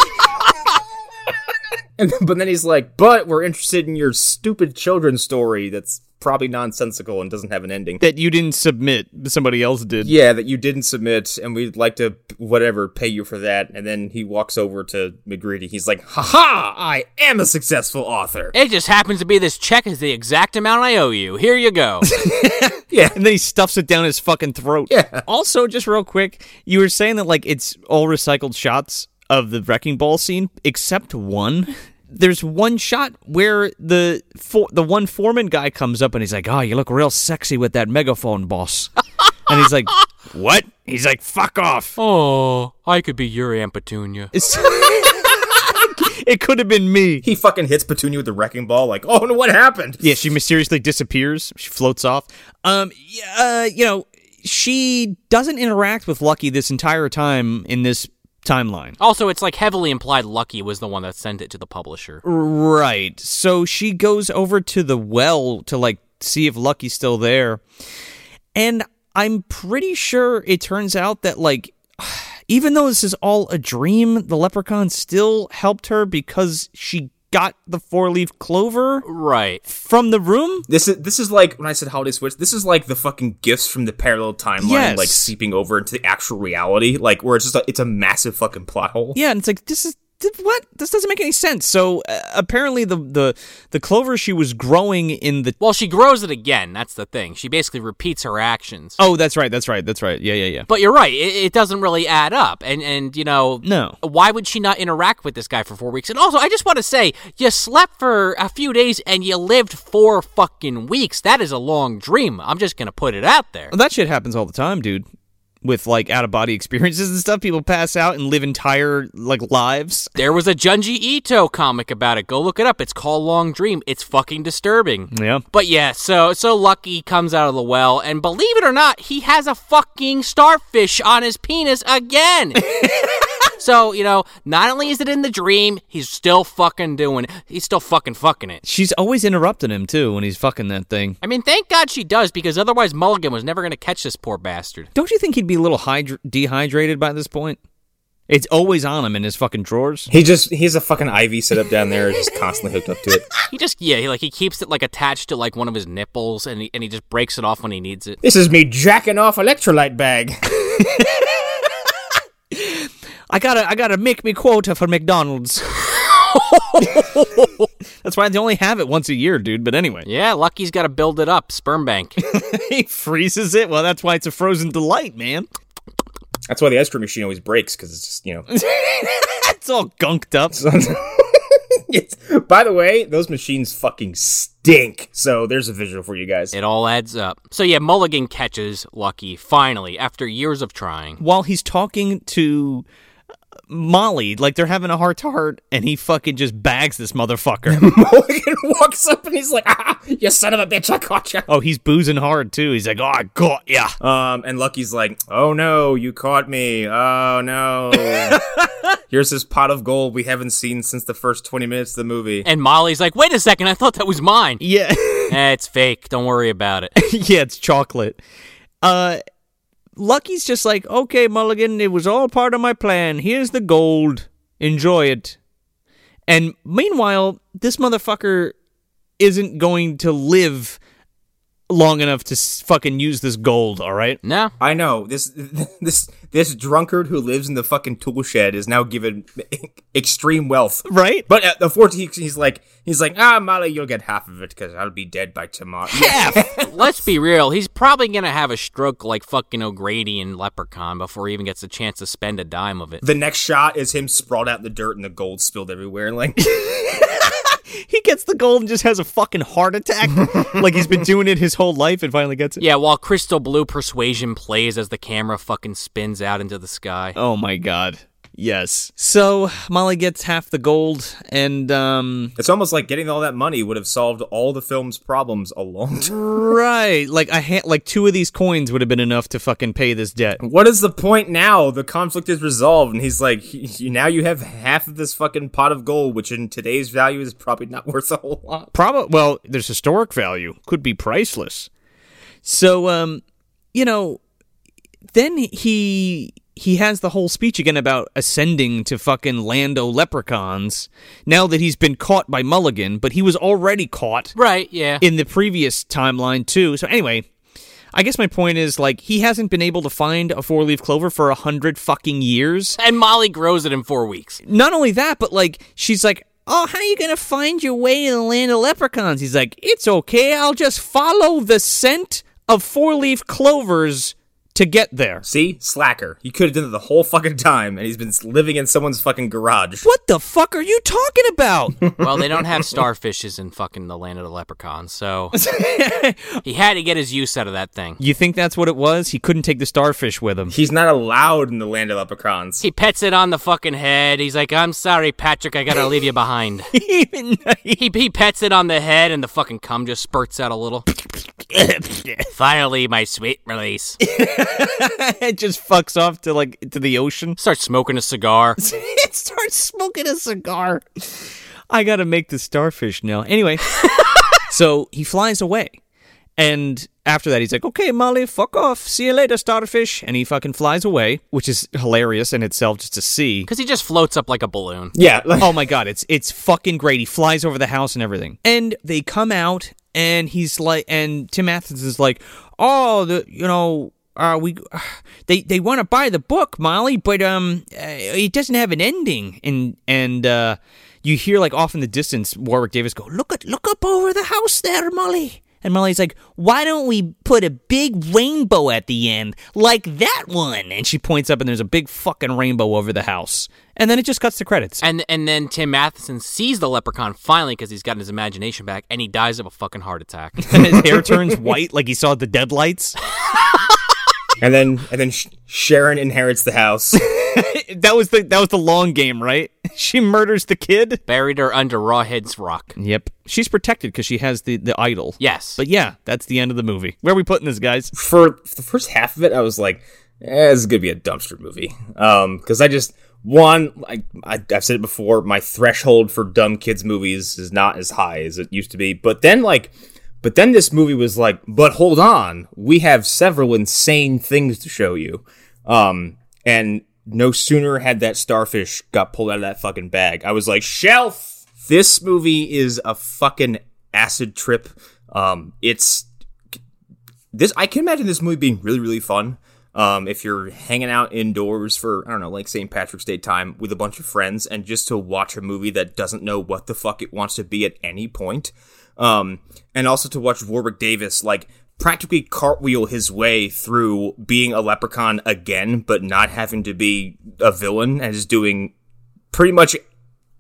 B: And then, but then he's like, "But we're interested in your stupid children's story that's probably nonsensical and doesn't have an ending."
A: That you didn't submit, somebody else did.
B: Yeah, that you didn't submit, and we'd like to whatever pay you for that. And then he walks over to McGreedy. He's like, "Ha ha! I am a successful author."
C: It just happens to be this check is the exact amount I owe you. Here you go.
A: And then he stuffs it down his fucking throat. Yeah. Also, just real quick, you were saying that like it's all recycled shots of the wrecking ball scene, except one. There's one shot where the for, the one foreman guy comes up and he's like, "Oh, you look real sexy with that megaphone, boss." and he's like, "What?" He's like, "Fuck off."
C: oh, I could be your Aunt Petunia.
A: It's- it could have been me.
B: He fucking hits Petunia with the wrecking ball. Like, oh no, what happened?
A: Yeah, she mysteriously disappears. She floats off. Um, y- uh, you know, she doesn't interact with Lucky this entire time in this timeline.
C: Also, it's like heavily implied Lucky was the one that sent it to the publisher.
A: Right. So she goes over to the well to like see if Lucky's still there. And I'm pretty sure it turns out that like even though this is all a dream, the leprechaun still helped her because she got the four-leaf clover
C: Right.
A: from the room.
B: This is this is like when I said holiday switch. This is like the fucking gifts from the parallel timeline,
A: Yes.
B: like seeping over into the actual reality, like where it's just a, it's a massive fucking plot hole.
A: Yeah, and it's like this is th- what this doesn't make any sense. So uh, apparently the the the clover she was growing in the
C: Well, she grows it again. That's the thing. She basically repeats her actions.
A: oh that's right that's right that's right yeah yeah yeah
C: But you're right. It, it doesn't really add up. And and you know,
A: No.
C: Why would she not interact with this guy for four weeks? And also, I just want to say, you slept for a few days and you lived four fucking weeks. That is a long dream. I'm just gonna put it out there.
A: Well, that shit happens all the time, dude. With like out of body experiences and stuff, people pass out and live entire like lives.
C: There was a Junji Ito comic about it. Go look it up. It's called Long Dream. It's fucking disturbing.
A: Yeah.
C: But yeah, so so Lucky comes out of the well, and believe it or not, he has a fucking starfish on his penis again. so you know, not only is it in the dream, he's still fucking doing. He's still fucking fucking it.
A: She's always interrupting him too when he's fucking that thing.
C: I mean, thank God she does because otherwise Mulligan was never gonna catch this poor bastard.
A: Don't you think he'd be a little hydr- dehydrated by this point? It's always on him in his fucking drawers.
B: He just he has a fucking IV set up down there, just constantly hooked up to it.
C: He just yeah, he, like he keeps it like attached to like one of his nipples, and he, and he just breaks it off when he needs it.
B: This is me jacking off electrolyte bag.
A: I gotta, I gotta make me quota for McDonald's. That's why they only have it once a year, dude. But anyway,
C: Yeah, Lucky's got to build it up, sperm bank.
A: he freezes it. Well, that's why it's a frozen delight, man.
B: That's why the ice cream machine always breaks because it's just you know.
A: It's all gunked up.
B: It's- by the way, those machines fucking stink. So there's a visual for you guys.
C: It all adds up. So yeah, Mulligan catches Lucky finally after years of trying.
A: while he's talking to Molly, like they're having a heart to heart, and he fucking just bags this motherfucker.
B: Mulligan walks up and he's like, ah, you son of a bitch, I caught you.
A: oh, he's boozing hard too. He's like, oh, I got ya.
B: Um, and Lucky's like, oh no, you caught me. Oh no. Here's this pot of gold we haven't seen since the first 20 minutes of the movie.
C: And Molly's like, wait a second, I thought that was mine.
A: yeah.
C: Eh, it's fake. Don't worry about it.
A: yeah, it's chocolate. Uh, Lucky's just like, okay, Mulligan, it was all part of my plan. Here's the gold. Enjoy it. And meanwhile, this motherfucker isn't going to live long enough to s- fucking use this gold, all right?
C: No.
B: I know this this this drunkard who lives in the fucking tool shed is now given extreme wealth.
A: Right?
B: But at the fort, he, he's like he's like ah Molly, you'll get half of it because I'll be dead by tomorrow.
C: Let's be real. He's probably going to have a stroke like fucking O'Grady and Leprechaun before he even gets a chance to spend a dime of it.
B: The next shot is him sprawled out in the dirt and the gold spilled everywhere. Like
A: He gets the gold and just has a fucking heart attack like he's been doing it his whole life and finally gets it.
C: Yeah, while Crystal Blue Persuasion plays as the camera fucking spins out into the sky.
A: Oh my god. Yes. So Molly gets half the gold and um
B: it's almost like getting all that money would have solved all the film's problems a long time.
A: Right. Like a ha- like two of these coins would have been enough to fucking pay this debt.
B: What is the point now? The conflict is resolved, and he's like, "You- now you have half of this fucking pot of gold, which in today's value is probably not worth a whole lot.
A: Probably well, there's historic value. Could be priceless. So um you know then he he has the whole speech again about ascending to fucking Lando leprechauns now that he's been caught by Mulligan, but he was already caught
C: Right, yeah.
A: in the previous timeline too. So anyway, I guess my point is like he hasn't been able to find a four leaf clover for a hundred fucking years.
C: and Molly grows it in four weeks.
A: Not only that, but like she's like, Oh, how are you gonna find your way to the land of leprechauns? He's like, It's okay, I'll just follow the scent of four leaf clovers to get there.
B: See? Slacker. He could have done it the whole fucking time, and he's been living in someone's fucking garage.
A: What the fuck are you talking about?
C: Well, they don't have starfishes in fucking the land of the leprechaun, so he had to get his use out of that thing.
A: you think that's what it was? He couldn't take the starfish with him.
B: He's not allowed in the land of leprechauns.
C: He pets it on the fucking head. He's like, "I'm sorry, Patrick. I gotta leave you behind."
A: Even
C: he he pets it on the head, and the fucking cum just spurts out a little. Finally, my sweet release.
A: it just fucks off to like to the ocean.
C: Starts smoking a cigar.
A: it starts smoking a cigar. I gotta make the starfish now. Anyway, so he flies away. And after that, he's like, okay, Molly, fuck off. See you later, starfish. And he fucking flies away, which is hilarious in itself just to see.
C: Because he just floats up like a balloon.
B: Yeah, like,
A: Oh my god, it's it's fucking great. He flies over the house and everything. And they come out and he's like and Tim Athens is like, "Oh, the you know, uh, we they they want to buy the book, Molly, but um uh, it doesn't have an ending." And and uh you hear like off in the distance Warwick Davis go, "Look at look up over the house there, Molly." And Molly's like, "Why don't we put a big rainbow at the end like that one?" And she points up and there's a big fucking rainbow over the house. And then it just cuts to credits.
C: And and then Tim Matheson sees the leprechaun finally because he's gotten his imagination back, and he dies of a fucking heart attack.
A: and his hair turns white like he saw the deadlights.
B: and then and then Sh- Sharon inherits the house.
A: That was the that was the long game, right? She murders the kid.
C: Buried her under Rawhead's rock.
A: Yep. She's protected because she has the the idol.
C: Yes.
A: But yeah, that's the end of the movie. Where are we putting this, guys?
B: for, for the first half of it, I was like, eh, "This is gonna be a dumpster movie." Um, because I just one, I, I I've said it before, my threshold for dumb kids movies is not as high as it used to be. But then, like, but then this movie was like, "But hold on, we have several insane things to show you." Um, and no sooner had that starfish got pulled out of that fucking bag, I was like, "Shelf." This movie is a fucking acid trip. Um, it's this I can imagine this movie being really really fun. Um, if you're hanging out indoors for I don't know like St. Patrick's Day time with a bunch of friends and just to watch a movie that doesn't know what the fuck it wants to be at any point, um, and also to watch Warwick Davis like practically cartwheel his way through being a leprechaun again, but not having to be a villain and just doing pretty much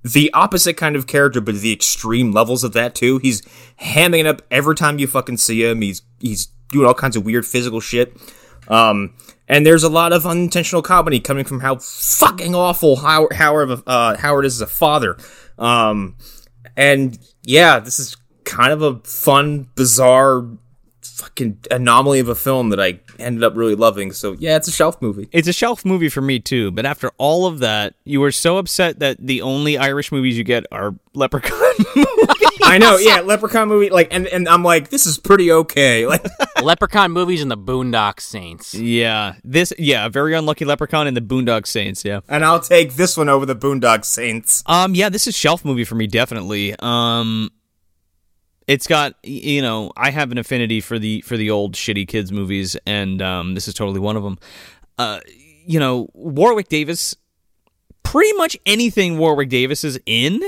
B: the opposite kind of character, but the extreme levels of that too. He's hamming it up every time you fucking see him. He's he's doing all kinds of weird physical shit.
G: Um, and there's a lot of unintentional comedy coming from how fucking awful Howard Howard, of- uh, Howard is as a father. Um, and yeah, this is kind of a fun, bizarre, fucking anomaly of a film that I ended up really loving. So yeah, it's a shelf movie.
A: It's a shelf movie for me too, but after all of that, you were so upset that the only Irish movies you get are Leprechaun movies.
G: I know, yeah, Leprechaun movie. Like, and and I'm like, this is pretty okay. Like,
C: Leprechaun movies and the Boondock Saints.
A: yeah, this yeah, very unlucky Leprechaun and the Boondock Saints. Yeah,
G: and I'll take this one over the Boondock Saints.
A: um, yeah, this is shelf movie for me definitely. Um, it's got y- you know I have an affinity for the for the old shitty kids movies, and um, this is totally one of them. Uh, you know Warwick Davis pretty much anything Warwick Davis is in,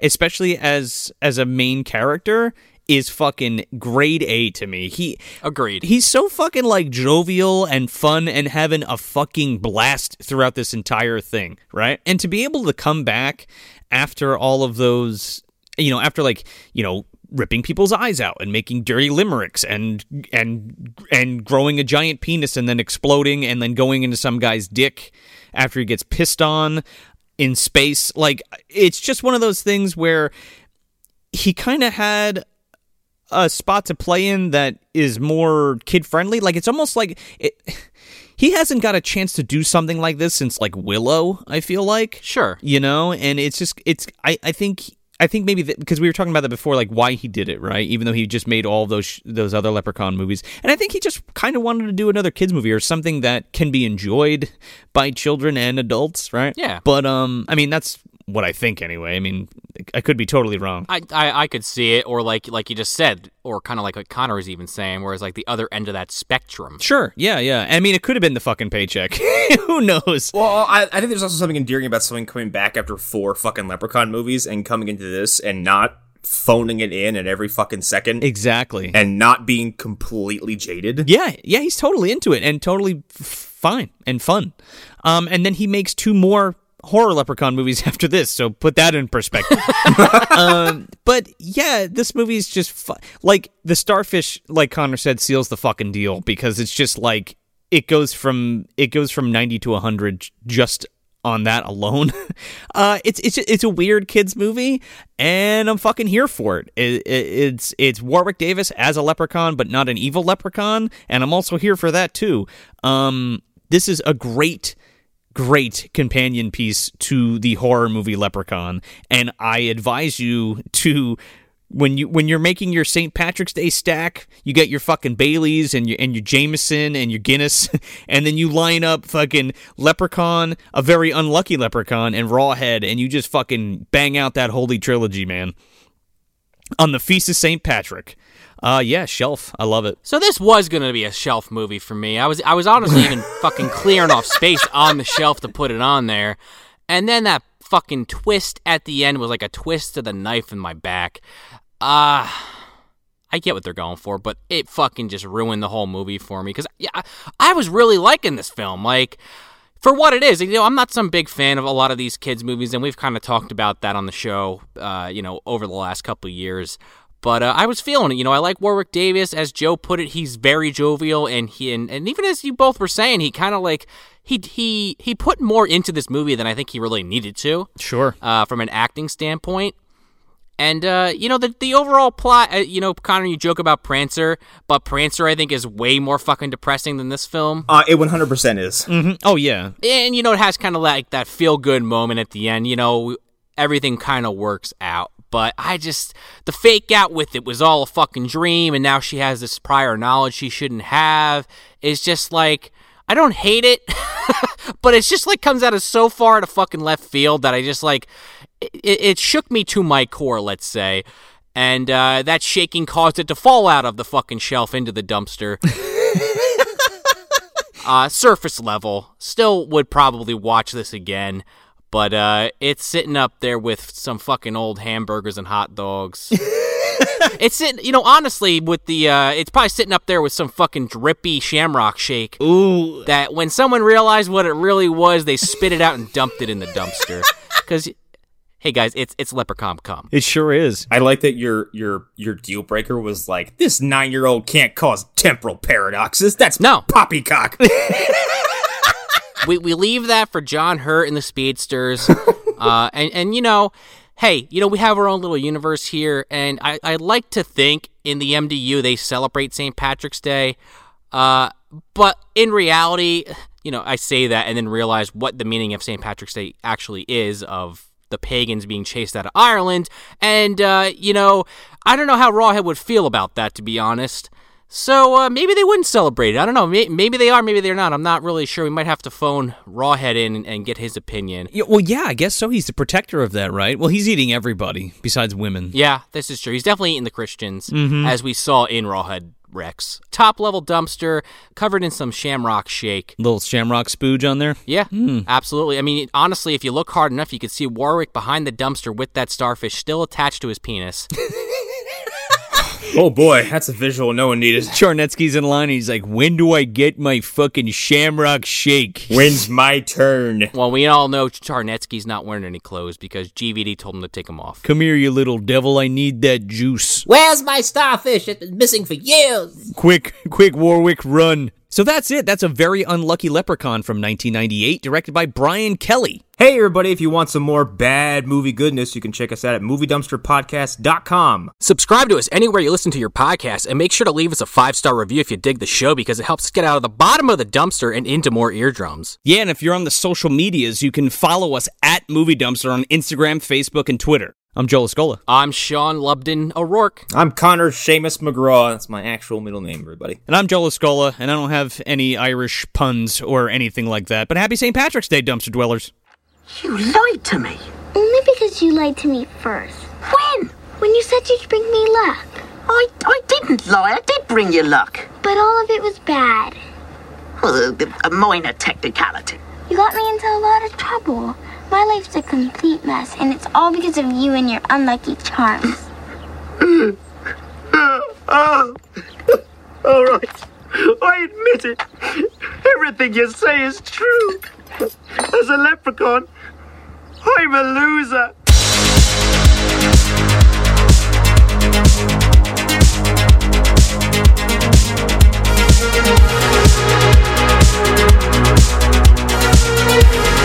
A: especially as as a main character, is fucking grade A to me. He
C: Agreed.
A: He's so fucking like jovial and fun and having a fucking blast throughout this entire thing, right? And to be able to come back after all of those, you know, after like you know ripping people's eyes out and making dirty limericks and and and growing a giant penis and then exploding and then going into some guy's dick after he gets pissed on in space like it's just one of those things where he kind of had a spot to play in that is more kid friendly like it's almost like it, he hasn't got a chance to do something like this since like willow i feel like
C: Sure.
A: you know and it's just it's i i think i think maybe that because we were talking about that before like why he did it right even though he just made all those sh- those other leprechaun movies and i think he just kind of wanted to do another kids movie or something that can be enjoyed by children and adults right
C: Yeah.
A: but um i mean that's what i think anyway i mean i could be totally wrong
C: I, I, I could see it, or like like you just said, or kind of like what Connor is even saying, whereas like the other end of that spectrum.
A: Sure. Yeah, yeah. I mean, it could have been the fucking paycheck. Who knows?
G: Well, I, I think there's also something endearing about someone coming back after four fucking Leprechaun movies and coming into this and not phoning it in at every fucking second
A: Exactly.
B: eh.
G: and not being completely jaded.
A: Yeah, yeah. He's totally into it and totally f- fine and fun. Um, and then he makes two more horror leprechaun movies after this. So put that in perspective. um, but yeah, this movie is just fu- like the starfish. Like Connor said, seals the fucking deal because it's just like it goes from it goes from ninety to hundred just on that alone. uh, it's it's it's a weird kids movie, and I'm fucking here for it. It, it. It's it's Warwick Davis as a leprechaun, but not an evil leprechaun, and I'm also here for that too. Um, this is a great great companion piece to the horror movie Leprechaun and I advise you to when you when you're making your St. Patrick's Day stack, you get your fucking Baileys and your and your Jameson and your Guinness and then you line up fucking Leprechaun, a very unlucky Leprechaun and Rawhead and you just fucking bang out that holy trilogy, man. On the feast of St. Patrick. Uh yeah, shelf. I love it.
C: So this was gonna be a shelf movie for me. I was I was honestly even fucking clearing off space on the shelf to put it on there, and then that fucking twist at the end was like a twist to the knife in my back. Ah. I get what they're going for, but it fucking just ruined the whole movie for me because yeah, I, I was really liking this film. Like, for what it is. You know, I'm not some big fan of a lot of these kids' movies, and we've kind of talked about that on the show, uh, you know, over the last couple of years. But uh, I was feeling it. You know, I like Warwick Davis. As Joe put it, he's very jovial, and he and, and even as you both were saying, he kind of like he he he put more into this movie than I think he really needed to
A: Sure.
C: uh, from an acting standpoint. And uh, you know the the overall plot. Uh, you know, Connor, you joke about Prancer, but Prancer I think is way more fucking depressing than this film.
G: Uh, it 100% is.
A: Oh yeah.
C: and you know it has kind of like that feel good moment at the end you know everything kind of works out but i just the fake out with it was all a fucking dream and now she has this prior knowledge she shouldn't have it's just like i don't hate it but it's just like comes out of so far out of fucking left field that i just like it, it shook me to my core let's say and uh, that shaking caused it to fall out of the fucking shelf into the dumpster uh, surface level. Still would probably watch this again, but uh, it's sitting up there with some fucking old hamburgers and hot dogs. it's sitting, you know, honestly, with the uh, it's probably sitting up there with some fucking drippy Shamrock Shake.
A: Ooh.
C: That when someone realized what it really was, they spit it out and dumped it in the dumpster because. hey guys, it's it's Leprechaun come.
A: It sure is.
G: I like that your your your deal breaker was like this nine year old can't cause temporal paradoxes. That's
C: No.
G: poppycock.
C: we, we leave that for John Hurt and the Speedsters. uh, and, and, you know, hey, you know, we have our own little universe here. And I, I like to think in the MDU they celebrate St. Patrick's Day. Uh, but in reality, you know, I say that and then realize what the meaning of St. Patrick's Day actually is of the pagans being chased out of Ireland. And, uh, you know, I don't know how Rawhead would feel about that, to be honest. So uh, maybe they wouldn't celebrate it. I don't know. May- Maybe they are. Maybe they're not. I'm not really sure. We might have to phone Rawhead in and- and get his opinion.
A: Yeah, well, yeah, I guess so. He's the protector of that, right? Well, he's eating everybody besides women.
C: Yeah, this is true. He's definitely eating the Christians, as we saw in Rawhead Rex. Top level dumpster covered in some shamrock shake.
A: Little shamrock spooge on there.
C: Yeah, absolutely. I mean, honestly, if you look hard enough, you could see Warwick behind the dumpster with that starfish still attached to his penis.
G: oh boy, that's a visual no one needed.
A: Charnetsky's in line and he's like, When do I get my fucking shamrock shake?
G: When's my turn?
C: well, we all know Charnetsky's not wearing any clothes because GVD told him to take them off.
A: Come here, you little devil. I need that juice.
I: Where's my starfish? It's been missing for years.
A: Quick, quick, Warwick, run. So that's it. That's a very unlucky leprechaun from 1998, directed by Brian Kelly.
G: Hey everybody, if you want some more bad movie goodness, you can check us out at moviedumpsterpodcast.com.
C: Subscribe to us anywhere you listen to your podcast and make sure to leave us a five star review if you dig the show because it helps us get out of the bottom of the dumpster and into more eardrums.
A: Yeah, and if you're on the social medias, you can follow us at Movie Dumpster on Instagram, Facebook, and Twitter. I'm Joel Escola.
C: I'm Sean Lubden O'Rourke.
G: I'm Connor Seamus McGraw. That's my actual middle name, everybody.
A: And I'm Joel Escola, and I don't have any Irish puns or anything like that. But happy St. Patrick's Day, dumpster dwellers.
J: You lied to me.
E: Only because you lied to me first.
J: When?
E: When you said you'd bring me luck. Oh,
J: I, I didn't lie. I did bring you luck.
E: But all of it was bad.
J: Well, a, a minor technicality.
E: You got me into a lot of trouble. My life's a complete mess, and it's all because of you and your unlucky charms.
J: All right. I admit it. Everything you say is true. As a leprechaun, I'm a loser.
E: Thank you.